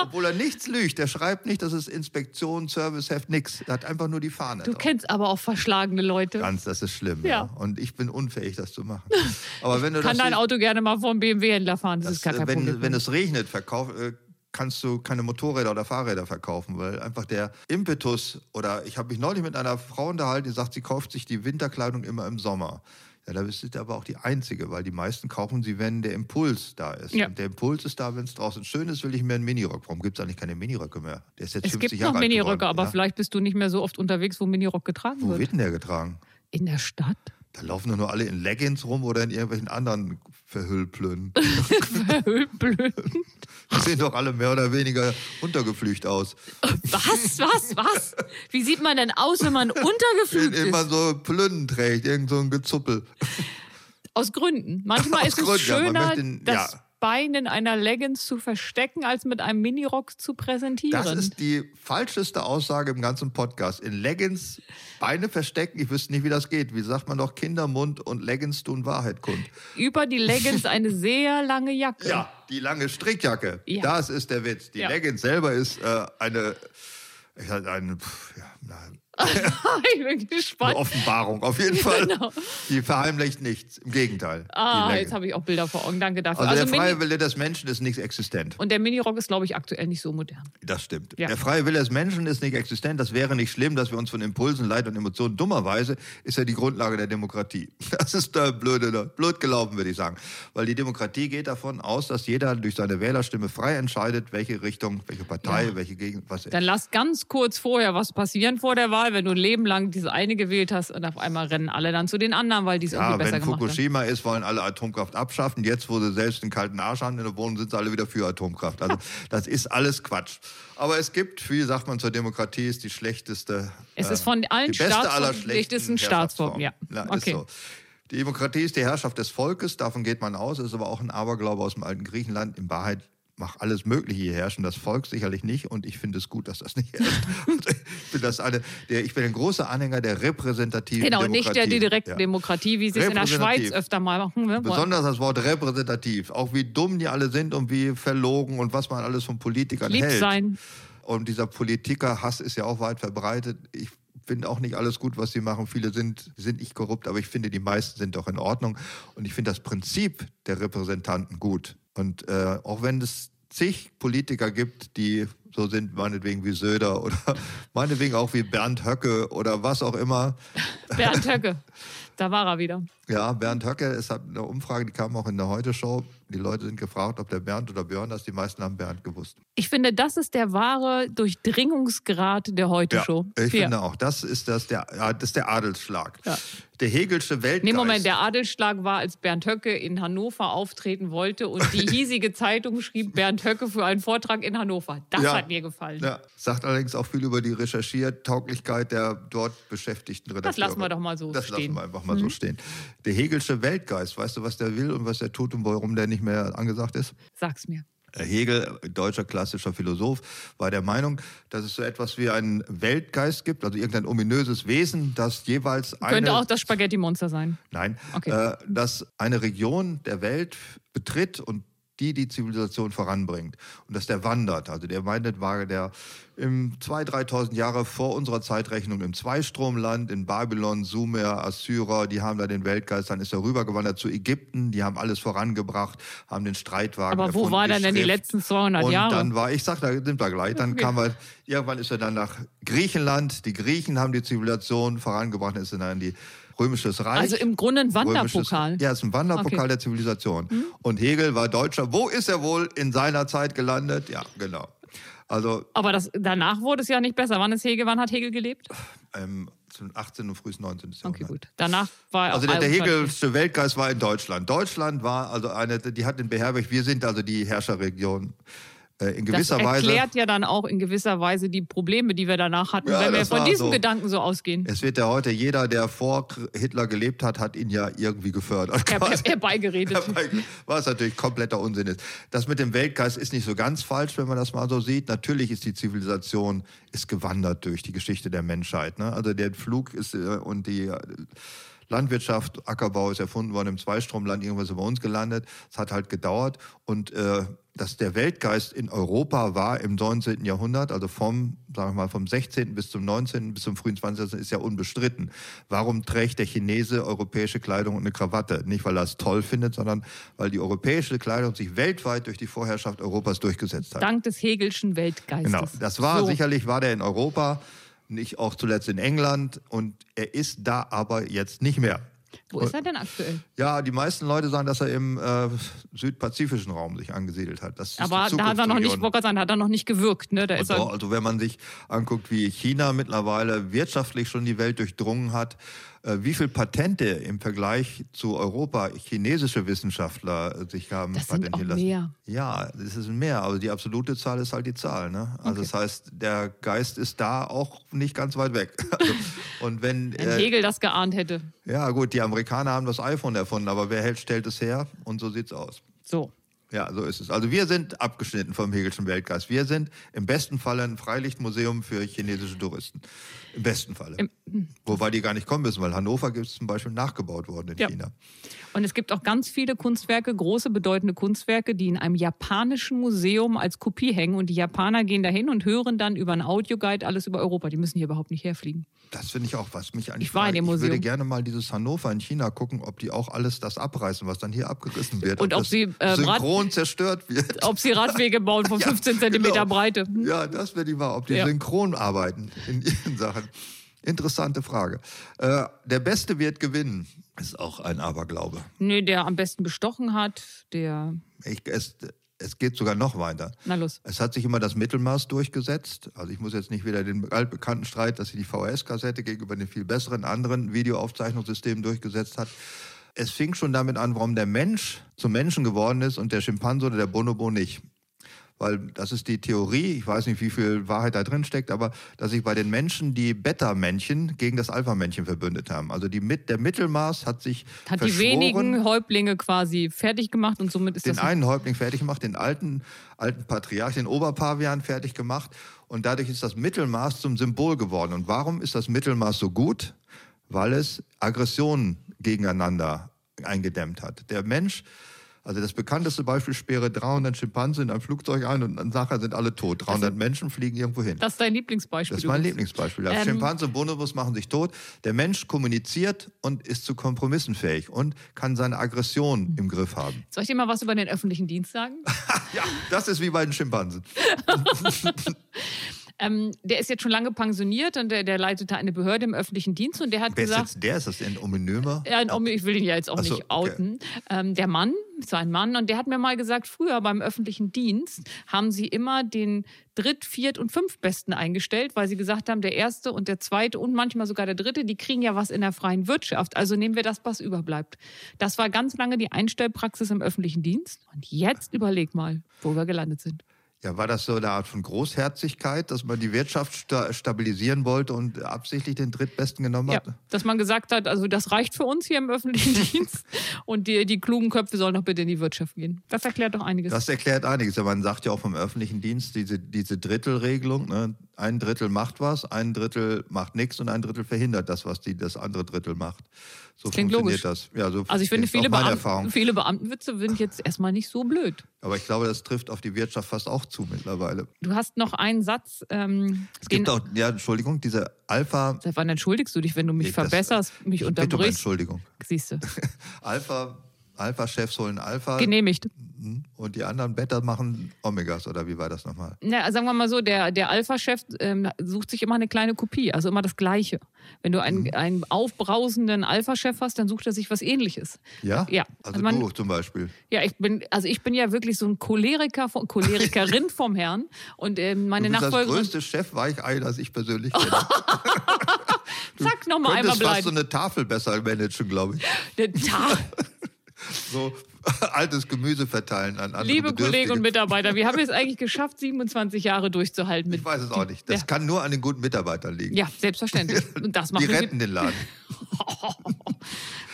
B: obwohl er nichts lügt. Er schreibt nicht, das ist Inspektion, Serviceheft, nix. Er hat einfach nur die Fahne.
C: Du
B: drauf.
C: kennst aber auch verschlagene Leute.
B: Ganz, das ist schlimm. Ja.
C: Ja.
B: Und ich bin unfähig, das zu machen. Aber wenn du
C: Kann
B: das
C: dein
B: siehst,
C: Auto gerne mal vom BMW-Händler fahren, das,
B: das,
C: ist gar
B: äh,
C: kein Problem.
B: wenn, wenn es regnet, verkauf, äh, kannst du keine Motorräder oder Fahrräder verkaufen, weil einfach der Impetus oder ich habe mich neulich mit einer Frau unterhalten, die sagt, sie kauft sich die Winterkleidung immer im Sommer. Ja, da bist du aber auch die Einzige, weil die meisten kaufen sie, wenn der Impuls da ist.
C: Ja.
B: Und der Impuls ist da, wenn es draußen schön ist, will ich mir einen Minirock. Warum gibt es eigentlich keine Miniröcke mehr? Der ist jetzt
C: es
B: 50
C: gibt
B: Jahre
C: noch
B: alt
C: Miniröcke,
B: geworden,
C: aber
B: ja?
C: vielleicht bist du nicht mehr so oft unterwegs, wo Minirock getragen
B: Wo
C: wird.
B: wird denn der getragen?
C: In der Stadt?
B: Da laufen doch nur alle in Leggings rum oder in irgendwelchen anderen Verhüllplönen.
C: Blöd.
B: Die sehen doch alle mehr oder weniger untergeflücht aus.
C: Was, was, was? Wie sieht man denn aus, wenn man untergeflügt
B: Wenn man
C: ist?
B: so Plünnen trägt, irgend so ein Gezuppel.
C: Aus Gründen. Manchmal
B: Aus
C: ist
B: Gründen,
C: es
B: ja, man
C: schöner,
B: möchte-
C: das
B: ja.
C: Bein in einer Leggings zu verstecken, als mit einem Minirock zu präsentieren.
B: Das ist die falscheste Aussage im ganzen Podcast. In Leggings Beine verstecken, ich wüsste nicht, wie das geht. Wie sagt man doch, Kindermund und Leggings tun Wahrheit kund.
C: Über die Leggings eine sehr lange Jacke.
B: Ja, Ähm, die lange Strickjacke,
C: Ja.
B: das ist der Witz. Die
C: Ja.
B: Leggings selber ist äh, eine, ich sag, eine, pf, ja, na,
C: ich bin
B: Eine
C: gespannt.
B: Offenbarung auf jeden Fall.
C: Genau.
B: Die verheimlicht nichts. Im Gegenteil. Die
C: Ah,
B: Länge.
C: jetzt habe ich auch Bilder vor Augen. Danke dafür.
B: also, der
C: Also
B: freie
C: Mini
B: Wille des Menschen ist nicht existent.
C: und der Minirock ist, glaube ich, aktuell nicht so modern.
B: Das stimmt.
C: Ja.
B: Der freie Wille des Menschen ist nicht existent. Das wäre nicht schlimm, dass wir uns von Impulsen, Leid und Emotionen dummerweise ist ja die Grundlage der Demokratie. Das ist da blöde, da blöd gelaufen, würde ich sagen. Weil die Demokratie geht davon aus, dass jeder durch seine Wählerstimme frei entscheidet, welche Richtung, welche Partei, welche Gegend, was
C: Dann lass ganz kurz vorher was passieren vor der Wahl, wenn du ein Leben lang diese eine gewählt hast und auf einmal rennen alle dann zu den anderen, weil die es
B: Ja,
C: irgendwie besser
B: wenn
C: gemacht haben.
B: Fukushima ist, wollen alle Atomkraft abschaffen. Jetzt, wo sie selbst einen kalten Arsch haben in der Wohnung, sind sie alle wieder für Atomkraft. Also das ist alles Quatsch. Aber es gibt, wie sagt man zur Demokratie, ist die schlechteste.
C: Es
B: äh,
C: ist von allen
B: die beste aller
C: Staatsformen schlechtesten
B: Herrschaftsformen.
C: Staatsformen, ja.
B: Na, ist
C: Okay.
B: so. Die Demokratie ist die Herrschaft des Volkes, davon geht man aus, ist aber auch ein Aberglaube aus dem alten Griechenland. In Wahrheit macht alles Mögliche hier herrschen, das Volk sicherlich nicht und ich finde es gut, dass das nicht herrscht. Also ich, bin das eine, der, ich bin ein großer Anhänger der repräsentativen
C: Genau,
B: Demokratie.
C: nicht der direkten
B: Ja.
C: Demokratie, wie sie es in der Schweiz
B: Repräsentativ.
C: öfter mal machen. Ne? Wo-
B: Besonders das Wort repräsentativ. Auch wie dumm die alle sind und wie verlogen und was man alles von Politikern
C: Lieb
B: hält.
C: sein.
B: Und dieser Politikerhass ist ja auch weit verbreitet. Ich finde auch nicht alles gut, was sie machen. Viele sind, sind nicht korrupt, aber ich finde, die meisten sind doch in Ordnung. Und ich finde das Prinzip der Repräsentanten gut. Und äh, auch wenn es zig Politiker gibt, die so sind, meinetwegen wie Söder oder meinetwegen auch wie Bernd Höcke oder was auch immer,
C: Bernd Höcke, da war er wieder.
B: ja, Bernd Höcke, es hat eine Umfrage, die kam auch in der Heute-Show. Die Leute sind gefragt, ob der Bernd oder Björn das. Die meisten haben Bernd gewusst.
C: Ich finde, das ist der wahre Durchdringungsgrad der Heute-Show.
B: ich finde auch, das ist, das der, ja, das ist der Adelsschlag.
C: Ja.
B: Der Hegelsche Weltgeist.
C: Nee, Moment, der Adelsschlag war, als Bernd Höcke in Hannover auftreten wollte und die hiesige Zeitung schrieb Bernd Höcke für einen Vortrag in Hannover. Das
B: Ja.
C: hat mir gefallen.
B: ja, sagt allerdings auch viel über die Recherchiertauglichkeit der dort beschäftigten Redakteure.
C: lassen wir doch mal so
B: das
C: stehen.
B: lassen
C: Mhm.
B: wir einfach mal so stehen. Der Hegelsche Weltgeist, weißt du, was der will und was der tut und warum der nicht mehr angesagt ist?
C: Sag's mir.
B: Äh, Hegel, deutscher klassischer Philosoph, war der Meinung, dass es so etwas wie einen Weltgeist gibt, also irgendein ominöses Wesen, das jeweils eine,
C: Könnte auch das Spaghetti-Monster sein.
B: nein,
C: Okay.
B: äh, das eine Region der Welt betritt und die die Zivilisation voranbringt und dass der wandert. Also der wandert war der im 2.000, 3.000 Jahre vor unserer Zeitrechnung im Zweistromland, in Babylon, Sumer, Assyrer, die haben da den Weltgeist, dann ist er rübergewandert zu Ägypten, die haben alles vorangebracht, haben den Streitwagen
C: Aber wo
B: erfunden,
C: war denn denn die
B: Schrift.
C: letzten 200
B: Und
C: Jahre?
B: dann war, ich sag, da sind wir gleich, dann kam er, irgendwann ist er dann nach Griechenland, die Griechen haben die Zivilisation vorangebracht, ist er dann in die Römisches Reich.
C: Also im Grunde ein Wanderpokal.
B: Römisches, ja, es ist ein Wanderpokal
C: Okay. Hm?
B: der Zivilisation. Und Hegel war Deutscher. Wo ist er wohl in seiner Zeit gelandet? Ja, genau. Also
C: Aber das, danach wurde es ja nicht besser. Wann ist Hegel, wann hat Hegel gelebt?
B: ähm, zum 18. und frühes 19. Jahrhundert.
C: Okay, gut. Danach war
B: Also der, der
C: Albert-
B: Hegelsche Weltgeist war in Deutschland. Deutschland war also eine, die hat den beherbergt. Wir sind also die Herrscherregion. Äh, in
C: Das
B: gewisser Weise.
C: erklärt ja dann auch in gewisser Weise die Probleme, die wir danach hatten,
B: Ja,
C: wenn wir
B: das
C: von
B: war
C: diesem
B: so.
C: Gedanken so ausgehen.
B: Es wird ja heute jeder, der vor Kr- Hitler gelebt hat, hat ihn ja irgendwie gefördert.
C: Er
B: quasi.
C: er- herbeigeredet.
B: Was natürlich kompletter Unsinn ist. Das mit dem Weltgeist ist nicht so ganz falsch, wenn man das mal so sieht. Natürlich ist die Zivilisation ist gewandert durch die Geschichte der Menschheit. Ne? Also der Flug ist äh, und die äh, Landwirtschaft, Ackerbau ist erfunden worden im Zweistromland, irgendwas über uns gelandet. Es hat halt gedauert und äh, dass der Weltgeist in Europa war im 19. Jahrhundert, also vom, sagen wir mal, vom 16. bis zum 19. bis zum frühen 20. ist ja unbestritten. Warum trägt der Chinese europäische Kleidung und eine Krawatte? Nicht, weil er es toll findet, sondern weil die europäische Kleidung sich weltweit durch die Vorherrschaft Europas durchgesetzt hat.
C: Dank des Hegelschen Weltgeistes.
B: Genau, das war
C: so.
B: sicherlich war der in Europa, nicht auch zuletzt in England und er ist da aber jetzt nicht mehr.
C: Wo ist er denn aktuell?
B: Ja, die meisten Leute sagen, dass er im äh, südpazifischen Raum sich angesiedelt hat. Das ist
C: Aber
B: die
C: da hat er noch nicht,
B: Zukunftsunion.
C: wollte gerade sagen, da hat er noch nicht gewirkt. Ne? Da
B: Und
C: ist
B: doch,
C: er,
B: also wenn man sich anguckt, wie China mittlerweile wirtschaftlich schon die Welt durchdrungen hat, äh, wie viel Patente im Vergleich zu Europa chinesische Wissenschaftler äh, sich haben
C: Das sind
B: patentieren
C: auch
B: lassen.
C: mehr.
B: Ja, es ist mehr, aber die absolute Zahl ist halt die Zahl. Ne? Also das heißt, der Geist ist da auch nicht ganz weit weg. Also, und wenn
C: wenn
B: äh,
C: Hegel das geahnt hätte.
B: ja gut, die Amerikaner haben das iPhone erfunden, aber wer hält, stellt es her? Und so sieht's aus.
C: So.
B: Ja, so ist es. Also wir sind abgeschnitten vom Hegelschen Weltgeist. Wir sind im besten Falle ein Freilichtmuseum für chinesische Touristen. Im besten Falle. Wobei die gar nicht kommen müssen, weil Hannover ist zum Beispiel nachgebaut worden in
C: Ja.
B: China.
C: Und es gibt auch ganz viele Kunstwerke, große bedeutende Kunstwerke, die in einem japanischen Museum als Kopie hängen. Und die Japaner gehen dahin und hören dann über einen Audioguide alles über Europa. Die müssen hier überhaupt nicht herfliegen.
B: Das finde ich auch, was mich eigentlich
C: Ich war in
B: fragt.
C: dem
B: Ich würde
C: Museum.
B: gerne mal dieses Hannover in China gucken, ob die auch alles das abreißen, was dann hier abgerissen wird.
C: Und ob
B: das
C: sie, äh, Brat-
B: synchron zerstört wird.
C: Ob sie Radwege bauen von
B: Ja,
C: 15 Zentimeter
B: genau.
C: Breite. Hm?
B: Ja, das wäre die Wahl, ob die
C: Ja.
B: synchron arbeiten in ihren Sachen. Interessante Frage. Äh, der Beste wird gewinnen, ist auch ein Aberglaube.
C: Nee, der am besten bestochen hat, der.
B: Ich, es, es geht sogar noch weiter.
C: Na los.
B: Es hat sich immer das Mittelmaß durchgesetzt. Also ich muss jetzt nicht wieder den altbekannten Streit, dass sich die VHS-Kassette gegenüber den viel besseren anderen Videoaufzeichnungssystemen durchgesetzt hat. Es fing schon damit an, warum der Mensch zum Menschen geworden ist und der Schimpanse oder der Bonobo nicht. Weil das ist die Theorie, ich weiß nicht, wie viel Wahrheit da drin steckt, aber dass sich bei den Menschen die Beta-Männchen gegen das Alpha-Männchen verbündet haben. Also die, mit- der Mittelmaß hat sich
C: Hat die
B: verschworen
C: wenigen Häuptlinge quasi fertig gemacht und somit ist
B: den
C: das. ein-
B: einen Häuptling fertig gemacht, den alten, alten Patriarch, den Oberpavian fertig gemacht. Und dadurch ist das Mittelmaß zum Symbol geworden. Und warum ist das Mittelmaß so gut? Weil es Aggressionen gegeneinander eingedämmt hat. Der Mensch, also das bekannteste Beispiel, sperre 300 Schimpansen in ein Flugzeug ein und nachher sind alle tot. 300 Menschen fliegen irgendwo hin.
C: das ist dein Lieblingsbeispiel.
B: Das ist mein
C: übrigens.
B: Lieblingsbeispiel. Der
C: Ähm,
B: Schimpanse und Bonobos machen sich tot. Der Mensch kommuniziert und ist zu Kompromissen fähig und kann seine Aggression im Griff haben.
C: Soll ich dir mal was über den öffentlichen Dienst sagen?
B: Ja, das ist wie bei den Schimpansen.
C: ähm, der ist jetzt schon lange pensioniert und der, der leitete eine Behörde im öffentlichen Dienst und der hat
B: Wer ist
C: gesagt.
B: jetzt der? Ist das ein Ominömer?
C: Ja, ein Omi, ich will ihn ja jetzt auch
B: Ach so,
C: nicht
B: okay.
C: outen. Ähm, der Mann, so ein Mann, und der hat mir mal gesagt, früher beim öffentlichen Dienst haben sie immer den Dritt-, Viert- und Fünftbesten eingestellt, weil sie gesagt haben, der Erste und der Zweite und manchmal sogar der Dritte, die kriegen ja was in der freien Wirtschaft. Also nehmen wir das, was überbleibt. Das war ganz lange die Einstellpraxis im öffentlichen Dienst. Und jetzt überleg mal, wo wir gelandet sind.
B: Ja, war das so eine Art von Großherzigkeit, dass man die Wirtschaft sta stabilisieren wollte und absichtlich den Drittbesten genommen
C: Ja,
B: hat?
C: dass man gesagt hat, also das reicht für uns hier im öffentlichen Dienst und die, die klugen Köpfe sollen doch bitte in die Wirtschaft gehen. Das erklärt doch einiges.
B: Das erklärt einiges. Ja, man sagt ja auch vom öffentlichen Dienst diese, diese Drittelregelung. Ne? Ein Drittel macht was, ein Drittel macht nichts und ein Drittel verhindert das, was die, das andere Drittel macht. So
C: Klingt
B: funktioniert
C: logisch.
B: das. Ja, so
C: Also ich finde,
B: ist auch
C: viele,
B: meine
C: Beam-
B: Erfahrung.
C: viele Beamtenwitze sind jetzt erstmal nicht so blöd.
B: Aber ich glaube, das trifft auf die Wirtschaft fast auch zu mittlerweile.
C: Du hast noch einen Satz. Ähm,
B: Es gibt
C: den-
B: auch, ja, Entschuldigung, diese Alpha.
C: Seit wann entschuldigst du dich, wenn du mich
B: Nee, das-
C: verbesserst, mich
B: Bitte um
C: unterbrichst?
B: Entschuldigung.
C: Siehst du,
B: Alpha, Alpha-Chefs holen Alpha
C: genehmigt.
B: und die anderen Beta machen Omegas oder wie war das nochmal?
C: Na, sagen wir mal so, der, der Alpha-Chef ähm, sucht sich immer eine kleine Kopie, also immer das Gleiche. Wenn du
B: Mhm.
C: einen, einen aufbrausenden Alpha-Chef hast, dann sucht er sich was Ähnliches.
B: Ja?
C: Ja.
B: Also
C: Also man-
B: du zum Beispiel.
C: Ja, ich bin, also ich bin ja wirklich so ein Choleriker, von, Cholerikerin vom Herrn. Und ähm,
B: Du
C: meine
B: bist das
C: Nachfolgerin,
B: größte Chefweichei, das ich persönlich kenne.
C: zack, nochmal einmal
B: könntest fast so
C: bleiben.
B: eine Also Tafel besser managen, glaube ich.
C: Der Tag.
B: So altes Gemüse verteilen an andere
C: Liebe
B: Bedürftige.
C: Kollegen und Mitarbeiter, wir haben es eigentlich geschafft, 27 Jahre durchzuhalten. Mit
B: Ich weiß es auch nicht. Das
C: Ja.
B: kann nur an den guten Mitarbeitern liegen.
C: ja, selbstverständlich. Und das
B: Die
C: machen wir.
B: retten den Laden.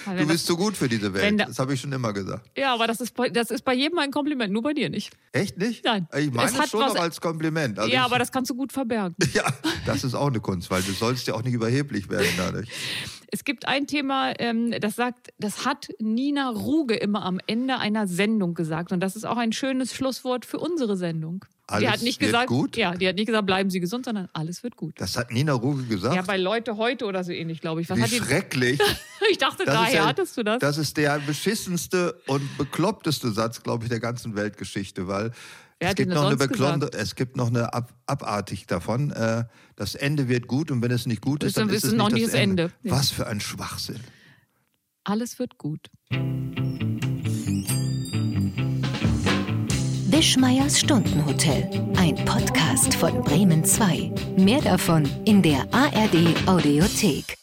C: Weil
B: Du
C: wenn
B: bist zu gut für diese Welt.
C: wenn da-
B: Das habe ich schon immer gesagt.
C: das, ja, aber das ist, bei, das ist bei jedem ein Kompliment, nur bei dir nicht.
B: Echt nicht?
C: Nein.
B: Ich meine
C: Es
B: es
C: hat
B: schon
C: was-
B: noch als Kompliment. Also
C: ja,
B: ich,
C: aber das kannst du gut verbergen.
B: ja, das ist auch eine Kunst, weil du sollst ja auch nicht überheblich werden dadurch.
C: Es gibt ein Thema, ähm, das sagt, das hat Nina Ruge immer am Ende einer Sendung gesagt. Und das ist auch ein schönes Schlusswort für unsere Sendung.
B: Alles
C: die hat nicht
B: wird
C: gesagt,
B: gut?
C: Ja, die hat nicht gesagt, bleiben Sie gesund, sondern alles wird gut.
B: Das hat Nina Ruge gesagt.
C: Ja, bei Leute heute oder so ähnlich, glaube ich. Was
B: Wie
C: hat die,
B: schrecklich.
C: ich dachte,
B: Das ist
C: daher
B: ja-
C: hattest du das.
B: Das ist der beschissenste und bekloppteste Satz, glaube ich, der ganzen Weltgeschichte, weil es
C: Wer hat denn
B: gibt,
C: das
B: noch eine
C: sonst
B: beklonde, es gibt noch eine Ab abartig davon. Äh, das Ende wird gut und wenn es nicht gut ist, dann ist es
C: noch
B: nicht
C: nie
B: das
C: das
B: Ende.
C: Ende. Ja.
B: Was für ein Schwachsinn.
C: Alles wird gut.
A: Wischmeiers Stundenhotel. Ein Podcast von Bremen 2. Mehr davon in der ARD Audiothek.